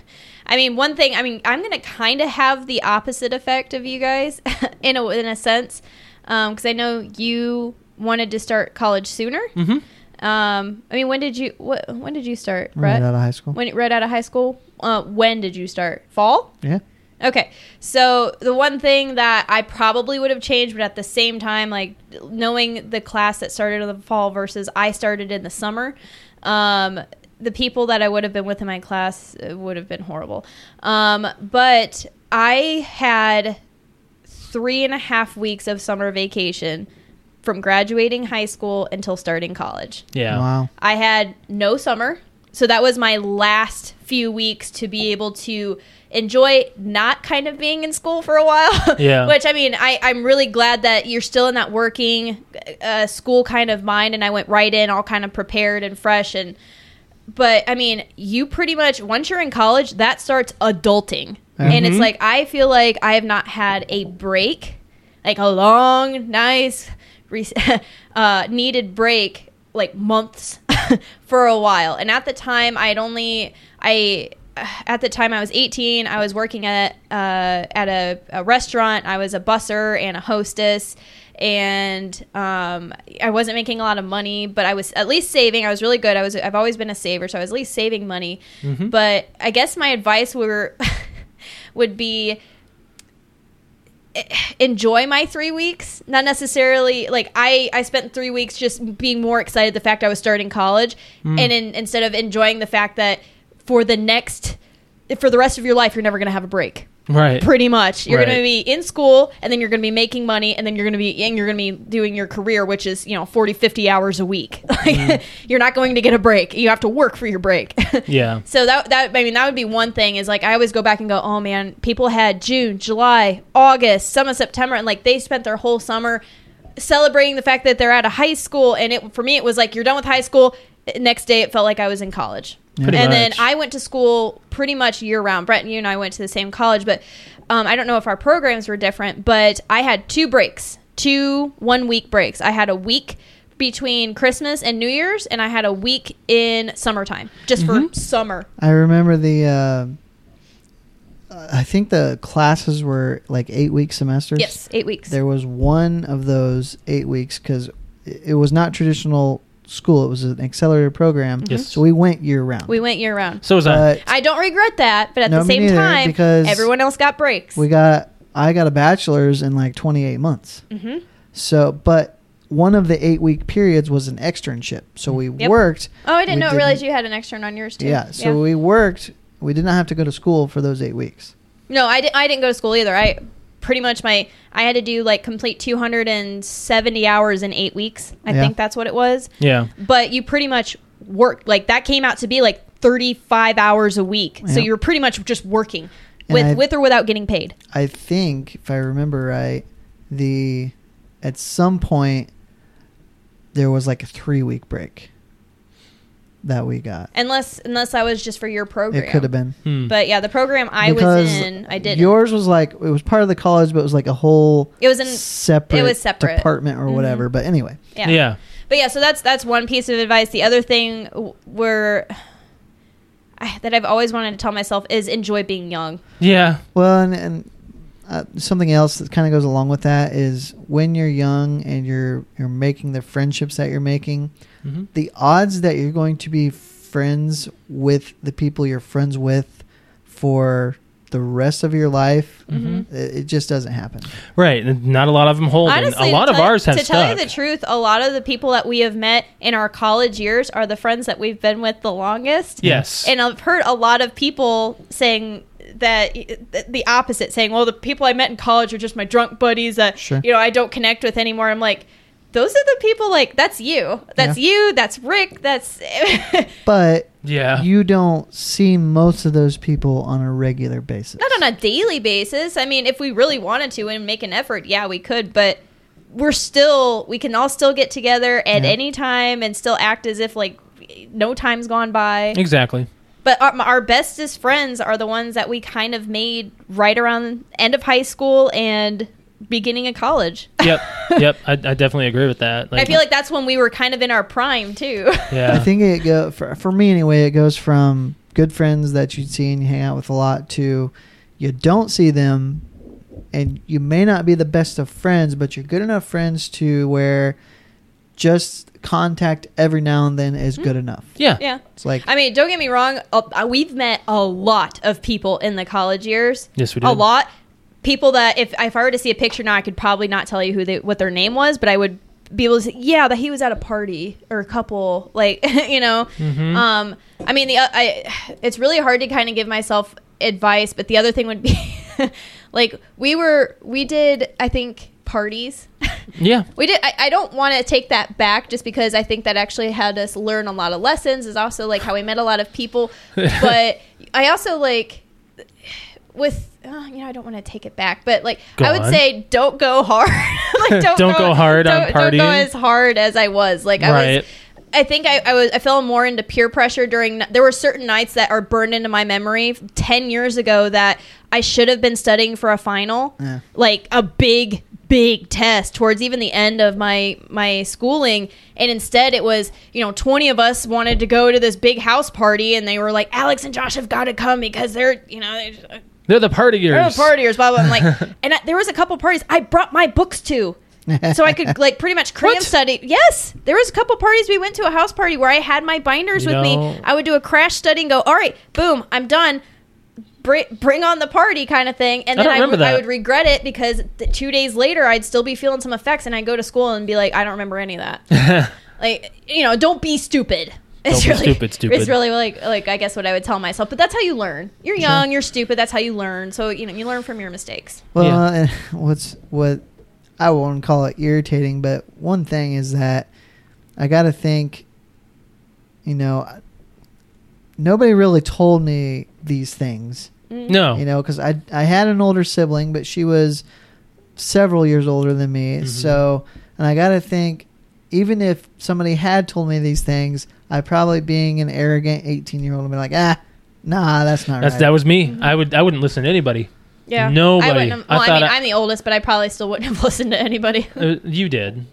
[SPEAKER 4] I mean, one thing. I mean, I'm gonna kind of have the opposite effect of you guys, in a in a sense, because I know you wanted to start college sooner.
[SPEAKER 3] hmm
[SPEAKER 4] Um, I mean, when did you what, when did you start,
[SPEAKER 2] Right
[SPEAKER 4] Brett?
[SPEAKER 2] out of high school.
[SPEAKER 4] when right out of high school. Uh, when did you start? Fall.
[SPEAKER 2] Yeah.
[SPEAKER 4] Okay, so the one thing that I probably would have changed, but at the same time, like knowing the class that started in the fall versus I started in the summer, um, the people that I would have been with in my class uh, would have been horrible. Um, but I had three and a half weeks of summer vacation from graduating high school until starting college.
[SPEAKER 3] Yeah.
[SPEAKER 2] Wow.
[SPEAKER 4] I had no summer. so that was my last few weeks to be able to enjoy not kind of being in school for a while.
[SPEAKER 3] Yeah.
[SPEAKER 4] Which I mean, I, I'm really glad that you're still in that working uh, school kind of mind, and I went right in all kind of prepared and fresh. And but I mean, you pretty much once you're in college, that starts adulting, and it's like I feel like I have not had a break, like a long, nice, re- uh, needed break, like months for a while. And at the time, I'd only I uh, at the time I was 18. I was working at uh, at a, a restaurant. I was a busser and a hostess, and um, I wasn't making a lot of money, but I was at least saving. I was really good. I was I've always been a saver, so I was at least saving money. But I guess my advice were would be enjoy my three weeks not necessarily like i i spent three weeks just being more excited the fact i was starting college
[SPEAKER 3] Hmm.
[SPEAKER 4] and in, instead of enjoying the fact that for the next for the rest of your life you're never going to have a break
[SPEAKER 3] Right.
[SPEAKER 4] pretty much you're going
[SPEAKER 3] Right.
[SPEAKER 4] to be in school and then you're going to be making money and then you're going to be and you're going to be doing your career which is you know 40 50 hours a week like
[SPEAKER 3] Hmm.
[SPEAKER 4] you're not going to get a break you have to work for your break
[SPEAKER 3] yeah.
[SPEAKER 4] so that that I mean that would be one thing is like I always go back and go, oh man, people had June, July, August, some of September, and like they spent their whole summer celebrating the fact that they're out of high school. And it for me, it was like you're done with high school. Next day, it felt like I was in college.
[SPEAKER 3] Pretty
[SPEAKER 4] and then
[SPEAKER 3] much.
[SPEAKER 4] I went to school pretty much year round. Brett and you and I went to the same college, but um, I don't know if our programs were different. But I had two breaks, two one week breaks. I had a week between Christmas and New Year's, and I had a week in summertime just
[SPEAKER 2] Mm-hmm.
[SPEAKER 4] for summer.
[SPEAKER 2] I remember the. Uh, I think the classes were like eight week semesters.
[SPEAKER 4] Yes, eight weeks.
[SPEAKER 2] There was one of those eight weeks because it was not traditional school. It was an accelerated program.
[SPEAKER 3] Yes.
[SPEAKER 2] So we went year round.
[SPEAKER 4] Mm-hmm. we went year round.
[SPEAKER 3] So was I.
[SPEAKER 2] but
[SPEAKER 4] I don't regret that, but at
[SPEAKER 2] No,
[SPEAKER 4] the
[SPEAKER 2] me
[SPEAKER 4] same
[SPEAKER 2] neither,
[SPEAKER 4] time,
[SPEAKER 2] because
[SPEAKER 4] everyone else got breaks.
[SPEAKER 2] we got I got a bachelor's in like 28 months.
[SPEAKER 4] Mm-hmm.
[SPEAKER 2] So, but one of the eight week periods was an externship. So we
[SPEAKER 4] Yep.
[SPEAKER 2] worked.
[SPEAKER 4] oh, I didn't
[SPEAKER 2] we
[SPEAKER 4] know. Realize
[SPEAKER 2] didn't-
[SPEAKER 4] you had an extern on yours too.
[SPEAKER 2] Yeah. So we worked. We did not have to go to school for those eight weeks.
[SPEAKER 4] no, I didn't. I didn't go to school either. I pretty much my I had to do like complete 270 hours in eight weeks. I
[SPEAKER 2] Yeah.
[SPEAKER 4] think that's what it was.
[SPEAKER 3] Yeah.
[SPEAKER 4] But you pretty much worked like that came out to be like 35 hours a week. So
[SPEAKER 2] Yeah.
[SPEAKER 4] you were pretty much just working
[SPEAKER 2] And
[SPEAKER 4] with
[SPEAKER 2] I-
[SPEAKER 4] with or without getting paid.
[SPEAKER 2] I think, if I remember right, the at some point there was like a three week break that we got.
[SPEAKER 4] Unless unless I was just for your program.
[SPEAKER 2] It could have been.
[SPEAKER 3] Hmm.
[SPEAKER 4] But yeah, the program I was in, I didn't.
[SPEAKER 2] Yours was like it was part of the college, but it was like a whole.
[SPEAKER 4] It was in-
[SPEAKER 2] separate.
[SPEAKER 4] it was separate. Mm-hmm.
[SPEAKER 2] department or whatever. But anyway,
[SPEAKER 4] yeah.
[SPEAKER 3] yeah.
[SPEAKER 4] But yeah, so that's that's one piece of advice. The other thing w- were I, that I've always wanted to tell myself is enjoy being young.
[SPEAKER 3] Yeah.
[SPEAKER 2] well, and, and uh, something else that kind of goes along with that is when you're young and you're you're making the friendships that you're making,
[SPEAKER 3] Mhm.
[SPEAKER 2] the odds that you're going to be friends with the people you're friends with for the rest of your life, it, it just doesn't happen.
[SPEAKER 3] Right. and Not a lot of them hold. and
[SPEAKER 4] Honestly,
[SPEAKER 3] a lot
[SPEAKER 4] to
[SPEAKER 3] of
[SPEAKER 4] tell-
[SPEAKER 3] ours have
[SPEAKER 4] to
[SPEAKER 3] stuck.
[SPEAKER 4] tell you the truth, a lot of the people that we have met in our college years are the friends that we've been with the longest.
[SPEAKER 3] Yes.
[SPEAKER 4] And I've heard a lot of people saying that th- the opposite, saying, "Well, the people I met in college are just my drunk buddies that
[SPEAKER 2] Sure.
[SPEAKER 4] you know I don't connect with anymore." I'm like, those are the people. Like, that's you. That's
[SPEAKER 2] Yeah.
[SPEAKER 4] you. That's Rick. That's
[SPEAKER 2] But
[SPEAKER 3] yeah.
[SPEAKER 2] you don't see most of those people on a regular basis.
[SPEAKER 4] not on a daily basis. I mean, if we really wanted to and make an effort, yeah, we could, but we're still we can all still get together at
[SPEAKER 2] Yeah.
[SPEAKER 4] any time and still act as if like no time's gone by.
[SPEAKER 3] exactly.
[SPEAKER 4] But our, our bestest friends are the ones that we kind of made right around end of high school and beginning of college.
[SPEAKER 3] Yep. yep. I, I definitely agree with that.
[SPEAKER 4] I feel like that's when we were kind of in our prime too.
[SPEAKER 3] Yeah.
[SPEAKER 2] I think it go for, for me anyway. It goes from good friends that you see and you hang out with a lot to you don't see them, and you may not be the best of friends, but you're good enough friends to where just contact every now and then is good enough.
[SPEAKER 3] yeah.
[SPEAKER 4] yeah.
[SPEAKER 2] It's like
[SPEAKER 4] Hmm. I mean, don't get me wrong. Uh, we've met a lot of people in the college years.
[SPEAKER 3] Yes, we
[SPEAKER 4] A
[SPEAKER 3] did.
[SPEAKER 4] lot people that if if I were to see a picture now, I could probably not tell you who they, what their name was, but I would be able to say, yeah, that he was at a party or a couple, like you know.
[SPEAKER 3] Mm-hmm.
[SPEAKER 4] Um, I mean, the uh, I, it's really hard to kind of give myself advice, but the other thing would be like we were we did I think parties.
[SPEAKER 3] Yeah.
[SPEAKER 4] We did. I, I don't want to take that back just because I think that actually had us learn a lot of lessons. Is also like how we met a lot of people, but I also like with uh, you know I don't want to take it back, but like
[SPEAKER 3] Go
[SPEAKER 4] I would
[SPEAKER 3] on.
[SPEAKER 4] say don't go hard. like don't,
[SPEAKER 3] Don't go hard on
[SPEAKER 4] don't, Don't go
[SPEAKER 3] partying.
[SPEAKER 4] as hard as I was. Like I
[SPEAKER 3] Right.
[SPEAKER 4] was. I think I, I was I fell more into peer pressure during. There were certain nights that are burned into my memory ten years ago that I should have been studying for a final,
[SPEAKER 2] Yeah.
[SPEAKER 4] like a big big test towards even the end of my my schooling and instead it was you know 20 of us wanted to go to this big house party and they were like alex and josh have got to come because they're you know they're
[SPEAKER 3] They're the partiers.
[SPEAKER 4] Oh, partiers, blah blah. I'm like, and I, there was a couple parties I brought my books to, so I could like pretty much cram
[SPEAKER 3] What?
[SPEAKER 4] study. Yes, there was a couple parties we went to a house party where I had my binders
[SPEAKER 3] You
[SPEAKER 4] with
[SPEAKER 3] know-
[SPEAKER 4] me. I would do a crash study and go, all right, boom, I'm done. Bring, bring on the party kind of thing, and
[SPEAKER 3] I
[SPEAKER 4] then
[SPEAKER 3] don't
[SPEAKER 4] I,
[SPEAKER 3] remember
[SPEAKER 4] would- I
[SPEAKER 3] that.
[SPEAKER 4] would regret it because th- two days later I'd still be feeling some effects, and I'd go to school and be like, I don't remember any of that. like, you know, don't be stupid. It's
[SPEAKER 3] Don't be stupid, stupid.
[SPEAKER 4] It's really like, like I guess what I would tell myself. But that's how you learn. You're young, you're stupid. That's how you learn. So you know, you learn from your mistakes.
[SPEAKER 2] Well,
[SPEAKER 3] Yeah.
[SPEAKER 2] and what's what I won't call it irritating, but one thing is that I got to think, you know, nobody really told me these things,
[SPEAKER 4] Mm-hmm.
[SPEAKER 3] No.
[SPEAKER 2] you know, because I, I had an older sibling, but she was several years older than me.
[SPEAKER 3] Mhm.
[SPEAKER 2] So, and I got to think, even if somebody had told me these things, I probably being an arrogant 18 year old would be like, ah, nah, that's not
[SPEAKER 3] That's
[SPEAKER 2] right.
[SPEAKER 3] that was me. I would I wouldn't listen to anybody.
[SPEAKER 4] Yeah,
[SPEAKER 3] Nobody.
[SPEAKER 4] I wouldn't have,
[SPEAKER 3] I
[SPEAKER 4] well, I,
[SPEAKER 3] thought
[SPEAKER 4] mean,
[SPEAKER 3] I-
[SPEAKER 4] I, am the oldest, but I probably still wouldn't have listened to anybody.
[SPEAKER 3] Uh, you did.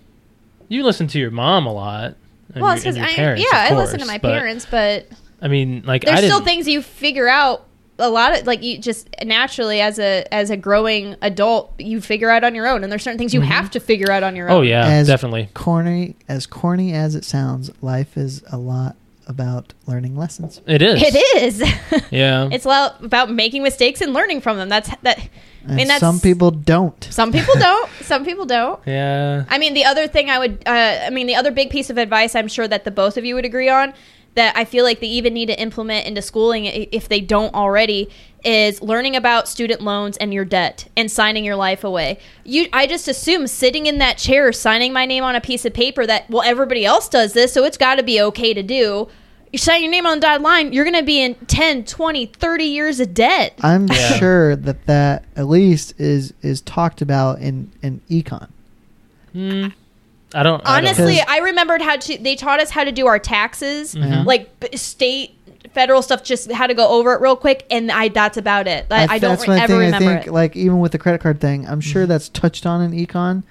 [SPEAKER 3] You listened to your mom a lot. And
[SPEAKER 4] well,
[SPEAKER 3] your,
[SPEAKER 4] it's 'cause
[SPEAKER 3] and your
[SPEAKER 4] I,
[SPEAKER 3] parents,
[SPEAKER 4] yeah,
[SPEAKER 3] of
[SPEAKER 4] I listened to
[SPEAKER 3] course,
[SPEAKER 4] my
[SPEAKER 3] but,
[SPEAKER 4] parents, but
[SPEAKER 3] I mean, like I
[SPEAKER 4] there's
[SPEAKER 3] didn't.
[SPEAKER 4] still things you figure out a lot of like you just naturally as a as a growing adult you figure out on your own and there's certain things you have to figure out on your own
[SPEAKER 3] oh yeah,
[SPEAKER 2] As-
[SPEAKER 3] definitely.
[SPEAKER 2] corny as corny as it sounds life is a lot about learning lessons
[SPEAKER 3] It is.
[SPEAKER 4] it is
[SPEAKER 3] Yeah.
[SPEAKER 4] it's lo- about making mistakes and learning from them that's that
[SPEAKER 2] and
[SPEAKER 4] i mean that's
[SPEAKER 2] some people don't
[SPEAKER 4] some people don't some people don't
[SPEAKER 3] yeah.
[SPEAKER 4] I mean, the other thing I would, uh, I mean, the other big piece of advice I'm sure that the both of you would agree on that I feel like they even need to implement into schooling i- if they don't already is learning about student loans and your debt and signing your life away. You, I just assume sitting in that chair signing my name on a piece of paper that well everybody else does this, so it's got to be okay to do. You sign your name on the dotted line, you're going to be in 10, 20, 30 years of debt.
[SPEAKER 2] i'm
[SPEAKER 3] Yeah.
[SPEAKER 2] sure that that at least is is talked about in in econ
[SPEAKER 3] Mm, I don't. I don't-
[SPEAKER 4] Honestly,
[SPEAKER 2] Because-
[SPEAKER 4] I remembered how to. They taught us how to do our taxes,
[SPEAKER 2] Mm-hmm.
[SPEAKER 3] Mhm.
[SPEAKER 4] like b- state, federal stuff. Just how to go over it real quick, and I that's about it. I, I don't
[SPEAKER 2] that's
[SPEAKER 4] re-
[SPEAKER 2] my
[SPEAKER 4] ever
[SPEAKER 2] thing
[SPEAKER 4] remember
[SPEAKER 2] i think
[SPEAKER 4] it. Mm-hmm.
[SPEAKER 2] like even with the credit card thing i'm sure that's touched on in econ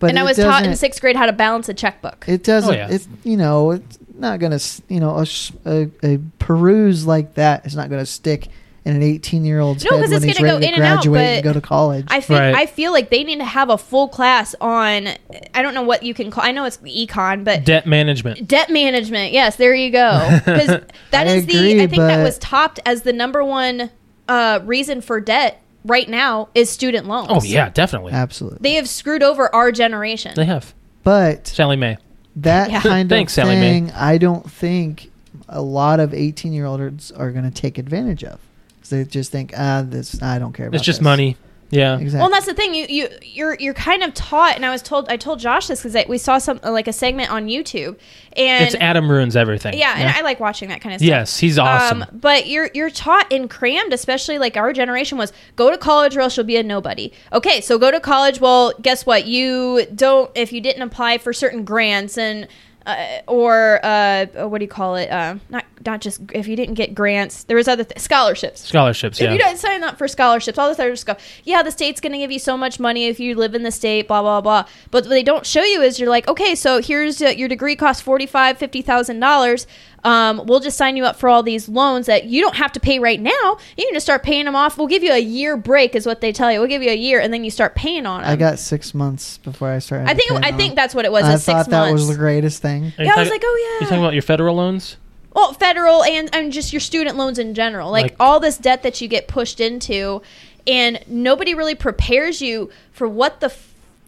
[SPEAKER 2] but
[SPEAKER 4] and I
[SPEAKER 2] it
[SPEAKER 4] was taught in
[SPEAKER 2] doesn't-
[SPEAKER 4] sixth grade how to balance a checkbook.
[SPEAKER 2] it doesn't
[SPEAKER 3] Oh, yeah.
[SPEAKER 2] it's you know it's not gonna s- you know a, s- a- a peruse like that is not gonna stick in an 18 year old's
[SPEAKER 4] No,
[SPEAKER 2] head
[SPEAKER 4] 'cause
[SPEAKER 2] when
[SPEAKER 4] it's
[SPEAKER 2] he's
[SPEAKER 4] gonna go
[SPEAKER 2] ready to
[SPEAKER 4] in and out,
[SPEAKER 2] graduate and,
[SPEAKER 4] but
[SPEAKER 2] go to college
[SPEAKER 4] I feel
[SPEAKER 3] Right.
[SPEAKER 4] I feel like they need to have a full class on. I don't know what you can call. I know it's econ, but
[SPEAKER 3] debt management.
[SPEAKER 4] debt management. Yes, there you go. Because that
[SPEAKER 2] I
[SPEAKER 4] is
[SPEAKER 2] agree,
[SPEAKER 4] the I think that
[SPEAKER 2] but-
[SPEAKER 4] was topped as the number one uh, reason for debt right now is student loans.
[SPEAKER 3] Oh yeah, definitely.
[SPEAKER 2] absolutely
[SPEAKER 4] They have screwed over our generation.
[SPEAKER 3] They have
[SPEAKER 2] but
[SPEAKER 3] Sally Mae.
[SPEAKER 2] that
[SPEAKER 4] Yeah.
[SPEAKER 2] kind
[SPEAKER 3] Thanks,
[SPEAKER 2] of
[SPEAKER 3] Sally Mae.
[SPEAKER 2] thing, I don't think a lot of 18 year olds are going to take advantage of. 'Cause they just think, ah, this, I don't care about
[SPEAKER 3] It's just
[SPEAKER 2] this."
[SPEAKER 3] money. Yeah.
[SPEAKER 2] Exactly.
[SPEAKER 4] Well, and that's the thing. You you you're you're kind of taught, and I was told I told Josh this because we saw some like a segment on YouTube, and
[SPEAKER 3] It's Adam ruins everything.
[SPEAKER 4] yeah, and I like watching that kind of stuff.
[SPEAKER 3] Yes, he's awesome.
[SPEAKER 4] Um, but you're you're taught and crammed, especially like our generation was. Go to college, or else you'll be a nobody. Okay, so go to college. Well, guess what? You don't if you didn't apply for certain grants and. Uh, or uh, what do you call it? Uh, not not just if you didn't get grants, there was other th- scholarships.
[SPEAKER 3] Scholarships.
[SPEAKER 4] If
[SPEAKER 3] Yeah.
[SPEAKER 4] you don't sign up for scholarships, all this other stuff, yeah, the state's going to give you so much money if you live in the state, blah, blah, blah. But what they don't show you is you're like, okay, so here's uh, your degree costs $45,000, $50,000. Um, we'll just sign you up for all these loans that you don't have to pay right now. You can just start paying them off. We'll give you a year break, is what they tell you. We'll give you a year, and then you start paying on them.
[SPEAKER 2] I got six months before I started.
[SPEAKER 4] Um, I think.
[SPEAKER 2] paying
[SPEAKER 4] I
[SPEAKER 2] on
[SPEAKER 4] think
[SPEAKER 2] it.
[SPEAKER 4] that's what it was.
[SPEAKER 2] I
[SPEAKER 4] is
[SPEAKER 2] thought
[SPEAKER 4] six
[SPEAKER 2] that
[SPEAKER 4] months.
[SPEAKER 2] was the greatest thing.
[SPEAKER 3] Are you
[SPEAKER 4] yeah, I
[SPEAKER 3] talking-
[SPEAKER 4] was like, oh yeah.
[SPEAKER 3] You talking about your federal loans?
[SPEAKER 4] well federal and and just your student loans in general like,
[SPEAKER 3] Like-
[SPEAKER 4] all this debt that you get pushed into and nobody really prepares you for what the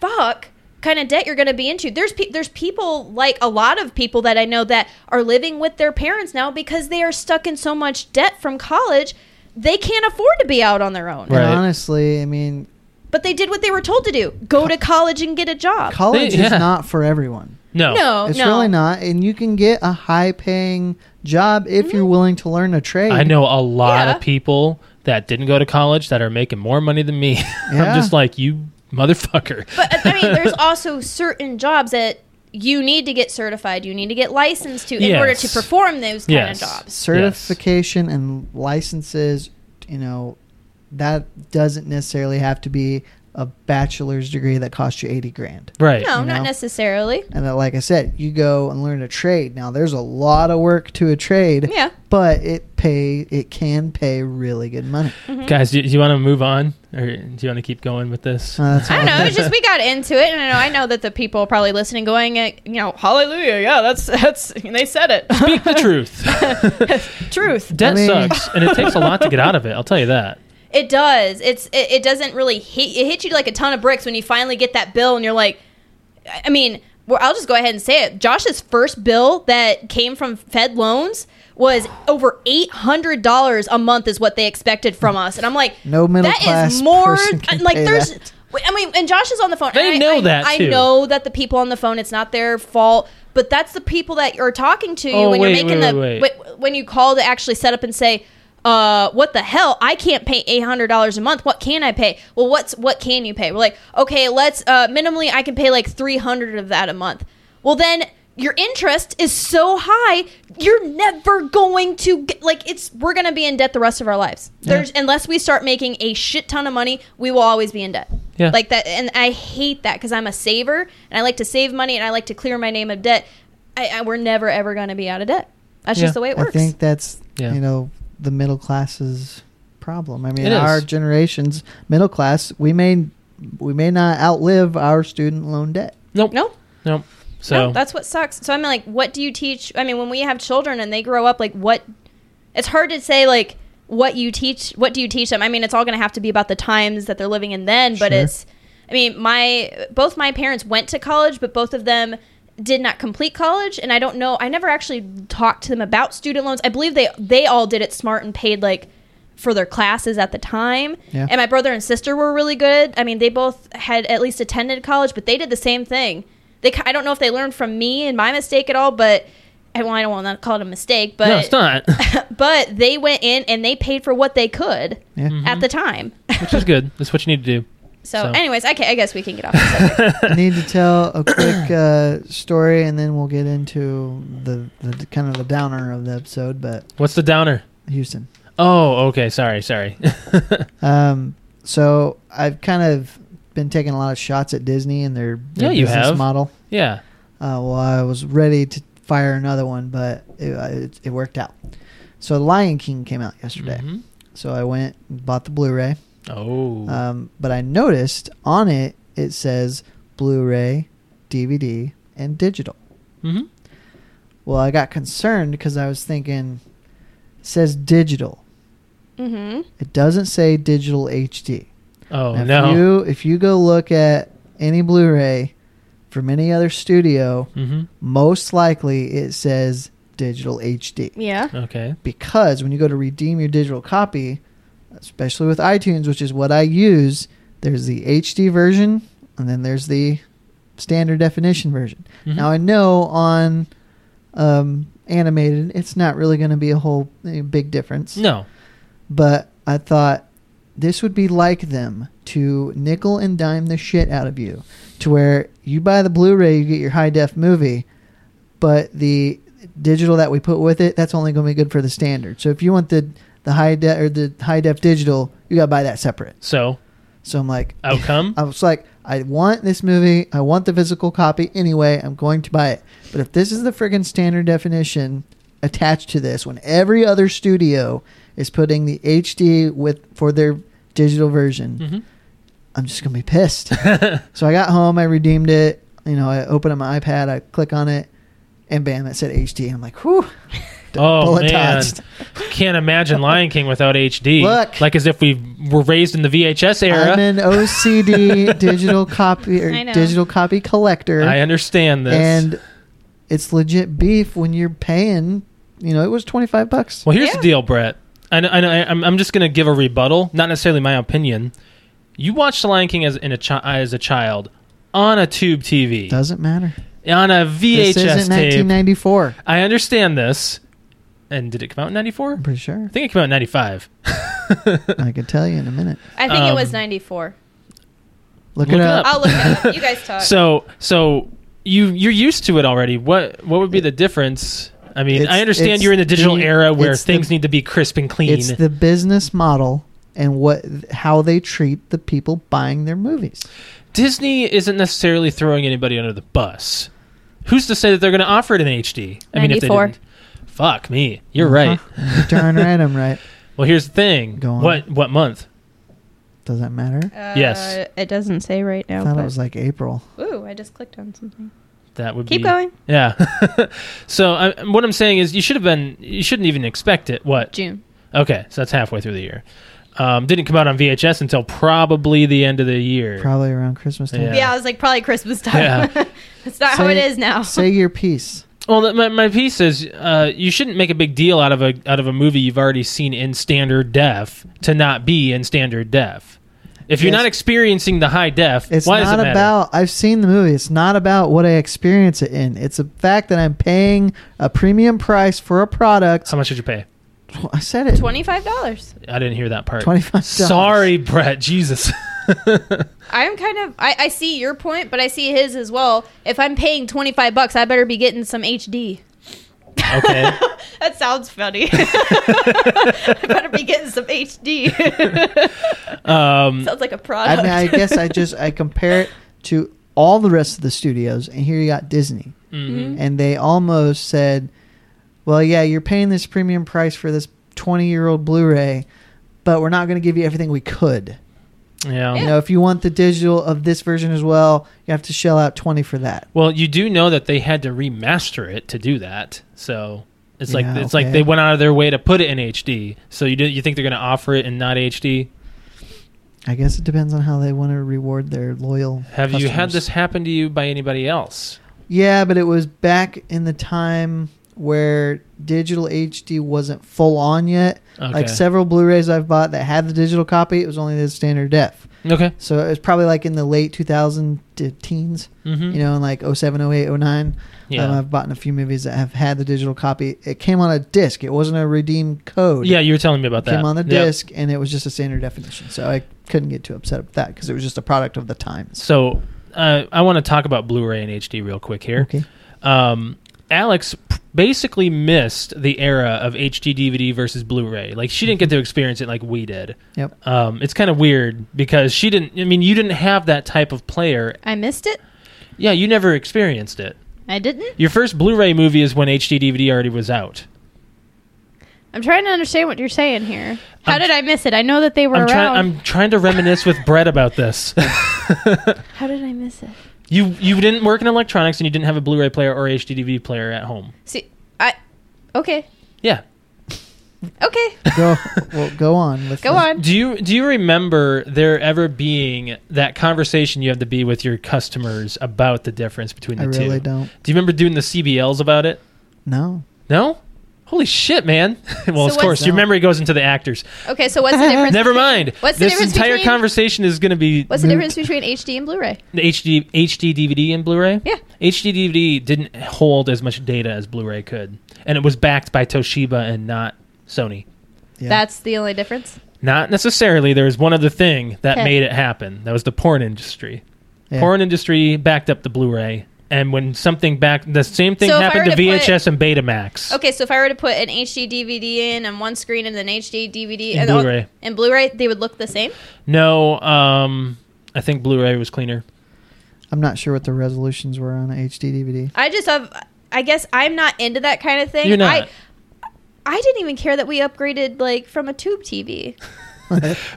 [SPEAKER 4] fuck kind of debt you're going to be into there's pe- there's people like a lot of people that I know that are living with their parents now because they are stuck in so much debt from college they can't afford to be out on their own
[SPEAKER 3] Right.
[SPEAKER 2] And honestly, I mean,
[SPEAKER 4] But they did what they were told to do: go to college and get a job.
[SPEAKER 2] College
[SPEAKER 3] Yeah.
[SPEAKER 2] is not for everyone.
[SPEAKER 3] No.
[SPEAKER 4] No,
[SPEAKER 2] it's
[SPEAKER 4] Oh, no.
[SPEAKER 2] really not, and you can get a high-paying job if you're
[SPEAKER 4] Mm-hmm.
[SPEAKER 2] willing to learn a trade.
[SPEAKER 3] I know a lot
[SPEAKER 4] Yeah.
[SPEAKER 3] of people that didn't go to college that are making more money than me.
[SPEAKER 2] Yeah.
[SPEAKER 3] I'm just like, you motherfucker.
[SPEAKER 4] But I mean, there's also certain jobs that you need to get certified, you need to get licensed to in order to
[SPEAKER 3] Yes.
[SPEAKER 4] perform those kind
[SPEAKER 3] Yes.
[SPEAKER 4] of jobs.
[SPEAKER 2] certification and licenses you know that doesn't necessarily have to be a bachelor's degree that costs you 80 grand
[SPEAKER 3] right.
[SPEAKER 4] No,
[SPEAKER 2] You
[SPEAKER 4] not
[SPEAKER 2] know?
[SPEAKER 4] necessarily.
[SPEAKER 2] and that like i said you go and learn a trade now there's a lot of work to a trade
[SPEAKER 4] Yeah.
[SPEAKER 2] but it pay it can pay really good money
[SPEAKER 4] mm-hmm.
[SPEAKER 3] Guys, do, do you want to move on or do you want to keep going with this?
[SPEAKER 2] Uh, that's
[SPEAKER 4] I
[SPEAKER 2] all.
[SPEAKER 4] don't know. It's just we got into it, and I know I know that the people probably listening, going, eh, you know, hallelujah, yeah, that's that's they said it.
[SPEAKER 3] Speak the truth.
[SPEAKER 4] Truth.
[SPEAKER 3] Debt
[SPEAKER 2] I mean-
[SPEAKER 3] sucks, and it takes a lot to get out of it. I'll tell you that.
[SPEAKER 4] It does. It's it, it doesn't really hit. It hits you like a ton of bricks when you finally get that bill, and you're like, I I mean, well, I'll just go ahead and say it. Josh's first bill that came from Fed loans was over eight hundred dollars a month, is what they expected from us, and I'm like,
[SPEAKER 2] No middle
[SPEAKER 4] that is
[SPEAKER 2] class
[SPEAKER 4] more.
[SPEAKER 2] person can
[SPEAKER 4] like
[SPEAKER 2] pay
[SPEAKER 4] there's.
[SPEAKER 2] that.
[SPEAKER 4] I mean, and Josh is on the phone.
[SPEAKER 3] They
[SPEAKER 4] and I-
[SPEAKER 3] know
[SPEAKER 4] I,
[SPEAKER 3] that,
[SPEAKER 4] I
[SPEAKER 3] too.
[SPEAKER 4] know that the people on the phone, it's not their fault, but that's the people that you're talking to
[SPEAKER 3] Oh,
[SPEAKER 4] when
[SPEAKER 3] wait,
[SPEAKER 4] you're making
[SPEAKER 3] wait,
[SPEAKER 4] the
[SPEAKER 3] wait, wait.
[SPEAKER 4] wh- when you call to actually set up and say, uh, what the hell? I can't pay eight hundred dollars a month. What can I pay? Well, what's what can you pay? We're like, okay, let's uh, minimally I can pay like three hundred of that a month. Well, then your interest is so high, you're never going to get, like it's. We're gonna be in debt the rest of our lives. There's unless we start making a shit ton of money, we will always be in debt.
[SPEAKER 3] Yeah.
[SPEAKER 4] Like that, and I hate that because I'm a saver and I like to save money and I like to clear my name of debt. I, I we're never ever gonna be out of debt. That's
[SPEAKER 3] Yeah.
[SPEAKER 4] just the way it
[SPEAKER 2] i
[SPEAKER 4] works.
[SPEAKER 2] think that's
[SPEAKER 3] Yeah.
[SPEAKER 2] you know the middle class's problem i mean
[SPEAKER 3] It is.
[SPEAKER 2] our generation's middle class we may we may not outlive our student loan debt
[SPEAKER 3] Nope.
[SPEAKER 4] no,
[SPEAKER 3] Nope. So
[SPEAKER 4] no, that's what sucks. So I'm like, what do you teach? I mean, when we have children and they grow up, like, what? It's hard to say, like, what you teach. What do you teach them? I mean, it's all going to have to be about the times that they're living in then. But
[SPEAKER 2] Sure.
[SPEAKER 4] it's, I mean, my both my parents went to college, but both of them did not complete college, and I don't know. I never actually talked to them about student loans. I believe they they all did it smart and paid like for their classes at the time.
[SPEAKER 2] Yeah.
[SPEAKER 4] And my brother and sister were really good. I mean, they both had at least attended college, but they did the same thing. They ki- I don't know if they learned from me and my mistake at all, but I, well, I don't want to call it a mistake, but
[SPEAKER 3] no, it's not,
[SPEAKER 4] but they went in and they paid for what they could
[SPEAKER 2] yeah
[SPEAKER 3] Hmm.
[SPEAKER 4] at the time.
[SPEAKER 3] Mm-hmm. which is good. That's what you need to do.
[SPEAKER 4] So,
[SPEAKER 3] So-
[SPEAKER 4] anyways, I, ca- I guess we can get off. the subject.
[SPEAKER 2] I need to tell a quick uh, story, and then we'll get into the, the kind of the downer of the episode. But
[SPEAKER 3] What's the downer?
[SPEAKER 2] Houston,
[SPEAKER 3] Oh, okay. Sorry, sorry.
[SPEAKER 2] um, so I've kind of been taking a lot of shots at Disney and their,
[SPEAKER 3] Yeah,
[SPEAKER 2] their
[SPEAKER 3] you
[SPEAKER 2] business
[SPEAKER 3] have.
[SPEAKER 2] model.
[SPEAKER 3] yeah.
[SPEAKER 2] Uh, well, I was ready to fire another one, but it, uh, it, it worked out. So Lion King came out yesterday,
[SPEAKER 3] Mhm.
[SPEAKER 2] so I went and bought the Blu-ray.
[SPEAKER 3] Oh.
[SPEAKER 2] Um, but I noticed on it it says Blu-ray, DVD, and digital.
[SPEAKER 3] hmm
[SPEAKER 2] Well, I got concerned because I was thinking, it says digital.
[SPEAKER 4] mm-hmm.
[SPEAKER 2] It doesn't say digital HD.
[SPEAKER 3] Oh
[SPEAKER 2] Now, if
[SPEAKER 3] no.
[SPEAKER 2] You, if you go look at any Blu-ray from any other studio,
[SPEAKER 3] hmm
[SPEAKER 2] most likely it says digital HD
[SPEAKER 4] Yeah.
[SPEAKER 3] Okay.
[SPEAKER 2] because when you go to redeem your digital copy, especially with iTunes, which is what I use, there's the HD version and then there's the standard definition version.
[SPEAKER 3] Mhm.
[SPEAKER 2] Now I know on um, animated, it's not really going to be a whole eh, big difference,
[SPEAKER 3] No.
[SPEAKER 2] but I thought this would be like them to nickel and dime the shit out of you to where you buy the Blu-ray, you get your high def movie, but the digital that we put with it, that's only going to be good for the standard. So if you want the the high def or the high def digital, you got to buy that separate.
[SPEAKER 3] So
[SPEAKER 2] So I'm like,
[SPEAKER 3] outcome.
[SPEAKER 2] I was like, I want this movie. I want the physical copy anyway. I'm going to buy it. But if this is the friggin' standard definition attached to this, when every other studio is putting the HD with for their digital version,
[SPEAKER 3] Mhm.
[SPEAKER 2] I'm just gonna be pissed. so I got home. I redeemed it. You know, I open up my iPad. I click on it, and bam, it said HD. I'm like, whew.
[SPEAKER 3] Oh
[SPEAKER 2] bullet
[SPEAKER 3] man,
[SPEAKER 2] dodged.
[SPEAKER 3] can't imagine Lion King without HD.
[SPEAKER 2] Look.
[SPEAKER 3] like as if we were raised in the VHS
[SPEAKER 2] I'm
[SPEAKER 3] era.
[SPEAKER 2] an OCD digital copy or
[SPEAKER 4] I know.
[SPEAKER 2] digital copy collector.
[SPEAKER 3] I understand this.
[SPEAKER 2] and it's legit beef when you're paying. You know, it was twenty five bucks.
[SPEAKER 3] well, here's
[SPEAKER 4] Yeah.
[SPEAKER 3] the deal, Brett. I know, I know, I- I'm, I'm just going to give a rebuttal, not necessarily my opinion. You watched The Lion King as in a chi- as a child on a tube TV,
[SPEAKER 2] Doesn't matter.
[SPEAKER 3] on a
[SPEAKER 2] This isn't
[SPEAKER 3] VHS tape.
[SPEAKER 2] 1994.
[SPEAKER 3] I understand this. And did it come out in
[SPEAKER 2] I'm
[SPEAKER 3] '94?
[SPEAKER 2] pretty
[SPEAKER 3] I
[SPEAKER 2] sure.
[SPEAKER 3] think it came out in '95.
[SPEAKER 2] I could tell you in a minute.
[SPEAKER 4] I think it was
[SPEAKER 3] Um,
[SPEAKER 4] 94.
[SPEAKER 2] Look,
[SPEAKER 3] Look
[SPEAKER 2] it up.
[SPEAKER 3] up.
[SPEAKER 4] I'll look it up. You guys talk.
[SPEAKER 3] So so you you're used to it already. What what would be the difference? I mean,
[SPEAKER 2] It's-
[SPEAKER 3] I understand
[SPEAKER 2] it's
[SPEAKER 3] you're in the digital
[SPEAKER 2] the-
[SPEAKER 3] era where
[SPEAKER 2] it's the-
[SPEAKER 3] things need to be crisp and clean.
[SPEAKER 2] It's the business model and what how they treat the people buying their movies.
[SPEAKER 3] Disney isn't necessarily throwing anybody under the bus. Who's to say that they're going to offer it in HD? I mean, if they
[SPEAKER 4] 94.
[SPEAKER 3] didn't, fuck me, you're right.
[SPEAKER 2] Uh-huh. Darn right, I'm right.
[SPEAKER 3] Well, here's the thing.
[SPEAKER 2] Go on.
[SPEAKER 3] What what month?
[SPEAKER 2] Does that matter?
[SPEAKER 4] Uh,
[SPEAKER 3] yes.
[SPEAKER 4] It doesn't say right
[SPEAKER 2] I
[SPEAKER 4] now.
[SPEAKER 2] thought
[SPEAKER 4] but-
[SPEAKER 2] it was like April.
[SPEAKER 4] Ooh, I just clicked on something.
[SPEAKER 3] That would
[SPEAKER 4] Keep
[SPEAKER 3] be,
[SPEAKER 4] going.
[SPEAKER 3] Yeah. so I, what I'm saying is, you should have been. You shouldn't even expect it. What?
[SPEAKER 4] June.
[SPEAKER 3] Okay, so that's halfway through the year. Um, didn't come out on VHS until probably the end of the year.
[SPEAKER 2] Probably around Christmas time.
[SPEAKER 3] Yeah.
[SPEAKER 4] Yeah, I was like, probably Christmas time.
[SPEAKER 3] Yeah.
[SPEAKER 4] That's not how
[SPEAKER 2] Say-
[SPEAKER 4] it is now.
[SPEAKER 2] Say your piece.
[SPEAKER 3] Well, th- my, my piece is uh, you shouldn't make a big deal out of a out of a movie you've already seen in standard def to not be in standard def. If you're
[SPEAKER 2] Yes.
[SPEAKER 3] not experiencing the high def,
[SPEAKER 2] It's
[SPEAKER 3] why does it
[SPEAKER 2] not
[SPEAKER 3] matter?
[SPEAKER 2] about. I've seen the movie. It's not about what I experience it in. It's a fact that I'm paying a premium price for a product.
[SPEAKER 3] how much did you pay?
[SPEAKER 2] I said it.
[SPEAKER 4] $25.
[SPEAKER 3] I didn't hear that part.
[SPEAKER 2] $25.
[SPEAKER 3] Sorry, Brett. Jesus.
[SPEAKER 4] I'm kind of I, I see your point, but I see his as well. If I'm paying twenty five bucks, I better be getting some HD.
[SPEAKER 3] Okay.
[SPEAKER 4] That sounds funny. I better be getting some HD.
[SPEAKER 3] Um,
[SPEAKER 4] sounds like a
[SPEAKER 2] I
[SPEAKER 4] product.
[SPEAKER 2] mean, I guess I just I compare it to all the rest of the studios, and here you got Disney,
[SPEAKER 3] mhm.
[SPEAKER 2] and they almost said, "Well, yeah, you're paying this premium price for this 20 year old Blu-ray, but we're not going to give you everything we could.
[SPEAKER 3] Yeah.
[SPEAKER 2] You know, if you want the digital of this version as well, you have to shell out 20 for that."
[SPEAKER 3] Well, you do know that they had to remaster it to do that. So it's like
[SPEAKER 2] Yeah,
[SPEAKER 3] it's
[SPEAKER 2] okay.
[SPEAKER 3] like they went out of their way to put it in HD. So you do, you think they're going to offer it in not HD?
[SPEAKER 2] I guess it depends on how they want to reward their loyal.
[SPEAKER 3] Have you had
[SPEAKER 2] customers.
[SPEAKER 3] this happen to you by anybody else?
[SPEAKER 2] Yeah, but it was back in the time where digital HD wasn't full on yet.
[SPEAKER 3] Okay.
[SPEAKER 2] Like several Blu-rays I've bought that had the digital copy, it was only the standard def.
[SPEAKER 3] Okay.
[SPEAKER 2] So it was probably like in the late 2000 to teens,
[SPEAKER 3] Mm-hmm.
[SPEAKER 2] you know, in like 07, 08, 09.
[SPEAKER 3] yeah.
[SPEAKER 2] Um, I've bought in a few movies that have had the digital copy. It came on a disc. It wasn't a redeem code.
[SPEAKER 3] yeah, you were telling me
[SPEAKER 2] It
[SPEAKER 3] about that.
[SPEAKER 2] came on the
[SPEAKER 3] Yep.
[SPEAKER 2] disc and it was just a standard definition. So I couldn't get too upset with that because it was just a product of the times.
[SPEAKER 3] So uh, I want to talk about Blu-ray and HD real quick here.
[SPEAKER 2] Okay.
[SPEAKER 3] Um, Alex p- basically missed the era of HD DVD versus Blu-ray. Like she didn't get to experience it like we did.
[SPEAKER 2] Yep.
[SPEAKER 3] Um, it's kind of weird because she didn't. I mean, you didn't have that type of player.
[SPEAKER 4] I missed it.
[SPEAKER 3] Yeah, you never experienced it.
[SPEAKER 4] I didn't.
[SPEAKER 3] Your first Blu-ray movie is when HD DVD already was out.
[SPEAKER 4] I'm trying to understand what you're saying here. How
[SPEAKER 3] I'm-
[SPEAKER 4] did I miss it? I know that they were
[SPEAKER 3] I'm trying.
[SPEAKER 4] around.
[SPEAKER 3] I'm trying to reminisce with Brett about this.
[SPEAKER 4] How did I miss it?
[SPEAKER 3] You you didn't work in electronics and you didn't have a Blu-ray player or HD DVD player at home.
[SPEAKER 4] See, I okay,
[SPEAKER 3] Yeah.
[SPEAKER 4] okay,
[SPEAKER 2] Go, well, go on. With
[SPEAKER 4] go
[SPEAKER 2] the-
[SPEAKER 4] on.
[SPEAKER 3] Do you do you remember there ever being that conversation you have to be with your customers about the difference between the
[SPEAKER 2] I really
[SPEAKER 3] two?
[SPEAKER 2] don't.
[SPEAKER 3] Do you remember doing the CBLs about it?
[SPEAKER 2] No.
[SPEAKER 3] No. Holy shit, man! well,
[SPEAKER 4] what's-
[SPEAKER 3] of course, your
[SPEAKER 2] No.
[SPEAKER 3] memory goes into the actors.
[SPEAKER 4] Okay, so what's the difference?
[SPEAKER 3] Never
[SPEAKER 4] between-
[SPEAKER 3] mind.
[SPEAKER 4] What's the
[SPEAKER 3] this
[SPEAKER 4] difference
[SPEAKER 3] entire
[SPEAKER 4] between-
[SPEAKER 3] conversation is going to be
[SPEAKER 4] What's the
[SPEAKER 2] Moot.
[SPEAKER 4] difference between HD and Blu-ray?
[SPEAKER 3] the HD HD DVD and Blu-ray.
[SPEAKER 4] Yeah.
[SPEAKER 3] HD DVD didn't hold as much data as Blu-ray could, and it was backed by Toshiba and not Sony.
[SPEAKER 2] Yeah.
[SPEAKER 4] That's the only difference.
[SPEAKER 3] Not necessarily. There was one other thing that
[SPEAKER 4] Okay.
[SPEAKER 3] made it happen. That was the porn industry.
[SPEAKER 2] Yeah.
[SPEAKER 3] Porn industry backed up the Blu-ray, and when something back, the same thing
[SPEAKER 4] So if I
[SPEAKER 3] happened
[SPEAKER 4] were
[SPEAKER 3] to
[SPEAKER 4] to put-
[SPEAKER 3] VHS and Betamax.
[SPEAKER 4] Okay, so if I were to put an HD DVD in on one screen and an HD DVD
[SPEAKER 3] And
[SPEAKER 4] and all-
[SPEAKER 3] Blu-ray.
[SPEAKER 4] and Blu-ray, they would look the same.
[SPEAKER 3] No, um, I think Blu-ray was cleaner.
[SPEAKER 2] I'm not sure what the resolutions were on HD DVD.
[SPEAKER 4] I just have. I guess I'm not into that kind of thing.
[SPEAKER 3] You're not.
[SPEAKER 4] I, I didn't even care that we upgraded like from a tube TV.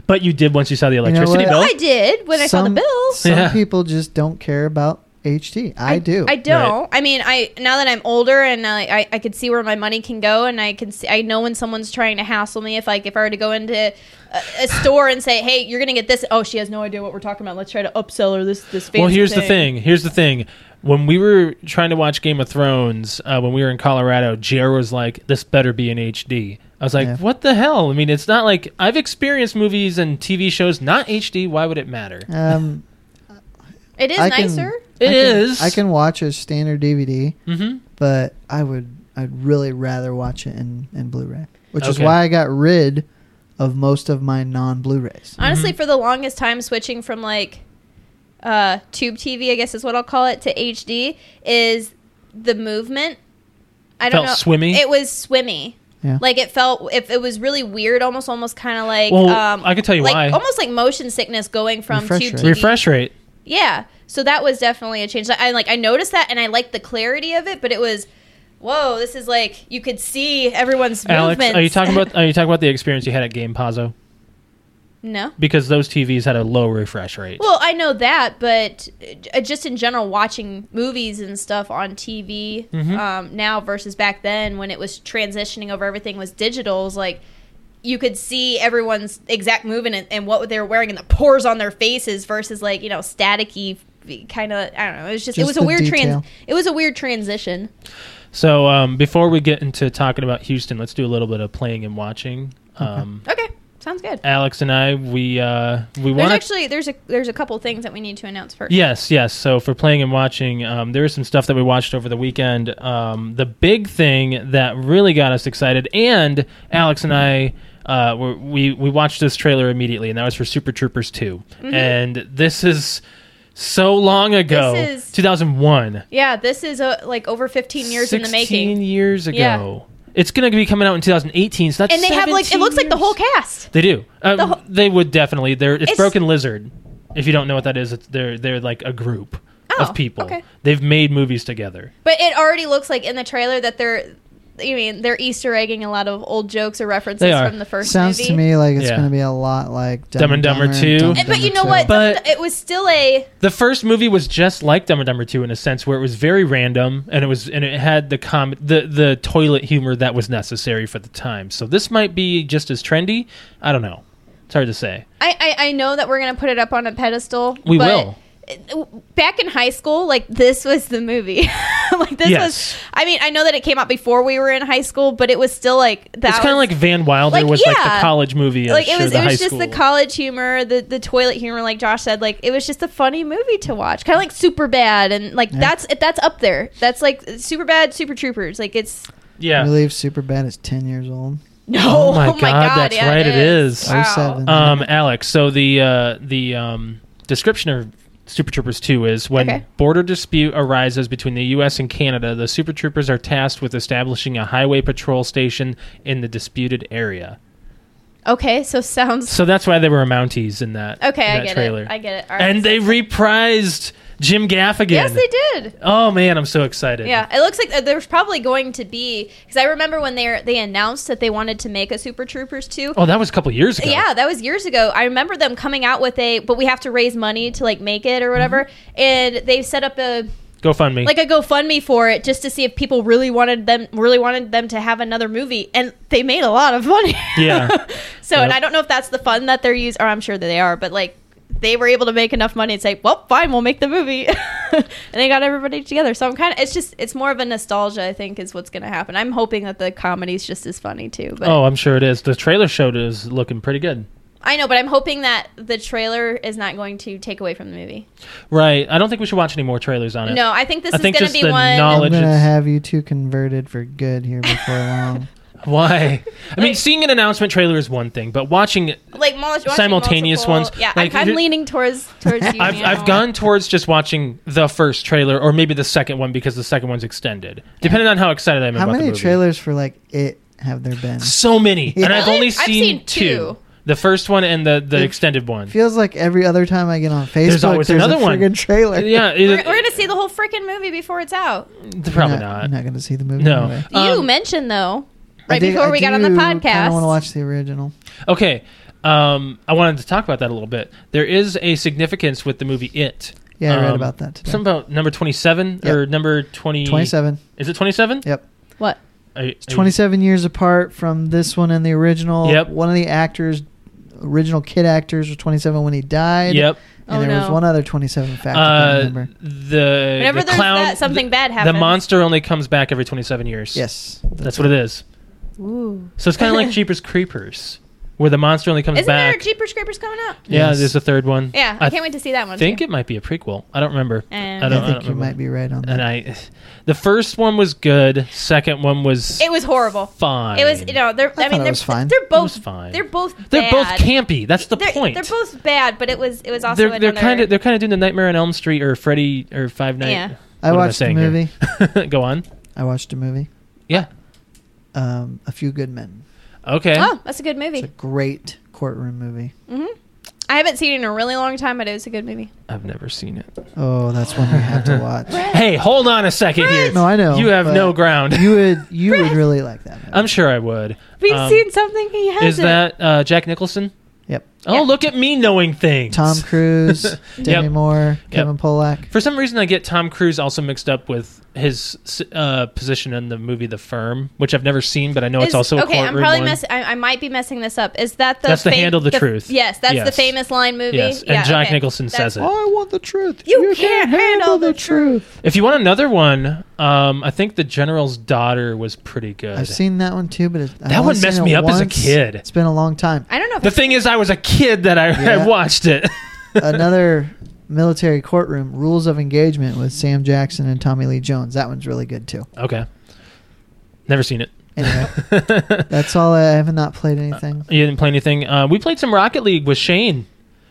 [SPEAKER 3] But you did once you saw the
[SPEAKER 2] know
[SPEAKER 3] electricity
[SPEAKER 2] what?
[SPEAKER 3] bill.
[SPEAKER 4] I did when I saw the
[SPEAKER 2] Some-
[SPEAKER 4] bill.
[SPEAKER 2] Some
[SPEAKER 3] Yeah.
[SPEAKER 2] people just don't care about HD. I, do.
[SPEAKER 4] I don't. I mean, I now that I'm older and I, I I could see where my money can go, and I can see I know when someone's trying to hassle me. If like if I were to go into a, a store and say, "Hey, you're gonna get this," oh, she has no idea what we're talking about. Let's try to upsell her this this. Fancy
[SPEAKER 3] well, here's the thing. Here's the thing. When we were trying to watch Game of Thrones, uh, when we were in Colorado, JR was like, "This better be in HD." I was like,
[SPEAKER 2] Yeah.
[SPEAKER 3] "What the hell?" I mean, it's not like I've experienced movies and TV shows not HD. Why would it matter?
[SPEAKER 2] Um,
[SPEAKER 4] It is
[SPEAKER 2] I can-
[SPEAKER 4] nicer.
[SPEAKER 3] It
[SPEAKER 2] I can-
[SPEAKER 3] is.
[SPEAKER 2] I can watch a standard DVD,
[SPEAKER 3] Mm-hmm.
[SPEAKER 2] but I would I'd really rather watch it in, in Blu-ray, which is
[SPEAKER 3] Okay.
[SPEAKER 2] why I got rid of most of my non-Blu-rays.
[SPEAKER 4] Honestly,
[SPEAKER 3] Mhm.
[SPEAKER 4] for the longest time, switching from like uh, tube TV, I guess is what I'll call it, to HD is the movement. I don't
[SPEAKER 3] Felt
[SPEAKER 4] know.
[SPEAKER 3] swimmy?
[SPEAKER 4] It was swimmy.
[SPEAKER 2] Yeah.
[SPEAKER 4] Like it felt if it was really weird, almost almost kind of like
[SPEAKER 3] Well,
[SPEAKER 4] um,
[SPEAKER 3] I can tell you
[SPEAKER 4] like,
[SPEAKER 3] why.
[SPEAKER 4] Almost like motion sickness going from
[SPEAKER 2] Refresh
[SPEAKER 4] tube
[SPEAKER 2] rate.
[SPEAKER 4] TV.
[SPEAKER 3] Refresh rate.
[SPEAKER 4] Yeah. So that was definitely a change. I like I noticed that and I liked the clarity of it, but it was whoa, this is like you could see everyone's
[SPEAKER 3] Alex,
[SPEAKER 4] movements.
[SPEAKER 3] are you talking about are you talking about the experience you had at Game Pazo?
[SPEAKER 4] No.
[SPEAKER 3] Because those TVs had a low refresh rate.
[SPEAKER 4] Well, I know that, but uh, just in general, watching movies and stuff on TV
[SPEAKER 3] Mhm.
[SPEAKER 4] um, now versus back then when it was transitioning over everything was digital, is like you could see everyone's exact movement and, and what they were wearing and the pores on their faces versus like you know staticky kind of I don't know. It was just, it
[SPEAKER 2] Just
[SPEAKER 4] was a
[SPEAKER 2] the
[SPEAKER 4] weird
[SPEAKER 2] detail.
[SPEAKER 4] trans it was a weird transition.
[SPEAKER 3] So um, before we get into talking about Houston, let's do a little bit of playing and watching. Um,
[SPEAKER 4] Okay, sounds good.
[SPEAKER 3] Alex and I, we uh, we
[SPEAKER 4] There's
[SPEAKER 3] want
[SPEAKER 4] actually there's a there's a couple things that we need to announce first.
[SPEAKER 3] Yes, yes. So for playing and watching, um, there was some stuff that we watched over the weekend. Um, the big thing that really got us excited, and Alex and I, uh, were, we we watched this trailer immediately, and that was for Super Troopers 2 And this is so long
[SPEAKER 4] Mm-hmm.
[SPEAKER 3] ago,
[SPEAKER 4] This is-
[SPEAKER 3] two thousand one.
[SPEAKER 4] Yeah, this is a, like over 15 years in the making.
[SPEAKER 3] years ago. It's going to be coming out in 2018. So that's
[SPEAKER 4] And they have like it
[SPEAKER 3] 17
[SPEAKER 4] looks like the
[SPEAKER 3] years.
[SPEAKER 4] whole cast.
[SPEAKER 3] They do. Um,
[SPEAKER 4] The whole-
[SPEAKER 3] they would definitely. They're it's,
[SPEAKER 4] It's-
[SPEAKER 3] Broken Lizard. If you don't know what that is, it's, they're they're like a group
[SPEAKER 4] Oh,
[SPEAKER 3] of people.
[SPEAKER 4] okay.
[SPEAKER 3] They've made movies together.
[SPEAKER 4] But it already looks like in the trailer that they're you mean they're Easter egging a lot of old jokes or references
[SPEAKER 3] They are.
[SPEAKER 4] from the first
[SPEAKER 2] Sounds
[SPEAKER 4] movie.
[SPEAKER 2] to me like it's
[SPEAKER 3] Yeah.
[SPEAKER 2] going to be a lot like
[SPEAKER 3] Dumb and Dumber 2.
[SPEAKER 4] And- but you know what?
[SPEAKER 3] But-
[SPEAKER 4] it was still a
[SPEAKER 3] The first movie was just like Dumb and Dumber Two in a sense, where it was very random and it was and it had the com the the toilet humor that was necessary for the time. So this might be just as trendy. I don't know. It's hard to say.
[SPEAKER 4] I, I I know that we're gonna put it up on a pedestal.
[SPEAKER 3] We
[SPEAKER 4] but
[SPEAKER 3] will.
[SPEAKER 4] it- Back in high school, like this was the movie. like this
[SPEAKER 3] Yes.
[SPEAKER 4] was. I mean, I know that it came out before we were in high school, but it was still like that.
[SPEAKER 3] it's kind of
[SPEAKER 4] was-
[SPEAKER 3] like Van Wilder
[SPEAKER 4] like,
[SPEAKER 3] was like the
[SPEAKER 4] yeah.
[SPEAKER 3] college movie.
[SPEAKER 4] like
[SPEAKER 3] or
[SPEAKER 4] it was
[SPEAKER 3] the
[SPEAKER 4] it
[SPEAKER 3] high
[SPEAKER 4] was just
[SPEAKER 3] school.
[SPEAKER 4] the college humor the the toilet humor like josh said like it was just a funny movie to watch kind of like super bad and like that's that's up there that's like super bad super troopers like it's
[SPEAKER 3] Yeah.
[SPEAKER 2] I believe Superbad is ten years old.
[SPEAKER 4] no
[SPEAKER 3] Oh my God, that's right, it is.
[SPEAKER 4] Wow.
[SPEAKER 2] 07.
[SPEAKER 4] Mm-hmm.
[SPEAKER 3] Um, Alex, so the uh, the um, description of Super Troopers 2 is when
[SPEAKER 4] Okay.
[SPEAKER 3] border dispute arises between the U.S. and Canada, the Super Troopers are tasked with establishing a highway patrol station in the disputed area.
[SPEAKER 4] okay so sounds
[SPEAKER 3] So that's why they were Mounties in that,
[SPEAKER 4] okay
[SPEAKER 3] in
[SPEAKER 4] i
[SPEAKER 3] that
[SPEAKER 4] get
[SPEAKER 3] trailer.
[SPEAKER 4] it i get it All right.
[SPEAKER 3] and they reprised Jim Gaffigan.
[SPEAKER 4] yes they did
[SPEAKER 3] Oh, man, I'm so excited.
[SPEAKER 4] yeah it looks like there- there's probably going to be because i remember when they they announced that they wanted to make a super troopers 2
[SPEAKER 3] Oh, that was a couple years ago.
[SPEAKER 4] Yeah, that was years ago. I remember them coming out with a, but we have to raise money to like make it or whatever.
[SPEAKER 3] Mm-hmm.
[SPEAKER 4] And they've set up a
[SPEAKER 3] GoFundMe.
[SPEAKER 4] like a GoFundMe for it just to see if people really wanted them really wanted them to have another movie, and they made a lot of money.
[SPEAKER 3] Yeah.
[SPEAKER 4] so, and
[SPEAKER 3] Yep.
[SPEAKER 4] I don't know if that's the fund that they're using, or I'm sure that they are, but like they were able to make enough money and say, "Well, fine, we'll make the movie," and they got everybody together. So I'm kind of it's just it's more of a nostalgia, I think, is what's going to happen. I'm hoping that the comedy's just as funny too. But
[SPEAKER 3] oh, I'm sure it is. The trailer showed it was looking pretty good.
[SPEAKER 4] I know, but I'm hoping that the trailer is not going to take away from the movie.
[SPEAKER 3] Right. I don't think we should watch any more trailers on it.
[SPEAKER 4] No, I think this
[SPEAKER 3] I
[SPEAKER 4] is
[SPEAKER 3] think
[SPEAKER 4] going to
[SPEAKER 3] just
[SPEAKER 4] be
[SPEAKER 3] the
[SPEAKER 4] one.
[SPEAKER 3] knowledge- College
[SPEAKER 2] I'm going to
[SPEAKER 3] is-
[SPEAKER 2] have you two converted for good here before long.
[SPEAKER 3] Why? I mean, seeing an announcement trailer is one thing, but watching it,
[SPEAKER 4] like mul- watching
[SPEAKER 3] Simultaneous
[SPEAKER 4] multiple-
[SPEAKER 3] ones.
[SPEAKER 4] Yeah,
[SPEAKER 3] Like,
[SPEAKER 4] I'm,
[SPEAKER 3] here-
[SPEAKER 4] I'm leaning towards towards you.
[SPEAKER 3] I've,
[SPEAKER 4] Neil.
[SPEAKER 3] I've gone towards just watching the first trailer or maybe the second one because the second one's extended, depending on how excited I am
[SPEAKER 2] How
[SPEAKER 3] about the
[SPEAKER 2] many
[SPEAKER 3] movie.
[SPEAKER 2] trailers for like it have there been?
[SPEAKER 3] So many, and I've
[SPEAKER 4] Really?
[SPEAKER 3] only
[SPEAKER 4] I've
[SPEAKER 3] seen,
[SPEAKER 4] seen
[SPEAKER 3] two.
[SPEAKER 4] two.
[SPEAKER 3] The first one and the, the
[SPEAKER 2] It
[SPEAKER 3] extended one.
[SPEAKER 2] Feels like every other time I get on Facebook,
[SPEAKER 3] There's
[SPEAKER 2] there's,
[SPEAKER 3] always
[SPEAKER 2] another
[SPEAKER 3] another one.
[SPEAKER 2] friggin' trailer.
[SPEAKER 3] yeah, it-
[SPEAKER 4] We're, we're gonna see the whole freaking movie before it's out.
[SPEAKER 3] probably
[SPEAKER 2] You're
[SPEAKER 3] not.
[SPEAKER 2] You're not going to see the movie.
[SPEAKER 3] No.
[SPEAKER 2] anyway.
[SPEAKER 4] you
[SPEAKER 3] Um,
[SPEAKER 4] mentioned though,
[SPEAKER 2] I
[SPEAKER 4] right
[SPEAKER 2] do-
[SPEAKER 4] before
[SPEAKER 2] I
[SPEAKER 4] we got on the
[SPEAKER 2] do kinda wanna
[SPEAKER 4] podcast.
[SPEAKER 2] watch the original.
[SPEAKER 3] Okay, um, I wanted to talk about that a little bit. There is a significance with the movie It.
[SPEAKER 2] Yeah, I read
[SPEAKER 3] Um,
[SPEAKER 2] about that today.
[SPEAKER 3] Something about number twenty-seven
[SPEAKER 2] Yep.
[SPEAKER 3] or number twenty.
[SPEAKER 2] Twenty-seven.
[SPEAKER 3] Is it twenty-seven?
[SPEAKER 2] Yep.
[SPEAKER 4] What?
[SPEAKER 2] Twenty-seven years apart from this one and the original.
[SPEAKER 3] Yep.
[SPEAKER 2] One of the actors, original kid actors, was twenty-seven when he died.
[SPEAKER 3] Yep.
[SPEAKER 2] And
[SPEAKER 4] Oh,
[SPEAKER 2] there was
[SPEAKER 4] no.
[SPEAKER 2] one other 27 fact I
[SPEAKER 3] Uh,
[SPEAKER 2] can remember.
[SPEAKER 3] the
[SPEAKER 4] Whenever
[SPEAKER 3] the
[SPEAKER 4] there's
[SPEAKER 3] clown,
[SPEAKER 4] that, something bad
[SPEAKER 3] the, the
[SPEAKER 4] happens.
[SPEAKER 3] monster only comes back every 27 years.
[SPEAKER 2] Yes.
[SPEAKER 3] that's what it is.
[SPEAKER 4] Ooh.
[SPEAKER 3] So it's kind of like Jeepers Creepers, where the monster only comes
[SPEAKER 4] Isn't there
[SPEAKER 3] back.
[SPEAKER 4] a Jeepers Creepers coming out?
[SPEAKER 3] yeah,
[SPEAKER 2] Yes.
[SPEAKER 3] there's a third one.
[SPEAKER 4] Yeah, I,
[SPEAKER 3] I
[SPEAKER 4] can't wait to see that one.
[SPEAKER 3] think
[SPEAKER 4] too.
[SPEAKER 3] it might be a prequel. I don't remember.
[SPEAKER 4] Um,
[SPEAKER 3] I
[SPEAKER 2] I,
[SPEAKER 3] don't- I
[SPEAKER 2] think
[SPEAKER 3] don't
[SPEAKER 2] you
[SPEAKER 3] remember.
[SPEAKER 2] might be right on that.
[SPEAKER 3] And I, the first one was good. Second one was
[SPEAKER 4] It was horrible.
[SPEAKER 3] fine.
[SPEAKER 4] It was you know they're
[SPEAKER 2] I
[SPEAKER 4] I,
[SPEAKER 2] thought
[SPEAKER 4] mean
[SPEAKER 2] it
[SPEAKER 4] they're
[SPEAKER 2] was fine.
[SPEAKER 4] they're
[SPEAKER 3] It
[SPEAKER 4] both
[SPEAKER 3] was fine.
[SPEAKER 4] they're both
[SPEAKER 3] They're both
[SPEAKER 4] bad.
[SPEAKER 3] campy. That's the
[SPEAKER 4] they're,
[SPEAKER 3] point.
[SPEAKER 4] They're both bad, but it was it was also
[SPEAKER 3] they're they're
[SPEAKER 4] another-
[SPEAKER 3] kind of they're kind of doing the Nightmare on Elm Street or Freddy or Five Nights.
[SPEAKER 4] Yeah.
[SPEAKER 2] I watched a movie.
[SPEAKER 3] Go on.
[SPEAKER 2] I watched a movie,
[SPEAKER 3] Yeah.
[SPEAKER 2] um, A Few Good Men.
[SPEAKER 3] Okay.
[SPEAKER 4] oh that's a good
[SPEAKER 2] It's a
[SPEAKER 4] movie.
[SPEAKER 2] great courtroom movie.
[SPEAKER 4] hmm I haven't seen it in a really long time, but it was a good movie.
[SPEAKER 3] I've never seen it.
[SPEAKER 2] Oh, that's one we have to watch.
[SPEAKER 3] Hey, hold on a second here.
[SPEAKER 2] No, I know.
[SPEAKER 3] you have
[SPEAKER 2] but
[SPEAKER 3] no ground.
[SPEAKER 2] You would you would really like that movie.
[SPEAKER 3] I'm sure I would.
[SPEAKER 4] We've
[SPEAKER 3] Um,
[SPEAKER 4] seen something he hasn't.
[SPEAKER 3] Is that uh, Jack Nicholson?
[SPEAKER 2] Yep.
[SPEAKER 3] Oh,
[SPEAKER 4] Yeah.
[SPEAKER 3] look at me knowing things.
[SPEAKER 2] Tom Cruise, Demi
[SPEAKER 3] Yep.
[SPEAKER 2] Moore, Kevin Pollak.
[SPEAKER 3] For some reason, I get Tom Cruise also mixed up with his uh, position in the movie The Firm, which I've never seen, but I know
[SPEAKER 4] Is-
[SPEAKER 3] it's also a
[SPEAKER 4] okay. I'm
[SPEAKER 3] courtroom
[SPEAKER 4] probably
[SPEAKER 3] one.
[SPEAKER 4] mess. I, I might be messing this up. Is that the
[SPEAKER 3] That's the Handle the
[SPEAKER 4] f-
[SPEAKER 3] Truth.
[SPEAKER 4] Yes, that's the
[SPEAKER 3] Yes.
[SPEAKER 4] famous line movie.
[SPEAKER 3] Yes, and
[SPEAKER 4] Yeah,
[SPEAKER 3] Jack
[SPEAKER 4] okay.
[SPEAKER 3] Nicholson
[SPEAKER 4] That's-
[SPEAKER 3] says it.
[SPEAKER 2] I want the truth.
[SPEAKER 4] You can't handle the
[SPEAKER 2] truth.
[SPEAKER 3] If you want another one, um, I think The General's Daughter was pretty good.
[SPEAKER 2] I've seen that one too, but it, I've
[SPEAKER 3] That
[SPEAKER 2] only
[SPEAKER 3] one
[SPEAKER 2] seen
[SPEAKER 3] messed
[SPEAKER 2] it
[SPEAKER 3] me up as a
[SPEAKER 2] once.
[SPEAKER 3] kid.
[SPEAKER 2] It's been a long time.
[SPEAKER 4] I don't know. If
[SPEAKER 3] the
[SPEAKER 4] it's-
[SPEAKER 3] thing is, I was a kid that I,
[SPEAKER 2] Yeah.
[SPEAKER 3] I watched it.
[SPEAKER 2] Another military courtroom rules of engagement with Sam Jackson and Tommy Lee Jones. That one's really good too.
[SPEAKER 3] Okay. Never seen it.
[SPEAKER 2] Anyway, that's all. I, I haven't not played anything.
[SPEAKER 3] You didn't play anything. Uh, we played some Rocket League with Shane,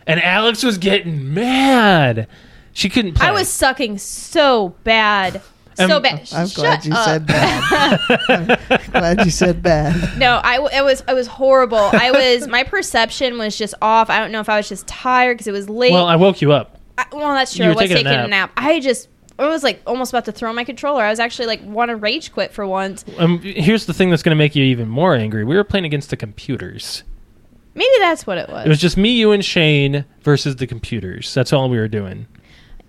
[SPEAKER 3] and Alex was getting mad. She couldn't play.
[SPEAKER 4] I was sucking so bad,
[SPEAKER 3] Um,
[SPEAKER 4] so bad.
[SPEAKER 2] I'm
[SPEAKER 4] Shut
[SPEAKER 2] glad you
[SPEAKER 4] up.
[SPEAKER 2] said bad. I'm glad you said bad.
[SPEAKER 4] No, I w- it was I was horrible. I was my perception was just off. I don't know if I was just tired because it was late.
[SPEAKER 3] Well, I woke you up.
[SPEAKER 4] I- well, that's true.
[SPEAKER 3] You
[SPEAKER 4] I
[SPEAKER 3] were
[SPEAKER 4] was taking,
[SPEAKER 3] taking a
[SPEAKER 4] a, nap. I just I was like almost about to throw my controller. I was actually like want to rage quit for once.
[SPEAKER 3] Um, here's the thing that's going to make you even more angry. We were playing against the computers.
[SPEAKER 4] Maybe that's what it was.
[SPEAKER 3] It was just me, you, and Shane versus the computers. That's all we were doing.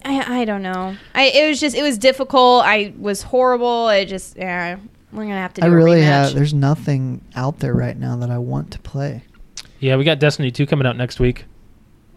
[SPEAKER 4] I, I don't know. I it was just it was difficult. I was horrible. I just yeah. We're gonna have to. Do
[SPEAKER 2] I really
[SPEAKER 4] a rematch.
[SPEAKER 2] have. There's nothing out there right now that I want to play.
[SPEAKER 3] Yeah, we got Destiny 2 coming out next week.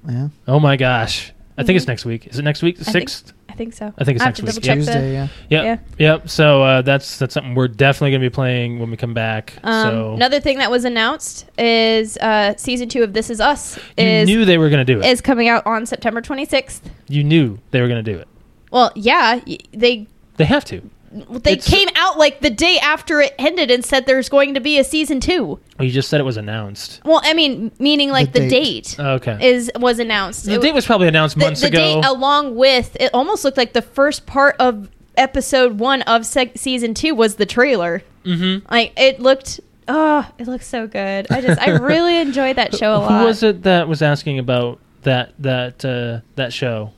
[SPEAKER 2] Yeah,
[SPEAKER 3] Oh my gosh. I think it's
[SPEAKER 4] Mhm.
[SPEAKER 3] next week. Is it next week? The
[SPEAKER 4] I think-
[SPEAKER 3] 6th?
[SPEAKER 4] I think so.
[SPEAKER 3] I think it's
[SPEAKER 4] I'll have
[SPEAKER 3] next
[SPEAKER 4] to double
[SPEAKER 3] week.
[SPEAKER 4] check
[SPEAKER 2] Tuesday. Yeah.
[SPEAKER 3] Yep.
[SPEAKER 4] Yeah.
[SPEAKER 3] Yep. So uh, that's that's something we're definitely going to be playing when we come back.
[SPEAKER 4] The, um,
[SPEAKER 3] so
[SPEAKER 4] Another thing that was announced is uh, season two of This Is Us
[SPEAKER 3] you
[SPEAKER 4] is
[SPEAKER 3] knew they were going to do it.
[SPEAKER 4] is coming out on September 26th.
[SPEAKER 3] you knew they were going to do it.
[SPEAKER 4] Well, yeah, y- they
[SPEAKER 3] They have to.
[SPEAKER 4] they
[SPEAKER 3] It's-
[SPEAKER 4] came out like the day after it ended and said there's going to be a season two.
[SPEAKER 3] Well, you just said it was announced.
[SPEAKER 4] Well, I mean, meaning like
[SPEAKER 2] The
[SPEAKER 4] the,
[SPEAKER 2] date.
[SPEAKER 4] date,
[SPEAKER 3] Okay.
[SPEAKER 4] is was announced.
[SPEAKER 3] Oh, the
[SPEAKER 4] It-
[SPEAKER 3] date was probably announced
[SPEAKER 4] the-
[SPEAKER 3] months
[SPEAKER 4] the
[SPEAKER 3] ago.
[SPEAKER 4] date along with it almost looked like the first part of episode one of sec- season two was the trailer.
[SPEAKER 3] mm-hmm.
[SPEAKER 4] Like it looked. Oh, it looks so good. I just, I really enjoyed that show a lot.
[SPEAKER 3] Who was it that was asking about that that uh, that show?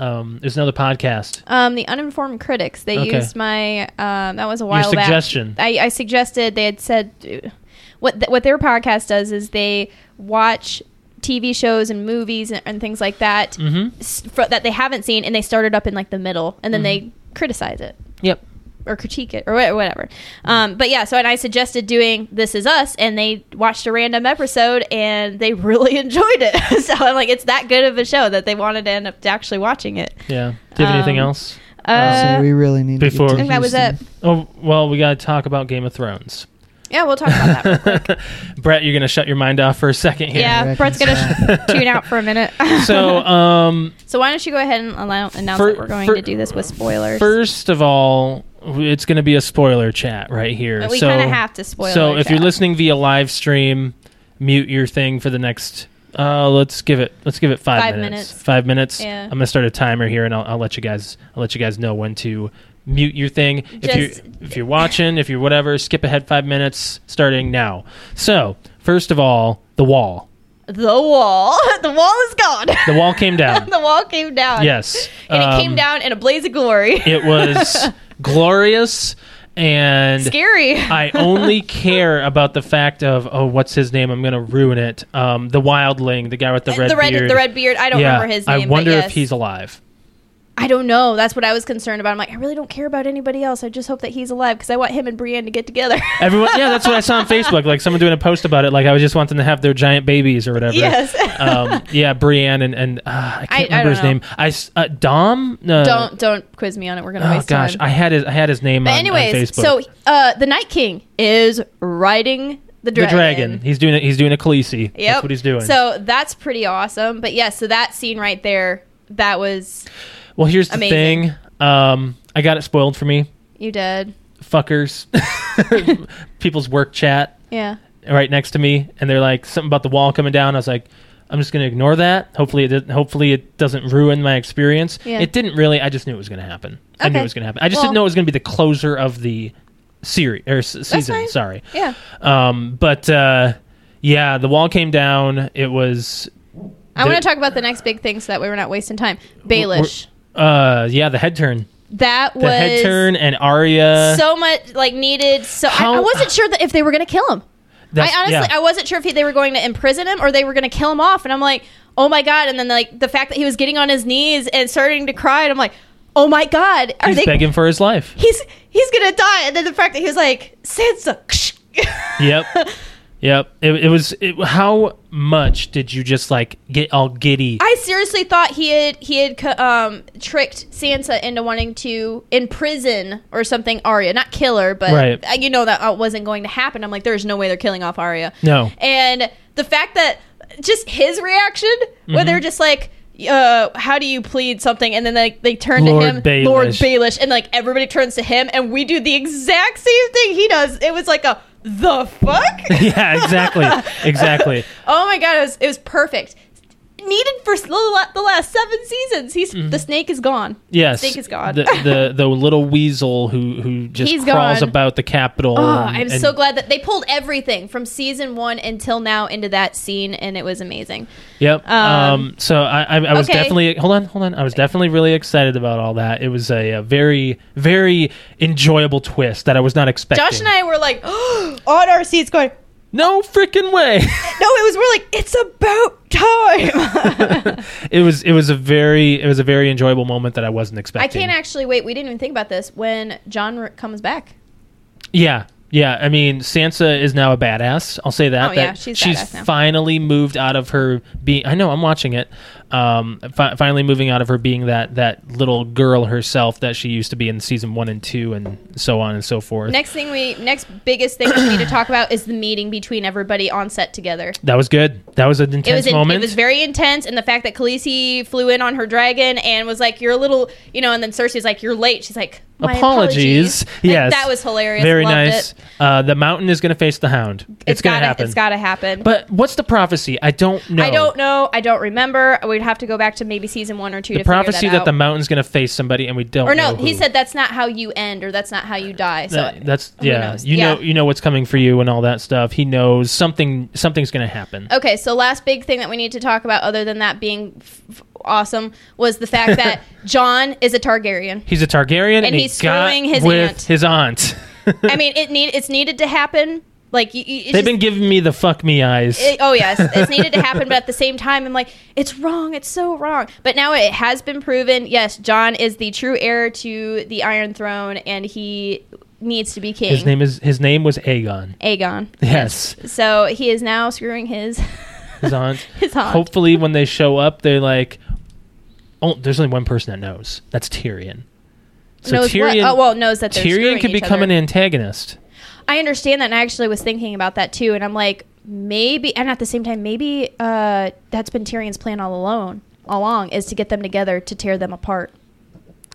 [SPEAKER 3] Um, it was another podcast.
[SPEAKER 4] Um, the uninformed critics. They
[SPEAKER 3] Okay.
[SPEAKER 4] used my. Um, that was a while
[SPEAKER 3] Your suggestion.
[SPEAKER 4] back. I, I suggested they had said what th- what their podcast does is they watch TV shows and movies and, and things like that
[SPEAKER 3] Mm-hmm.
[SPEAKER 4] s- fro- that they haven't seen, and they started up in like the middle, and then they
[SPEAKER 3] Mm-hmm.
[SPEAKER 4] criticize it
[SPEAKER 3] Yep.
[SPEAKER 4] or critique it or wha- whatever. Um, but yeah, so and I suggested doing This Is Us, and they watched a random episode and they really enjoyed it. so I'm like, it's that good of a show that they wanted to end up actually watching it.
[SPEAKER 3] Yeah. Do you have anything
[SPEAKER 4] Um,
[SPEAKER 3] else?
[SPEAKER 4] Uh,
[SPEAKER 2] Oh, so we really need
[SPEAKER 3] before-
[SPEAKER 2] to
[SPEAKER 4] I
[SPEAKER 2] get
[SPEAKER 4] think
[SPEAKER 2] to
[SPEAKER 4] that was it.
[SPEAKER 2] Houston.
[SPEAKER 3] Oh well, we got to talk about Game of Thrones.
[SPEAKER 4] Yeah, we'll talk about that. real quick.
[SPEAKER 3] Brett, you're going to shut your mind off for a second here.
[SPEAKER 2] I
[SPEAKER 4] yeah,
[SPEAKER 2] reckon
[SPEAKER 4] Brett's gonna
[SPEAKER 3] so.
[SPEAKER 4] sh- tune out for a minute.
[SPEAKER 3] So, um,
[SPEAKER 4] so why don't you go ahead and allow- announce
[SPEAKER 3] Fir-
[SPEAKER 4] that we're going
[SPEAKER 3] fir-
[SPEAKER 4] to do this with spoilers?
[SPEAKER 3] First of all, it's going to be a spoiler chat right here.
[SPEAKER 4] But we
[SPEAKER 3] so,
[SPEAKER 4] kind of have to spoil.
[SPEAKER 3] So
[SPEAKER 4] it,
[SPEAKER 3] if you're
[SPEAKER 4] Jack.
[SPEAKER 3] listening via live stream, mute your thing for the next. Uh, let's give it. Let's give it five,
[SPEAKER 4] Five
[SPEAKER 3] minutes.
[SPEAKER 4] minutes.
[SPEAKER 3] Five minutes.
[SPEAKER 4] Yeah.
[SPEAKER 3] I'm gonna start a timer here, and I'll, I'll let you guys. I'll let you guys know when to mute your thing. if
[SPEAKER 4] Just-
[SPEAKER 3] you if you're watching, if you're whatever, skip ahead five minutes starting now. So first of all, the wall.
[SPEAKER 4] the wall, the wall is gone.
[SPEAKER 3] The wall came down.
[SPEAKER 4] the wall came down.
[SPEAKER 3] yes,
[SPEAKER 4] and it
[SPEAKER 3] Um,
[SPEAKER 4] came down in a blaze of glory.
[SPEAKER 3] It was glorious and
[SPEAKER 4] scary.
[SPEAKER 3] I only care about the fact of oh, what's his name? I'm gonna ruin it. Um, the wildling, the guy with the red
[SPEAKER 4] Uh, the red
[SPEAKER 3] beard.
[SPEAKER 4] the red beard. I don't remember his name.
[SPEAKER 3] I wonder
[SPEAKER 4] but yes.
[SPEAKER 3] if he's alive.
[SPEAKER 4] I don't know. That's what I was concerned about. I'm like, I really don't care about anybody else. I just hope that he's alive because I want him and Brienne to get together.
[SPEAKER 3] Everyone, yeah, that's what I saw on Facebook. Like someone doing a post about it. Like I was just wanting to have their giant babies or whatever.
[SPEAKER 4] Yes.
[SPEAKER 3] Um, yeah, Brienne and and uh, I can't
[SPEAKER 4] I- I
[SPEAKER 3] remember his
[SPEAKER 4] don't know.
[SPEAKER 3] name. I s- uh, Dom. No.
[SPEAKER 4] don't don't quiz me on it. We're gonna
[SPEAKER 3] Uh, Oh
[SPEAKER 4] waste
[SPEAKER 3] gosh,
[SPEAKER 4] time.
[SPEAKER 3] I had his I had his name on,
[SPEAKER 4] but
[SPEAKER 3] on
[SPEAKER 4] anyways,
[SPEAKER 3] Facebook.
[SPEAKER 4] so uh, the Night King is riding the
[SPEAKER 3] the
[SPEAKER 4] dragon.
[SPEAKER 3] dragon. He's doing it. He's doing a Khaleesi.
[SPEAKER 4] Yep.
[SPEAKER 3] That's what he's doing.
[SPEAKER 4] So that's pretty awesome. But yeah, so that scene right there, that was
[SPEAKER 3] well, here's the
[SPEAKER 4] amazing.
[SPEAKER 3] thing. Um, I got it spoiled for me,
[SPEAKER 4] you did.
[SPEAKER 3] fuckers. People's work chat
[SPEAKER 4] Yeah.
[SPEAKER 3] right next to me, and they're like something about the wall coming down. I was like. I'm just gonna ignore that. Hopefully, it didn't, hopefully it doesn't ruin my experience.
[SPEAKER 4] Yeah.
[SPEAKER 3] It didn't really. I just knew it was gonna happen. I knew
[SPEAKER 4] Okay.
[SPEAKER 3] it was gonna happen. I just didn't
[SPEAKER 4] Well-
[SPEAKER 3] know it was gonna be the closer of the series or s- season.
[SPEAKER 4] fine.
[SPEAKER 3] Sorry.
[SPEAKER 4] Yeah.
[SPEAKER 3] Um, but uh, yeah, the wall came down. It was
[SPEAKER 4] I
[SPEAKER 3] There-
[SPEAKER 4] want to talk about the next big thing so that way we're not wasting time. Baelish.
[SPEAKER 3] uh, yeah, the head turn,
[SPEAKER 4] That
[SPEAKER 3] the
[SPEAKER 4] was
[SPEAKER 3] head turn, and Arya.
[SPEAKER 4] so much like needed. So I- I,
[SPEAKER 3] How-
[SPEAKER 4] wasn't sure that if they were going to kill him. I
[SPEAKER 3] that's-
[SPEAKER 4] honestly,
[SPEAKER 3] yeah.
[SPEAKER 4] I wasn't sure if he, they were going to imprison him or they were going to kill him off. And I'm like, oh my god! And then like the fact that he was getting on his knees and starting to cry, and I'm like, oh my god, are
[SPEAKER 3] he's
[SPEAKER 4] they?
[SPEAKER 3] begging for his life.
[SPEAKER 4] He's he's gonna die. And then the fact that he was like Sansa.
[SPEAKER 3] Yep. Yep. It, it was. It, how much did you just like get all giddy?
[SPEAKER 4] I seriously thought he had he had co- um, tricked Sansa into wanting to imprison or something Arya, not kill her, but
[SPEAKER 3] Right.
[SPEAKER 4] uh, you know that uh, wasn't going to happen. I'm like, there's no way they're killing off Arya.
[SPEAKER 3] No.
[SPEAKER 4] and the fact that just his reaction,
[SPEAKER 3] Mm-hmm.
[SPEAKER 4] where they're just like. Uh, how do you plead something? And then like they turn
[SPEAKER 3] Lord
[SPEAKER 4] to him,
[SPEAKER 3] Baelish.
[SPEAKER 4] Lord Baelish, and like everybody turns to him, and we do the exact same thing he does. It was like a the fuck.
[SPEAKER 3] yeah. Exactly. Exactly.
[SPEAKER 4] Oh my god, it was it was perfect. Needed for s- the la- the last seven seasons. He's
[SPEAKER 3] Mm-hmm.
[SPEAKER 4] the snake is gone.
[SPEAKER 3] Yes.
[SPEAKER 4] Snake is gone.
[SPEAKER 3] The, the the little weasel who who just
[SPEAKER 4] He's
[SPEAKER 3] crawls
[SPEAKER 4] gone.
[SPEAKER 3] about the capital.
[SPEAKER 4] Oh,
[SPEAKER 3] and-
[SPEAKER 4] I'm
[SPEAKER 3] and-
[SPEAKER 4] so glad that they pulled everything from season one until now into that scene, and it was amazing.
[SPEAKER 3] Yep. Um,
[SPEAKER 4] Um,
[SPEAKER 3] so I, I, I was
[SPEAKER 4] okay.
[SPEAKER 3] definitely hold on, hold on. I was definitely really excited about all that. It was a, a very, very enjoyable twist that I was not expecting.
[SPEAKER 4] Josh and I were like on our seats, going,
[SPEAKER 3] no freaking way.
[SPEAKER 4] "No, it was. We're like, it's about time."
[SPEAKER 3] it was it was a very it was a very enjoyable moment that I wasn't
[SPEAKER 4] I
[SPEAKER 3] expecting.
[SPEAKER 4] can't actually wait. We didn't even think about this when John r- comes back.
[SPEAKER 3] Yeah. Yeah, I mean Sansa is now a badass. I'll say that.
[SPEAKER 4] Oh,
[SPEAKER 3] that
[SPEAKER 4] yeah, she's badass now.
[SPEAKER 3] finally moved out of her being. I know I'm watching it. Um, fi- finally moving out of her being that that little girl herself that she used to be in season one and two, and so on and so forth.
[SPEAKER 4] Next thing we, next biggest thing we need to talk about is the meeting between everybody on set together.
[SPEAKER 3] That was good. That was an intense
[SPEAKER 4] it was in,
[SPEAKER 3] moment.
[SPEAKER 4] it was very intense and the fact that Khaleesi flew in on her dragon and was like you're a little you know and then Cersei's like you're late she's like "My
[SPEAKER 3] Apologies.
[SPEAKER 4] apologies. Like,
[SPEAKER 3] Yes.
[SPEAKER 4] that was hilarious
[SPEAKER 3] Very
[SPEAKER 4] Loved
[SPEAKER 3] nice.
[SPEAKER 4] it.
[SPEAKER 3] Uh, the mountain is going to face the hound. It's,
[SPEAKER 4] it's
[SPEAKER 3] going to
[SPEAKER 4] gotta
[SPEAKER 3] happen.
[SPEAKER 4] it's gotta happen
[SPEAKER 3] but what's the prophecy? I don't know.
[SPEAKER 4] I don't know I don't remember we'd have to go back to maybe season one or two
[SPEAKER 3] The
[SPEAKER 4] to figure
[SPEAKER 3] prophecy that,
[SPEAKER 4] out.
[SPEAKER 3] the mountain's going to face somebody, and we don't.
[SPEAKER 4] or no
[SPEAKER 3] know
[SPEAKER 4] he
[SPEAKER 3] who.
[SPEAKER 4] said that's not how you end or that's not how you die so
[SPEAKER 3] That- that's
[SPEAKER 4] who
[SPEAKER 3] yeah.
[SPEAKER 4] knows?
[SPEAKER 3] You
[SPEAKER 4] Yeah.
[SPEAKER 3] know, you know what's coming for you and all that stuff. He knows something. Something's going to happen.
[SPEAKER 4] Okay, so last big thing that we need to talk about, other than that being f- f- awesome, was the fact that John is a Targaryen.
[SPEAKER 3] He's a Targaryen, and,
[SPEAKER 4] And
[SPEAKER 3] he
[SPEAKER 4] he's
[SPEAKER 3] got
[SPEAKER 4] screwing his
[SPEAKER 3] with
[SPEAKER 4] aunt.
[SPEAKER 3] his aunt.
[SPEAKER 4] I mean, it need it's needed to happen. Like you, you, it's
[SPEAKER 3] They've
[SPEAKER 4] just-
[SPEAKER 3] been giving me the fuck me eyes.
[SPEAKER 4] it- oh yes, it's needed to happen, but at the same time, I'm like, it's wrong. It's so wrong. But now it has been proven. Yes, John is the true heir to the Iron Throne, and he needs to be king.
[SPEAKER 3] his name is his name was Aegon.
[SPEAKER 4] Aegon.
[SPEAKER 3] Yes.
[SPEAKER 4] So he is now screwing his
[SPEAKER 3] His aunt.
[SPEAKER 4] his aunt.
[SPEAKER 3] Hopefully, when they show up, they're like, "Oh, there's only one person that knows. That's Tyrion." So
[SPEAKER 4] knows what-
[SPEAKER 3] Tyrion,
[SPEAKER 4] oh well, knows that they're
[SPEAKER 3] Tyrion
[SPEAKER 4] screwing
[SPEAKER 3] could
[SPEAKER 4] each
[SPEAKER 3] become
[SPEAKER 4] other.
[SPEAKER 3] an antagonist.
[SPEAKER 4] I understand that, and I actually was thinking about that too. And I'm like, maybe, and at the same time, maybe uh, that's been Tyrion's plan all alone, all along, is to get them together to tear them apart.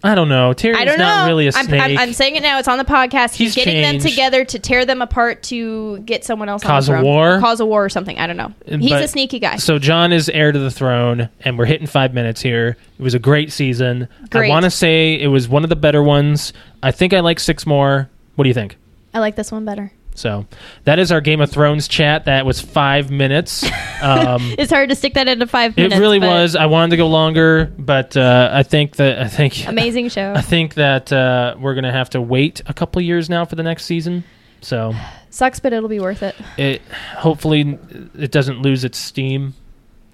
[SPEAKER 3] I don't know. Tyrion's
[SPEAKER 4] I don't
[SPEAKER 3] not
[SPEAKER 4] know.
[SPEAKER 3] really a
[SPEAKER 4] I'm-
[SPEAKER 3] snake.
[SPEAKER 4] I'm, I'm, saying it now. It's on the podcast. He's,
[SPEAKER 3] He's
[SPEAKER 4] getting
[SPEAKER 3] changed.
[SPEAKER 4] them together to tear them apart to get someone else.
[SPEAKER 3] Cause a
[SPEAKER 4] on the throne.
[SPEAKER 3] war? Uh,
[SPEAKER 4] Cause a war or something. I don't know. He's
[SPEAKER 3] But-
[SPEAKER 4] a sneaky guy.
[SPEAKER 3] So John is heir to the throne, and we're hitting five minutes here. It was a great season.
[SPEAKER 4] Great.
[SPEAKER 3] I want to say it was one of the better ones. I think I like six more. What do you think?
[SPEAKER 4] I like this one better.
[SPEAKER 3] So that is our Game of Thrones chat. That was five minutes. Um,
[SPEAKER 4] It's hard to stick that into five
[SPEAKER 3] it
[SPEAKER 4] minutes.
[SPEAKER 3] really
[SPEAKER 4] but
[SPEAKER 3] was. I wanted to go longer, but uh, I think that I think
[SPEAKER 4] amazing show.
[SPEAKER 3] I think that uh, we're gonna have to wait a couple years now for the next season. So
[SPEAKER 4] Sucks, but it'll be worth it.
[SPEAKER 3] it hopefully it doesn't lose its steam.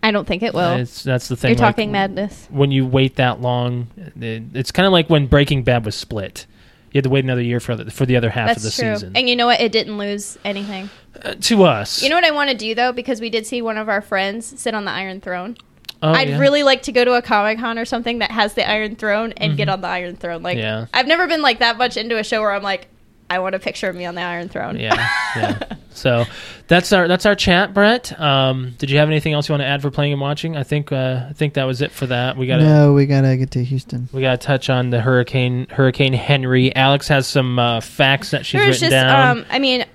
[SPEAKER 4] I don't think it will.
[SPEAKER 3] It's, that's the thing.
[SPEAKER 4] You're
[SPEAKER 3] like,
[SPEAKER 4] talking madness.
[SPEAKER 3] When you wait that long, it- it's kind of like when Breaking Bad was split. You had to wait another year for the, for the other half of the
[SPEAKER 4] That's true.
[SPEAKER 3] season.
[SPEAKER 4] And you know what? It didn't lose anything.
[SPEAKER 3] Uh, to us,
[SPEAKER 4] You know what I want to do though, because we did see one of our friends sit on the Iron Throne.
[SPEAKER 3] Oh,
[SPEAKER 4] I'd
[SPEAKER 3] yeah.
[SPEAKER 4] really like to go to a Comic Con or something that has the Iron Throne and get on the Iron Throne. Like,
[SPEAKER 3] Mm-hmm. Yeah.
[SPEAKER 4] I've never been like that much into a show where I'm like, I want a picture of me on the Iron Throne.
[SPEAKER 3] Yeah, yeah. So that's our that's our chat, Brett. Um, did you have anything else you want to add for playing and watching? I think uh, I think that was it for that. We got to
[SPEAKER 2] no, we gotta get to Houston.
[SPEAKER 3] we got to touch on the hurricane Hurricane Henry. Alex has some uh, facts that she's
[SPEAKER 4] There's
[SPEAKER 3] written
[SPEAKER 4] just,
[SPEAKER 3] down.
[SPEAKER 4] um, I mean,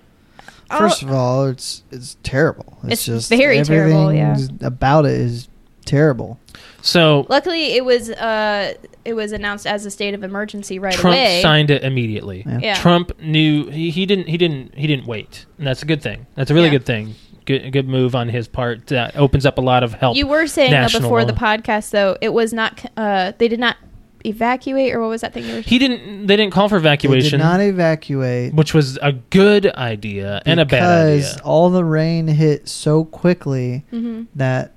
[SPEAKER 4] all-
[SPEAKER 2] First of all, it's it's terrible. It's,
[SPEAKER 4] Oh. It's
[SPEAKER 2] just
[SPEAKER 4] very terrible, yeah.
[SPEAKER 2] everything about it is terrible.
[SPEAKER 3] so
[SPEAKER 4] luckily it was uh, it was announced as a state of emergency right
[SPEAKER 3] Trump
[SPEAKER 4] away.
[SPEAKER 3] signed it immediately.
[SPEAKER 2] Yeah.
[SPEAKER 4] Yeah.
[SPEAKER 3] Trump knew he, he didn't he didn't he didn't wait, and that's a good thing. That's a really
[SPEAKER 4] Yeah.
[SPEAKER 3] good thing. Good good move on his part. That opens up a lot of help.
[SPEAKER 4] You were saying though,
[SPEAKER 3] national
[SPEAKER 4] before the
[SPEAKER 3] law.
[SPEAKER 4] podcast though, it was not. Uh, they did not evacuate, or what was that thing? You were
[SPEAKER 3] he didn't. They didn't call for
[SPEAKER 2] They did
[SPEAKER 3] evacuation,
[SPEAKER 2] not evacuate
[SPEAKER 3] which was a good idea and a bad idea.
[SPEAKER 2] because all the rain hit so quickly
[SPEAKER 4] Mhm.
[SPEAKER 2] that,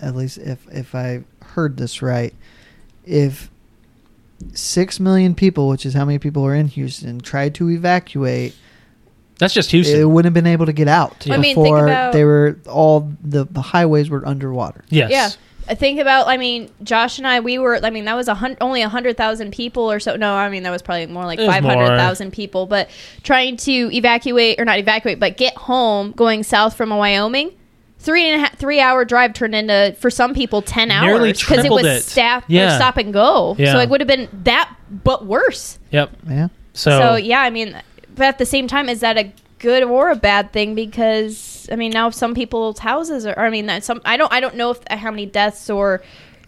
[SPEAKER 2] at least if if I heard this right, if six million people, which is how many people are in Houston, tried to evacuate,
[SPEAKER 3] That's just Houston.
[SPEAKER 2] they wouldn't have been able to get out
[SPEAKER 3] Yeah. I
[SPEAKER 4] mean, think
[SPEAKER 2] before
[SPEAKER 4] about-
[SPEAKER 2] they were all the, the highways were underwater.
[SPEAKER 3] yes.
[SPEAKER 4] Yeah. I think about, I mean, Josh and I, we were, I mean, that was a hun- only 100,000 people or so. No, I mean, that was probably more like
[SPEAKER 3] It was
[SPEAKER 4] 500,000 people, but trying to evacuate, or not evacuate, but get home going south from Wyoming. Three and a half, three hour drive turned into for some people ten
[SPEAKER 3] Nearly
[SPEAKER 4] hours because it
[SPEAKER 3] tripled
[SPEAKER 4] was
[SPEAKER 3] it.
[SPEAKER 4] staff
[SPEAKER 3] Yeah.
[SPEAKER 4] or stop and go.
[SPEAKER 3] Yeah.
[SPEAKER 4] So it would have been that, but worse.
[SPEAKER 3] Yep.
[SPEAKER 2] Yeah.
[SPEAKER 3] So,
[SPEAKER 4] so yeah, I mean, but at the same time, is that a good or a bad thing? Because I mean, now some people's houses are. I mean, that some I don't I don't know if uh, how many deaths or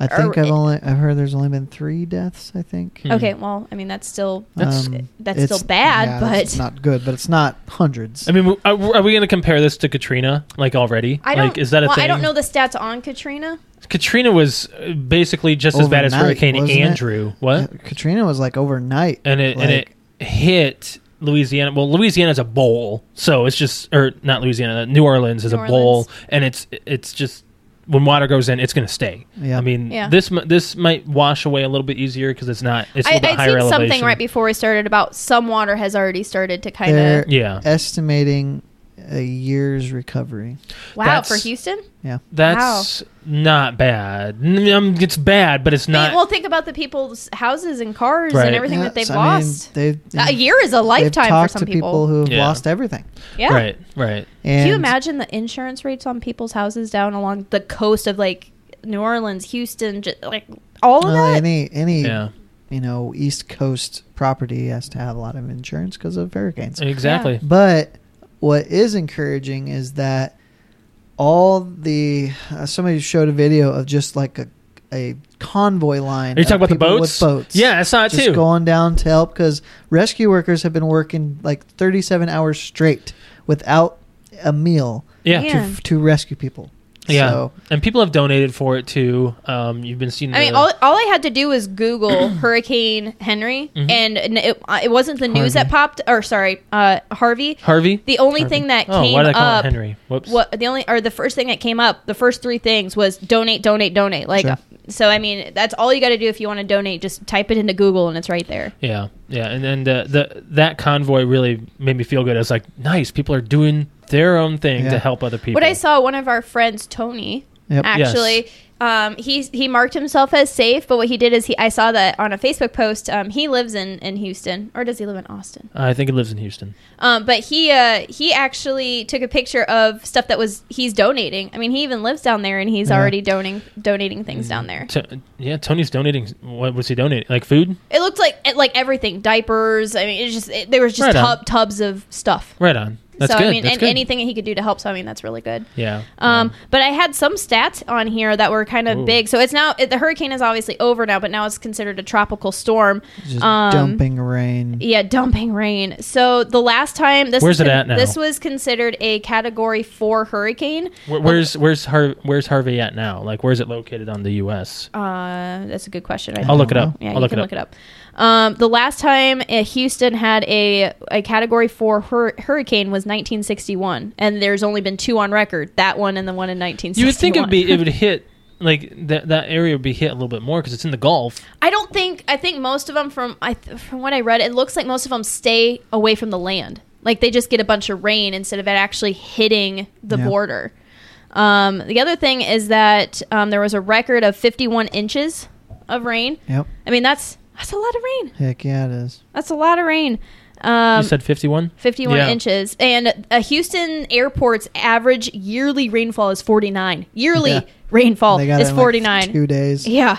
[SPEAKER 2] I think
[SPEAKER 4] Or-
[SPEAKER 2] I've only I've heard there's only been three deaths. I think
[SPEAKER 3] Hmm.
[SPEAKER 4] Okay, well, I mean that's still
[SPEAKER 3] That's-
[SPEAKER 4] that's,
[SPEAKER 2] Um,
[SPEAKER 4] that's
[SPEAKER 2] it's-
[SPEAKER 4] still bad,
[SPEAKER 2] yeah,
[SPEAKER 4] but
[SPEAKER 2] it's not good. But it's not hundreds.
[SPEAKER 3] I mean, w- are, are we going to compare this to Katrina? Like already?
[SPEAKER 4] I don't.
[SPEAKER 3] like, is that a
[SPEAKER 4] well,
[SPEAKER 3] thing?
[SPEAKER 4] I don't know the stats on Katrina.
[SPEAKER 3] Katrina was uh, basically just as bad as
[SPEAKER 2] Overnight,
[SPEAKER 3] Hurricane
[SPEAKER 2] wasn't it?
[SPEAKER 3] Andrew. What?
[SPEAKER 2] Katrina was like overnight,
[SPEAKER 3] and it and
[SPEAKER 2] like-
[SPEAKER 3] it hit Louisiana. Well, Louisiana's a bowl, so it's just or not Louisiana. New Orleans is
[SPEAKER 4] New
[SPEAKER 3] a bowl,
[SPEAKER 4] Orleans.
[SPEAKER 3] and it's it's just when water goes in, it's going to stay.
[SPEAKER 2] Yeah.
[SPEAKER 3] I mean,
[SPEAKER 4] Yeah.
[SPEAKER 3] this mi- this might wash away a little bit easier because it's not. It's a
[SPEAKER 4] I,
[SPEAKER 3] little bit
[SPEAKER 4] I'd
[SPEAKER 3] higher
[SPEAKER 4] seen
[SPEAKER 3] elevation.
[SPEAKER 4] something right before we started about some water has already started to kind
[SPEAKER 2] There-
[SPEAKER 4] of
[SPEAKER 3] Yeah,
[SPEAKER 2] estimating a year's recovery.
[SPEAKER 4] wow
[SPEAKER 3] that's-
[SPEAKER 4] for Houston.
[SPEAKER 2] Yeah.
[SPEAKER 3] that's not bad. N- Um, it's bad, but it's
[SPEAKER 4] I mean,
[SPEAKER 3] not.
[SPEAKER 4] well, think about the people's houses and cars
[SPEAKER 3] Right.
[SPEAKER 4] and everything that they've
[SPEAKER 2] So, I mean,
[SPEAKER 4] lost.
[SPEAKER 2] they've,
[SPEAKER 4] a year is a
[SPEAKER 2] they've
[SPEAKER 4] lifetime
[SPEAKER 2] talked
[SPEAKER 4] for some
[SPEAKER 2] to people,
[SPEAKER 4] people.
[SPEAKER 2] who have
[SPEAKER 3] Yeah.
[SPEAKER 2] lost everything.
[SPEAKER 4] yeah.
[SPEAKER 3] Right, right.
[SPEAKER 2] And
[SPEAKER 4] Can you imagine the insurance rates on people's houses down along the coast of like New Orleans, Houston, just, like all of
[SPEAKER 2] well,
[SPEAKER 4] that?
[SPEAKER 2] any any
[SPEAKER 3] Yeah,
[SPEAKER 2] you know East Coast property has to have a lot of insurance because of hurricanes.
[SPEAKER 3] exactly.
[SPEAKER 2] But what is encouraging is that all the uh, somebody showed a video of just like a a convoy line.
[SPEAKER 3] Are you
[SPEAKER 2] of
[SPEAKER 3] talking about the
[SPEAKER 2] uh, people
[SPEAKER 3] boats?
[SPEAKER 2] With boats.
[SPEAKER 3] Yeah, I saw it
[SPEAKER 2] just
[SPEAKER 3] too.
[SPEAKER 2] going down to help because rescue workers have been working like 37 hours straight without a meal
[SPEAKER 3] yeah,
[SPEAKER 4] Yeah.
[SPEAKER 2] to, to rescue people.
[SPEAKER 3] yeah.
[SPEAKER 2] So,
[SPEAKER 3] and people have donated for it too. Um, you've been seeing.
[SPEAKER 4] I mean,
[SPEAKER 3] the-
[SPEAKER 4] all, all I had to do was Google Hurricane Henry,
[SPEAKER 3] Mhm.
[SPEAKER 4] and n- it, uh, it wasn't the news that
[SPEAKER 3] Harvey.
[SPEAKER 4] popped, or sorry, uh, Harvey.
[SPEAKER 3] Harvey.
[SPEAKER 4] The only
[SPEAKER 3] Harvey.
[SPEAKER 4] thing that
[SPEAKER 3] oh,
[SPEAKER 4] came
[SPEAKER 3] why did I call
[SPEAKER 4] up,
[SPEAKER 3] it Henry? Whoops.
[SPEAKER 4] what the only or the first thing that came up, the first three things was donate, donate, donate. Like,
[SPEAKER 2] Sure.
[SPEAKER 4] so I mean, that's all you got to do if you want to donate. Just type it into Google, and it's right there.
[SPEAKER 3] Yeah, yeah, and and uh, the that convoy really made me feel good. I was like, nice, people are doing their own thing
[SPEAKER 2] Yeah.
[SPEAKER 3] to help other people.
[SPEAKER 4] What I saw, one of our friends, Tony,
[SPEAKER 2] yep.
[SPEAKER 3] Yes.
[SPEAKER 4] actually. Um, he he marked himself as safe, but what he did is he I saw that on a Facebook post. Um, he lives in in Houston, or does he live in Austin?
[SPEAKER 3] I think it lives in Houston.
[SPEAKER 4] Um, but he uh, he actually took a picture of stuff that was he's donating. I mean, he even lives down there, and he's
[SPEAKER 2] Yeah.
[SPEAKER 4] already donating donating things
[SPEAKER 3] Mm.
[SPEAKER 4] down there.
[SPEAKER 3] To- yeah, Tony's donating. What was he donating? Like food?
[SPEAKER 4] It looked like it, like everything, diapers. I mean, it's just it, there was just
[SPEAKER 3] Right on.
[SPEAKER 4] tub, tubs of stuff.
[SPEAKER 3] Right on. That's
[SPEAKER 4] so
[SPEAKER 3] good.
[SPEAKER 4] I mean,
[SPEAKER 3] That's
[SPEAKER 4] and
[SPEAKER 3] good.
[SPEAKER 4] anything that he could do to help. So I mean, that's really good.
[SPEAKER 3] Yeah.
[SPEAKER 4] Um, but I had some stats on here that were kind of
[SPEAKER 3] Ooh.
[SPEAKER 4] big. So it's now it, the hurricane is obviously over now, but now it's considered a tropical storm.
[SPEAKER 2] Just
[SPEAKER 4] um,
[SPEAKER 2] dumping rain.
[SPEAKER 4] Yeah, dumping rain. So the last time this
[SPEAKER 3] Where's
[SPEAKER 4] was
[SPEAKER 3] it at now?
[SPEAKER 4] This was considered a Category Four hurricane.
[SPEAKER 3] Where, where's where's Har- where's Harvey at now? Like, where's it located on the U.S.?
[SPEAKER 4] Uh, that's a good question. I
[SPEAKER 3] I'll
[SPEAKER 4] don't
[SPEAKER 3] look it
[SPEAKER 4] know.
[SPEAKER 3] up.
[SPEAKER 4] Yeah,
[SPEAKER 3] I'll
[SPEAKER 4] you
[SPEAKER 3] look
[SPEAKER 4] can
[SPEAKER 3] it up.
[SPEAKER 4] look it up. Um, the last time uh, Houston had a, a Category 4 hur- hurricane was 1961, and there's only been two on record that one and the one in 1961.
[SPEAKER 3] You would think it'd be it would hit like that that area would be hit a little bit more because it's in the Gulf.
[SPEAKER 4] I don't think. I think most of them, from I th- from what I read, it looks like most of them stay away from the land. Like they just get a bunch of rain instead of it actually hitting the
[SPEAKER 2] Yeah.
[SPEAKER 4] border. Um, the other thing is that um, there was a record of 51 inches of rain.
[SPEAKER 2] Yep.
[SPEAKER 4] I mean, that's that's a lot of rain.
[SPEAKER 2] Heck yeah, it is.
[SPEAKER 4] That's a lot of rain. Um,
[SPEAKER 3] you said fifty one.
[SPEAKER 4] 51
[SPEAKER 3] Yeah.
[SPEAKER 4] inches. And uh, Houston airport's average yearly rainfall is 49. Yearly
[SPEAKER 2] Yeah.
[SPEAKER 4] rainfall
[SPEAKER 2] They got it
[SPEAKER 4] is
[SPEAKER 2] in, like,
[SPEAKER 4] 49.
[SPEAKER 2] two days.
[SPEAKER 4] Yeah.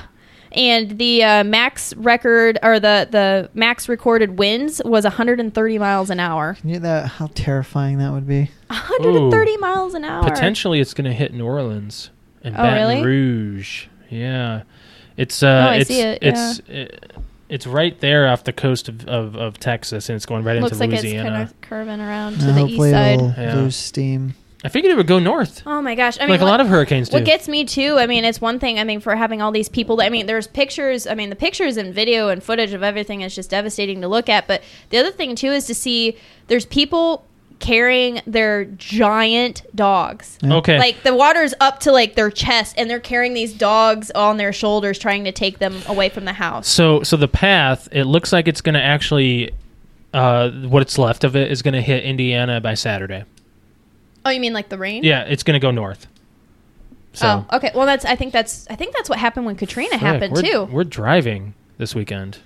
[SPEAKER 4] And the uh, max record or the, the max recorded winds was 130 miles an hour.
[SPEAKER 2] Can you that how terrifying that would be?
[SPEAKER 4] 130 miles an hour.
[SPEAKER 3] Potentially, it's going to hit New Orleans and
[SPEAKER 4] Oh,
[SPEAKER 3] Baton
[SPEAKER 4] really?
[SPEAKER 3] Rouge. Yeah, it's
[SPEAKER 4] Oh,
[SPEAKER 3] uh,
[SPEAKER 4] I
[SPEAKER 3] it's
[SPEAKER 4] see it,
[SPEAKER 3] it's it- it's right there off the coast of, of, of Texas, and it's going right
[SPEAKER 4] Looks
[SPEAKER 3] into
[SPEAKER 4] like it's
[SPEAKER 3] Louisiana.
[SPEAKER 4] kind of curving around to
[SPEAKER 2] Now,
[SPEAKER 4] the east
[SPEAKER 2] hopefully
[SPEAKER 4] side.
[SPEAKER 2] it'll
[SPEAKER 3] Yeah.
[SPEAKER 2] lose steam.
[SPEAKER 3] I figured it would go north,
[SPEAKER 4] Oh my gosh. I mean,
[SPEAKER 3] like a lot of hurricanes do.
[SPEAKER 4] What gets me too, I mean, it's one thing, I mean, for having all these people, that- I mean, there's pictures, I mean, the pictures and video and footage of everything is just devastating to look at. But the other thing too is to see there's people carrying their giant dogs.
[SPEAKER 2] Yeah.
[SPEAKER 3] Mm-hmm. okay,
[SPEAKER 4] Like the water's up to like their chest and they're carrying these dogs on their shoulders trying to take them away from the house.
[SPEAKER 3] so so the path it looks like it's going to actually. Uh, what's left of it is going to hit Indiana by Saturday.
[SPEAKER 4] Oh, you mean like the rain?
[SPEAKER 3] Yeah, it's going to go north. So
[SPEAKER 4] Oh, okay. Well, that's I think that's I think that's what happened when Katrina
[SPEAKER 3] frick,
[SPEAKER 4] happened
[SPEAKER 3] we're-
[SPEAKER 4] too.
[SPEAKER 3] We're driving this weekend.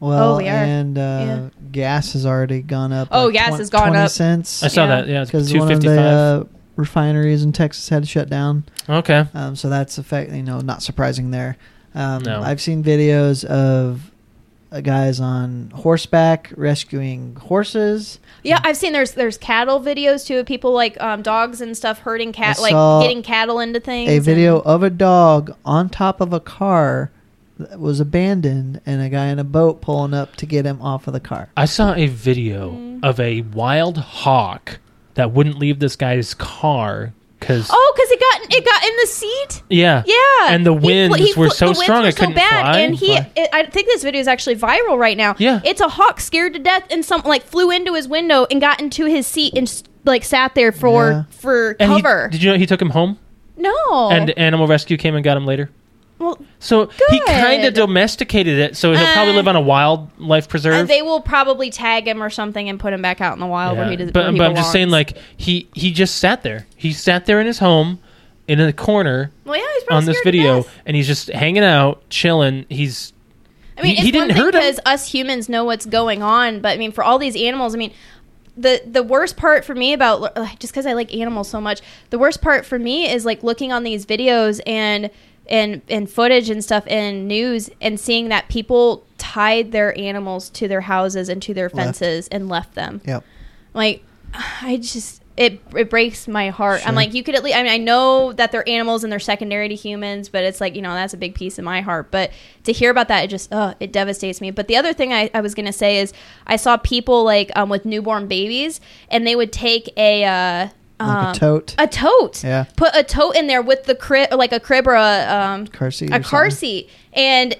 [SPEAKER 2] Well,
[SPEAKER 4] Oh, we are.
[SPEAKER 2] and uh, gas has already gone up.
[SPEAKER 4] Oh,
[SPEAKER 2] like,
[SPEAKER 4] gas
[SPEAKER 2] twen-
[SPEAKER 4] has gone
[SPEAKER 2] 20
[SPEAKER 4] up.
[SPEAKER 2] cents
[SPEAKER 3] I saw
[SPEAKER 4] Yeah.
[SPEAKER 3] that. Yeah, it's
[SPEAKER 2] because
[SPEAKER 3] two
[SPEAKER 2] one of
[SPEAKER 3] fifty
[SPEAKER 2] the
[SPEAKER 3] five.
[SPEAKER 2] uh, refineries in Texas had to shut down.
[SPEAKER 3] Okay.
[SPEAKER 2] Um, so that's effect, you know, not surprising there. Um,
[SPEAKER 3] No.
[SPEAKER 2] I've seen videos of uh, guys on horseback rescuing horses.
[SPEAKER 4] Yeah, I've seen there's there's cattle videos too of people like um, dogs and stuff herding cat
[SPEAKER 2] I
[SPEAKER 4] like
[SPEAKER 2] saw
[SPEAKER 4] getting cattle into things.
[SPEAKER 2] A
[SPEAKER 4] and-
[SPEAKER 2] video of a dog on top of a car that was abandoned, and a guy in a boat pulling up to get him off of the car.
[SPEAKER 3] I saw a video
[SPEAKER 4] Mm-hmm.
[SPEAKER 3] of a wild hawk that wouldn't leave this guy's car because
[SPEAKER 4] Oh, because it got it got in the seat.
[SPEAKER 3] yeah,
[SPEAKER 4] Yeah,
[SPEAKER 3] and the
[SPEAKER 4] He fl- he
[SPEAKER 3] winds were
[SPEAKER 4] fl-
[SPEAKER 3] so
[SPEAKER 4] the winds
[SPEAKER 3] strong
[SPEAKER 4] were
[SPEAKER 3] it couldn't fly.
[SPEAKER 4] And he,
[SPEAKER 2] Fly.
[SPEAKER 4] it, I think this video is actually viral right now.
[SPEAKER 3] Yeah.
[SPEAKER 4] it's a hawk scared to death and something like flew into his window and got into his seat and s- like sat there for
[SPEAKER 2] Yeah.
[SPEAKER 4] for
[SPEAKER 3] And he-
[SPEAKER 4] cover. Oh.
[SPEAKER 3] did you know he took him home
[SPEAKER 4] no,
[SPEAKER 3] and Animal Rescue came and got him later?
[SPEAKER 4] well,
[SPEAKER 3] So he kind of
[SPEAKER 4] Good.
[SPEAKER 3] domesticated it, so he'll
[SPEAKER 4] Uh,
[SPEAKER 3] probably live on a wildlife
[SPEAKER 4] uh,
[SPEAKER 3] preserve.
[SPEAKER 4] they will probably tag him or something and put him back out in the wild where
[SPEAKER 3] Yeah.
[SPEAKER 4] he does.
[SPEAKER 3] but
[SPEAKER 4] where
[SPEAKER 3] but
[SPEAKER 4] he
[SPEAKER 3] I'm just saying,
[SPEAKER 4] belongs.
[SPEAKER 3] like he he just sat there. He sat there in his home, in a corner
[SPEAKER 4] well, yeah, he's probably
[SPEAKER 3] on this
[SPEAKER 4] scared to
[SPEAKER 3] video,
[SPEAKER 4] death.
[SPEAKER 3] and he's just hanging out, chilling. He's
[SPEAKER 4] I mean,
[SPEAKER 3] He- he
[SPEAKER 4] it's one
[SPEAKER 3] didn't
[SPEAKER 4] thing
[SPEAKER 3] hurt him.
[SPEAKER 4] because us humans know what's going on, but I mean, for all these animals, I mean, the the worst part for me about ugh, just because I like animals so much, the worst part for me is like looking on these videos and and and footage and stuff and news and seeing that people tied their animals to their houses and to their
[SPEAKER 2] Left.
[SPEAKER 4] fences and left them.
[SPEAKER 2] Yep.
[SPEAKER 4] Like, I just. It, it breaks my heart.
[SPEAKER 2] Sure.
[SPEAKER 4] I'm like, you could at least, I mean, I know that they're animals and they're secondary to humans, but it's like, you know, that's a big piece of my heart. But to hear about that, it just, oh, it devastates me. But the other thing I, I was going to say is I saw people like um, with newborn babies and they would take a, uh, um,
[SPEAKER 2] Like a tote,
[SPEAKER 4] a tote.
[SPEAKER 2] Yeah.
[SPEAKER 4] Put a tote in there with the crib, or like a crib or a um,
[SPEAKER 2] car seat.
[SPEAKER 4] a
[SPEAKER 2] or
[SPEAKER 4] car
[SPEAKER 2] something.
[SPEAKER 4] seat, and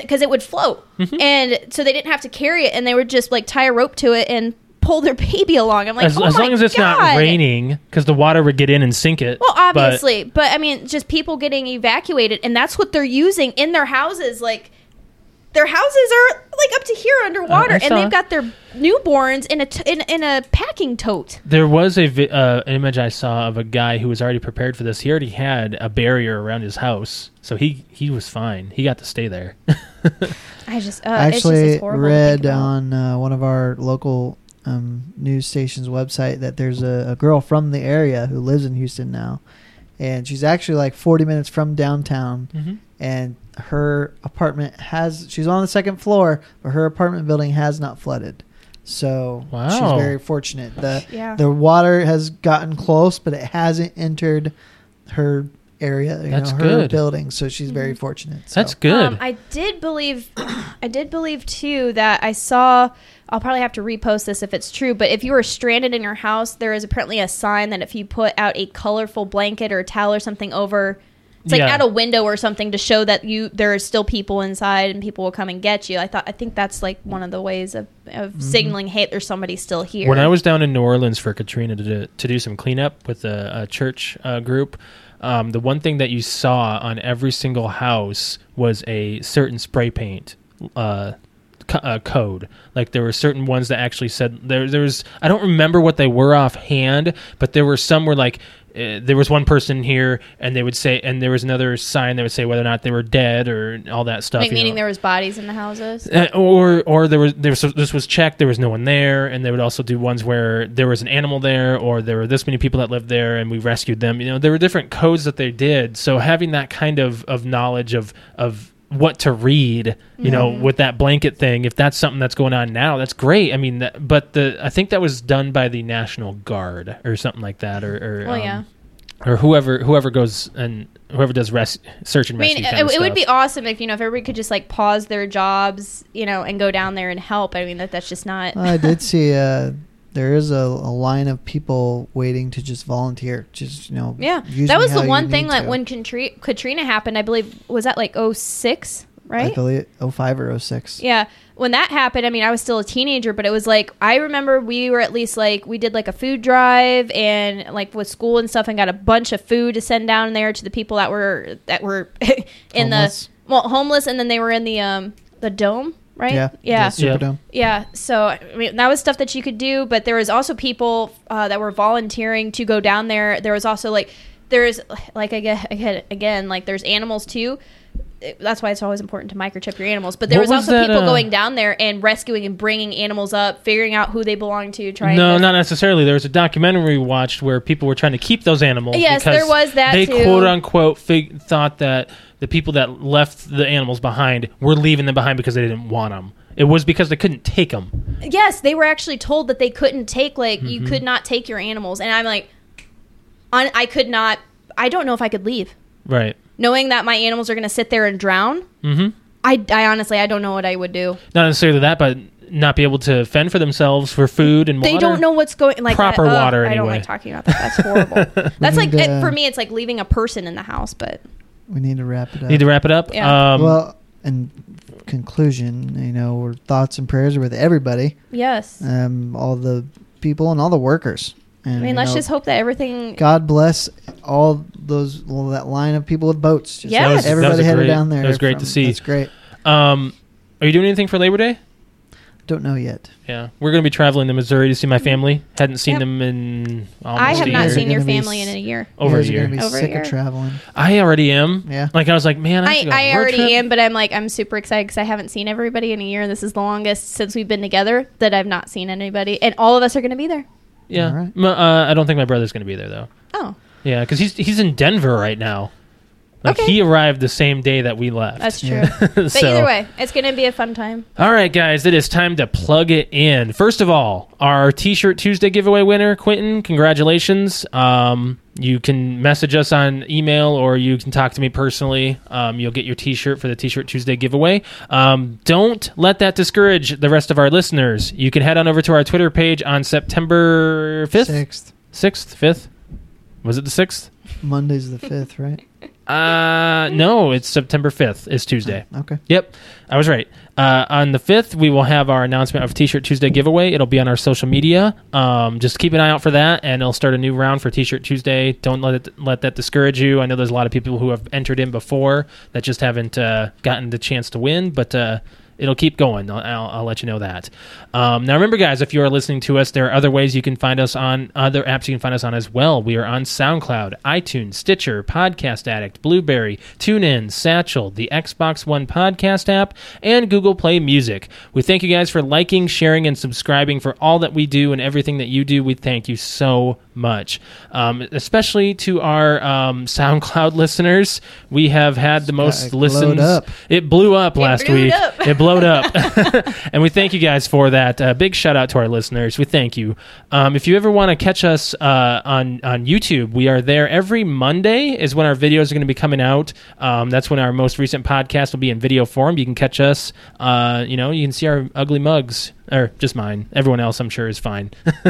[SPEAKER 4] because it would float,
[SPEAKER 3] Mm-hmm.
[SPEAKER 4] and so they didn't have to carry it, and they would just like tie a rope to it and pull their baby along. I'm like,
[SPEAKER 3] as,
[SPEAKER 4] oh
[SPEAKER 3] as
[SPEAKER 4] my
[SPEAKER 3] long as it's
[SPEAKER 4] God.
[SPEAKER 3] not raining, because the water would get in and sink it.
[SPEAKER 4] Well,
[SPEAKER 3] but-
[SPEAKER 4] obviously, but, I mean, just people getting evacuated, and that's what they're using in their houses. Like, their houses are like up to here underwater,
[SPEAKER 3] I
[SPEAKER 2] Uh,
[SPEAKER 4] and
[SPEAKER 3] saw
[SPEAKER 4] they've
[SPEAKER 3] it.
[SPEAKER 4] got their newborns in a t- in, in a packing tote.
[SPEAKER 3] There was a vi- uh, an image I saw of a guy who was already prepared for this. He already had a barrier around his house, so he he was fine. He got to stay there.
[SPEAKER 4] I just uh,
[SPEAKER 2] I
[SPEAKER 4] it's just,
[SPEAKER 2] actually
[SPEAKER 4] it's horrible to think
[SPEAKER 2] read
[SPEAKER 4] about.
[SPEAKER 2] on uh, one of our local um, news station's website that there's a, a girl from the area who lives in Houston now, and she's actually like 40 minutes from downtown, and her apartment has she's on the second floor, but her apartment building has not flooded. So
[SPEAKER 3] Wow.
[SPEAKER 2] she's very fortunate. The
[SPEAKER 4] Yeah.
[SPEAKER 2] the water has gotten close, but it hasn't entered her area, you
[SPEAKER 3] That's
[SPEAKER 2] know, her
[SPEAKER 3] good.
[SPEAKER 2] building. So she's very
[SPEAKER 4] Mm-hmm.
[SPEAKER 2] fortunate. So.
[SPEAKER 3] That's good.
[SPEAKER 4] Um, I did believe, I did believe too that I saw. I'll probably have to repost this if it's true, but if you are stranded in your house, there is apparently a sign that if you put out a colorful blanket or a towel or something over It's like
[SPEAKER 3] Yeah.
[SPEAKER 4] add a window or something to show that you there are still people inside and people will come and get you. I thought I think that's like one of the ways of, of signaling hey there's somebody still here.
[SPEAKER 3] Mm-hmm. When I was down in New Orleans for Katrina to do, to do some cleanup with a, a church uh, group, um, the one thing that you saw on every single house was a certain spray paint uh, co- uh, code. Like there were certain ones that actually said there. There was I don't remember what they were offhand, but there were some were like. Uh, there was one person here, and they would say, and there was another sign that would say whether or not they were dead or all that stuff.
[SPEAKER 4] like
[SPEAKER 3] you
[SPEAKER 4] meaning
[SPEAKER 3] know.
[SPEAKER 4] there was bodies in the houses.
[SPEAKER 3] Uh, or or there was there was, this was checked there was no one there and they would also do ones where there was an animal there or there were this many people that lived there and we rescued them you know there were different codes that they did so having that kind of of knowledge of of what to read you know
[SPEAKER 4] Mm-hmm.
[SPEAKER 3] with that blanket thing if that's something that's going on now that's great i mean that, but the i think that was done by the national guard or something like that or or um,
[SPEAKER 4] Well, yeah.
[SPEAKER 3] or whoever whoever goes and whoever does res- search and
[SPEAKER 4] I mean,
[SPEAKER 3] rescue kind
[SPEAKER 4] it,
[SPEAKER 3] of
[SPEAKER 4] it would
[SPEAKER 3] stuff.
[SPEAKER 4] be awesome if you know if everybody could just like pause their jobs, you know, and go down there and help. I mean, that that's just not.
[SPEAKER 2] I did see uh, there is a, a line of people waiting to just volunteer. Just you know,
[SPEAKER 4] yeah,
[SPEAKER 2] use
[SPEAKER 4] that
[SPEAKER 2] me
[SPEAKER 4] was
[SPEAKER 2] how
[SPEAKER 4] the
[SPEAKER 2] you
[SPEAKER 4] one thing.
[SPEAKER 2] need
[SPEAKER 4] Like
[SPEAKER 2] to.
[SPEAKER 4] when Katrina, Katrina happened, I believe was that like 06, right?
[SPEAKER 2] I believe 05 or 06.
[SPEAKER 4] Yeah. When that happened, I mean, I was still a teenager, but it was like I remember we were at least like we did like a food drive and like with school and stuff and got a bunch of food to send down there to the people that were that were in
[SPEAKER 2] Homeless.
[SPEAKER 4] the well homeless and then they were in the um the dome, right?
[SPEAKER 2] Yeah.
[SPEAKER 4] Yeah.
[SPEAKER 2] the Superdome.
[SPEAKER 4] Yeah, so I mean, that was stuff that you could do, but there was also people uh, that were volunteering to go down there. There was also like there's like again again, again like there's animals too. It- That's why it's always important to microchip your animals. But there
[SPEAKER 3] What
[SPEAKER 4] was,
[SPEAKER 3] was
[SPEAKER 4] also
[SPEAKER 3] that,
[SPEAKER 4] people
[SPEAKER 3] uh,
[SPEAKER 4] going down there and rescuing and bringing animals up, figuring out who they belong to, trying.
[SPEAKER 3] No,
[SPEAKER 4] to,
[SPEAKER 3] not necessarily. There was a documentary we watched where people were trying to keep those animals.
[SPEAKER 4] Yes,
[SPEAKER 3] because
[SPEAKER 4] there was that
[SPEAKER 3] They
[SPEAKER 4] too.
[SPEAKER 3] quote unquote fig- thought that the people that left the animals behind were leaving them behind because they didn't want them. It was because they couldn't take them.
[SPEAKER 4] Yes, they were actually told that they couldn't take like you
[SPEAKER 3] Mm-hmm.
[SPEAKER 4] could not take your animals, and I'm like, on, I could not. I don't know if I could leave,
[SPEAKER 3] Right.
[SPEAKER 4] knowing that my animals are going to sit there and drown.
[SPEAKER 3] Mm-hmm.
[SPEAKER 4] I, I honestly I don't know what I would do.
[SPEAKER 3] Not necessarily that, but not be able to fend for themselves for food and
[SPEAKER 4] They
[SPEAKER 3] water.
[SPEAKER 4] don't know what's going like
[SPEAKER 3] Proper
[SPEAKER 4] that- ugh,
[SPEAKER 3] water,
[SPEAKER 4] I don't
[SPEAKER 3] anyway.
[SPEAKER 4] like talking about that. That's horrible. That's like
[SPEAKER 2] need,
[SPEAKER 4] it-
[SPEAKER 2] uh,
[SPEAKER 4] for me, it's like leaving a person in the house. But
[SPEAKER 2] We need to wrap it up.
[SPEAKER 3] Need to wrap it up.
[SPEAKER 4] Yeah.
[SPEAKER 3] Um,
[SPEAKER 2] well, in conclusion, you know, our thoughts and prayers are with everybody,
[SPEAKER 4] yes,
[SPEAKER 2] um, all the people and all the workers. And,
[SPEAKER 4] I mean
[SPEAKER 2] you
[SPEAKER 4] let's
[SPEAKER 2] know,
[SPEAKER 4] just hope that everything.
[SPEAKER 2] God bless all those all that line of people with boats. Just
[SPEAKER 4] Yes. That was- that
[SPEAKER 2] everybody
[SPEAKER 3] was a
[SPEAKER 2] headed
[SPEAKER 3] great-
[SPEAKER 2] down there.
[SPEAKER 3] that was great to see.
[SPEAKER 2] That's great.
[SPEAKER 3] um, are you doing anything for Labor Day?
[SPEAKER 2] Don't know yet.
[SPEAKER 3] Yeah, we're going to be traveling to Missouri to see my family. Hadn't seen
[SPEAKER 4] Yep.
[SPEAKER 3] them in almost
[SPEAKER 4] I
[SPEAKER 2] almost
[SPEAKER 4] have
[SPEAKER 3] a
[SPEAKER 4] not
[SPEAKER 3] year.
[SPEAKER 4] seen your
[SPEAKER 2] They're gonna be
[SPEAKER 4] family in
[SPEAKER 2] s-
[SPEAKER 4] a year.
[SPEAKER 3] over
[SPEAKER 2] you
[SPEAKER 3] a
[SPEAKER 2] guys
[SPEAKER 3] year.
[SPEAKER 2] are gonna be
[SPEAKER 4] Over a
[SPEAKER 2] sick
[SPEAKER 4] year.
[SPEAKER 2] of traveling.
[SPEAKER 3] I already am.
[SPEAKER 2] Yeah.
[SPEAKER 3] Like I was like, man, Oh, I,
[SPEAKER 4] I,
[SPEAKER 3] have to go on a
[SPEAKER 4] I
[SPEAKER 3] road
[SPEAKER 4] already
[SPEAKER 3] trip.
[SPEAKER 4] am, but I'm like I'm super excited because I haven't seen everybody in a year. and This is the longest since we've been together that I've not seen anybody, and all of us are going to be there.
[SPEAKER 3] Yeah.
[SPEAKER 2] All right.
[SPEAKER 3] M- uh, I don't think my brother's going to be there though.
[SPEAKER 4] Oh,
[SPEAKER 3] Yeah, because he's he's in Denver right now. Like
[SPEAKER 4] Okay.
[SPEAKER 3] he arrived the same day that we left.
[SPEAKER 4] that's true.
[SPEAKER 2] Yeah.
[SPEAKER 4] But either way, it's going to be a fun time.
[SPEAKER 3] All right, guys, it is time to plug it in. First of all, our T-shirt Tuesday giveaway winner, Quentin, congratulations. Um, you can message us on email or you can talk to me personally. Um, you'll get your T-shirt for the T-shirt Tuesday giveaway. Um, don't let that discourage the rest of our listeners. You can head on over to our Twitter page on September fifth,
[SPEAKER 2] Sixth
[SPEAKER 3] sixth, fifth. Was it the sixth?
[SPEAKER 2] Monday's the fifth, right?
[SPEAKER 3] Uh, no, it's September 5th. It's Tuesday.
[SPEAKER 2] Okay.
[SPEAKER 3] Yep, I was right. Uh, on the 5th, we will have our announcement of T-Shirt Tuesday giveaway. It'll be on our social media. Um, just keep an eye out for that, and it'll start a new round for T-Shirt Tuesday. Don't let it, let that discourage you. I know there's a lot of people who have entered in before that just haven't uh, gotten the chance to win, but uh, it'll keep going. I'll, I'll, I'll let you know that. Um, now, remember, guys, if you are listening to us, there are other ways you can find us on other apps you can find us on as well. We are on SoundCloud, iTunes, Stitcher, Podcast Addict, Blueberry, TuneIn, Satchel, the Xbox One podcast app, and Google Play Music. We thank you guys for liking, sharing, and subscribing for all that we do and everything that you do. We thank you so much, um, especially to our um, SoundCloud listeners. We have had the most
[SPEAKER 2] It glowed
[SPEAKER 3] listens.
[SPEAKER 2] up.
[SPEAKER 3] It blew up last
[SPEAKER 4] blew
[SPEAKER 3] week.
[SPEAKER 4] up.
[SPEAKER 3] It blowed up. and we thank you guys for that. Uh, big shout out to our listeners. We thank you. Um, if you ever want to catch us uh, on on YouTube, we are there every Monday. Is when our videos are going to be coming out. Um, that's when our most recent podcast will be in video form. You can catch us. Uh, you know, you can see our ugly mugs. or just mine. Everyone else, I'm sure, is fine.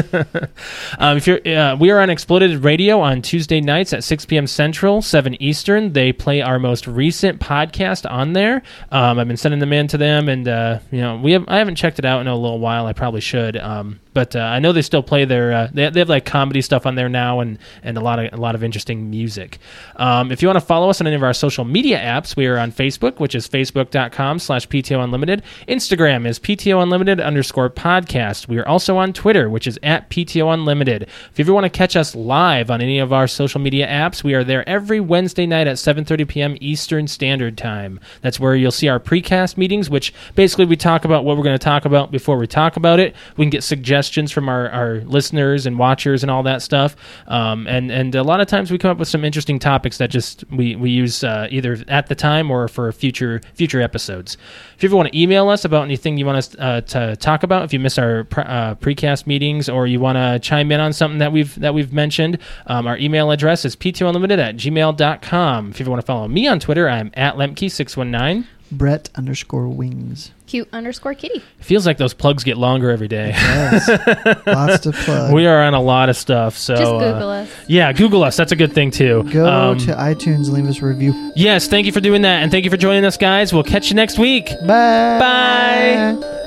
[SPEAKER 3] um, if you're, uh, we are on Exploded Radio on Tuesday nights at 6 p.m. Central, 7 Eastern. They play our most recent podcast on there. Um, I've been sending them in to them, and uh, you know, we have I haven't checked it out in a little while. I probably should. Um, but uh, I know they still play their uh, they, they have like comedy stuff on there now and and a lot of a lot of interesting music. Um, if you want to follow us on any of our social media apps, we are on Facebook, which is facebook.com slash PTO Unlimited. Instagram is PTO Unlimited underscore podcast. We are also on Twitter, which is at PTO Unlimited. If you ever want to catch us live on any of our social media apps, we are there every Wednesday night at 7.30 p.m. Eastern Standard Time. That's where you'll see our precast meetings, which basically we talk about what we're going to talk about before we talk about it. We can get suggestions from our, our listeners and watchers and all that stuff. Um, and, and a lot of times we come up with some interesting topics that just we, we use uh, either at the time or for future future episodes. If you ever want to email us about anything you want us uh, to talk about, if you miss our pre- uh, precast meetings or you want to chime in on something that we've that we've mentioned, um, our email address is p2unlimited at gmail.com. If you ever want to follow me on Twitter, I'm at Lemke619.
[SPEAKER 2] Brett underscore wings.
[SPEAKER 4] Cute underscore kitty.
[SPEAKER 3] Feels like those plugs get longer every day.
[SPEAKER 2] Yes. Lots to plug.
[SPEAKER 3] we are on a lot of stuff. So
[SPEAKER 4] Just
[SPEAKER 3] uh,
[SPEAKER 4] Google us.
[SPEAKER 3] yeah, Google us. That's a good thing too.
[SPEAKER 2] Go
[SPEAKER 3] Um,
[SPEAKER 2] to iTunes, leave us a review.
[SPEAKER 3] yes, thank you for doing that, and thank you for joining us, guys. We'll catch you next week.
[SPEAKER 2] Bye.
[SPEAKER 3] Bye.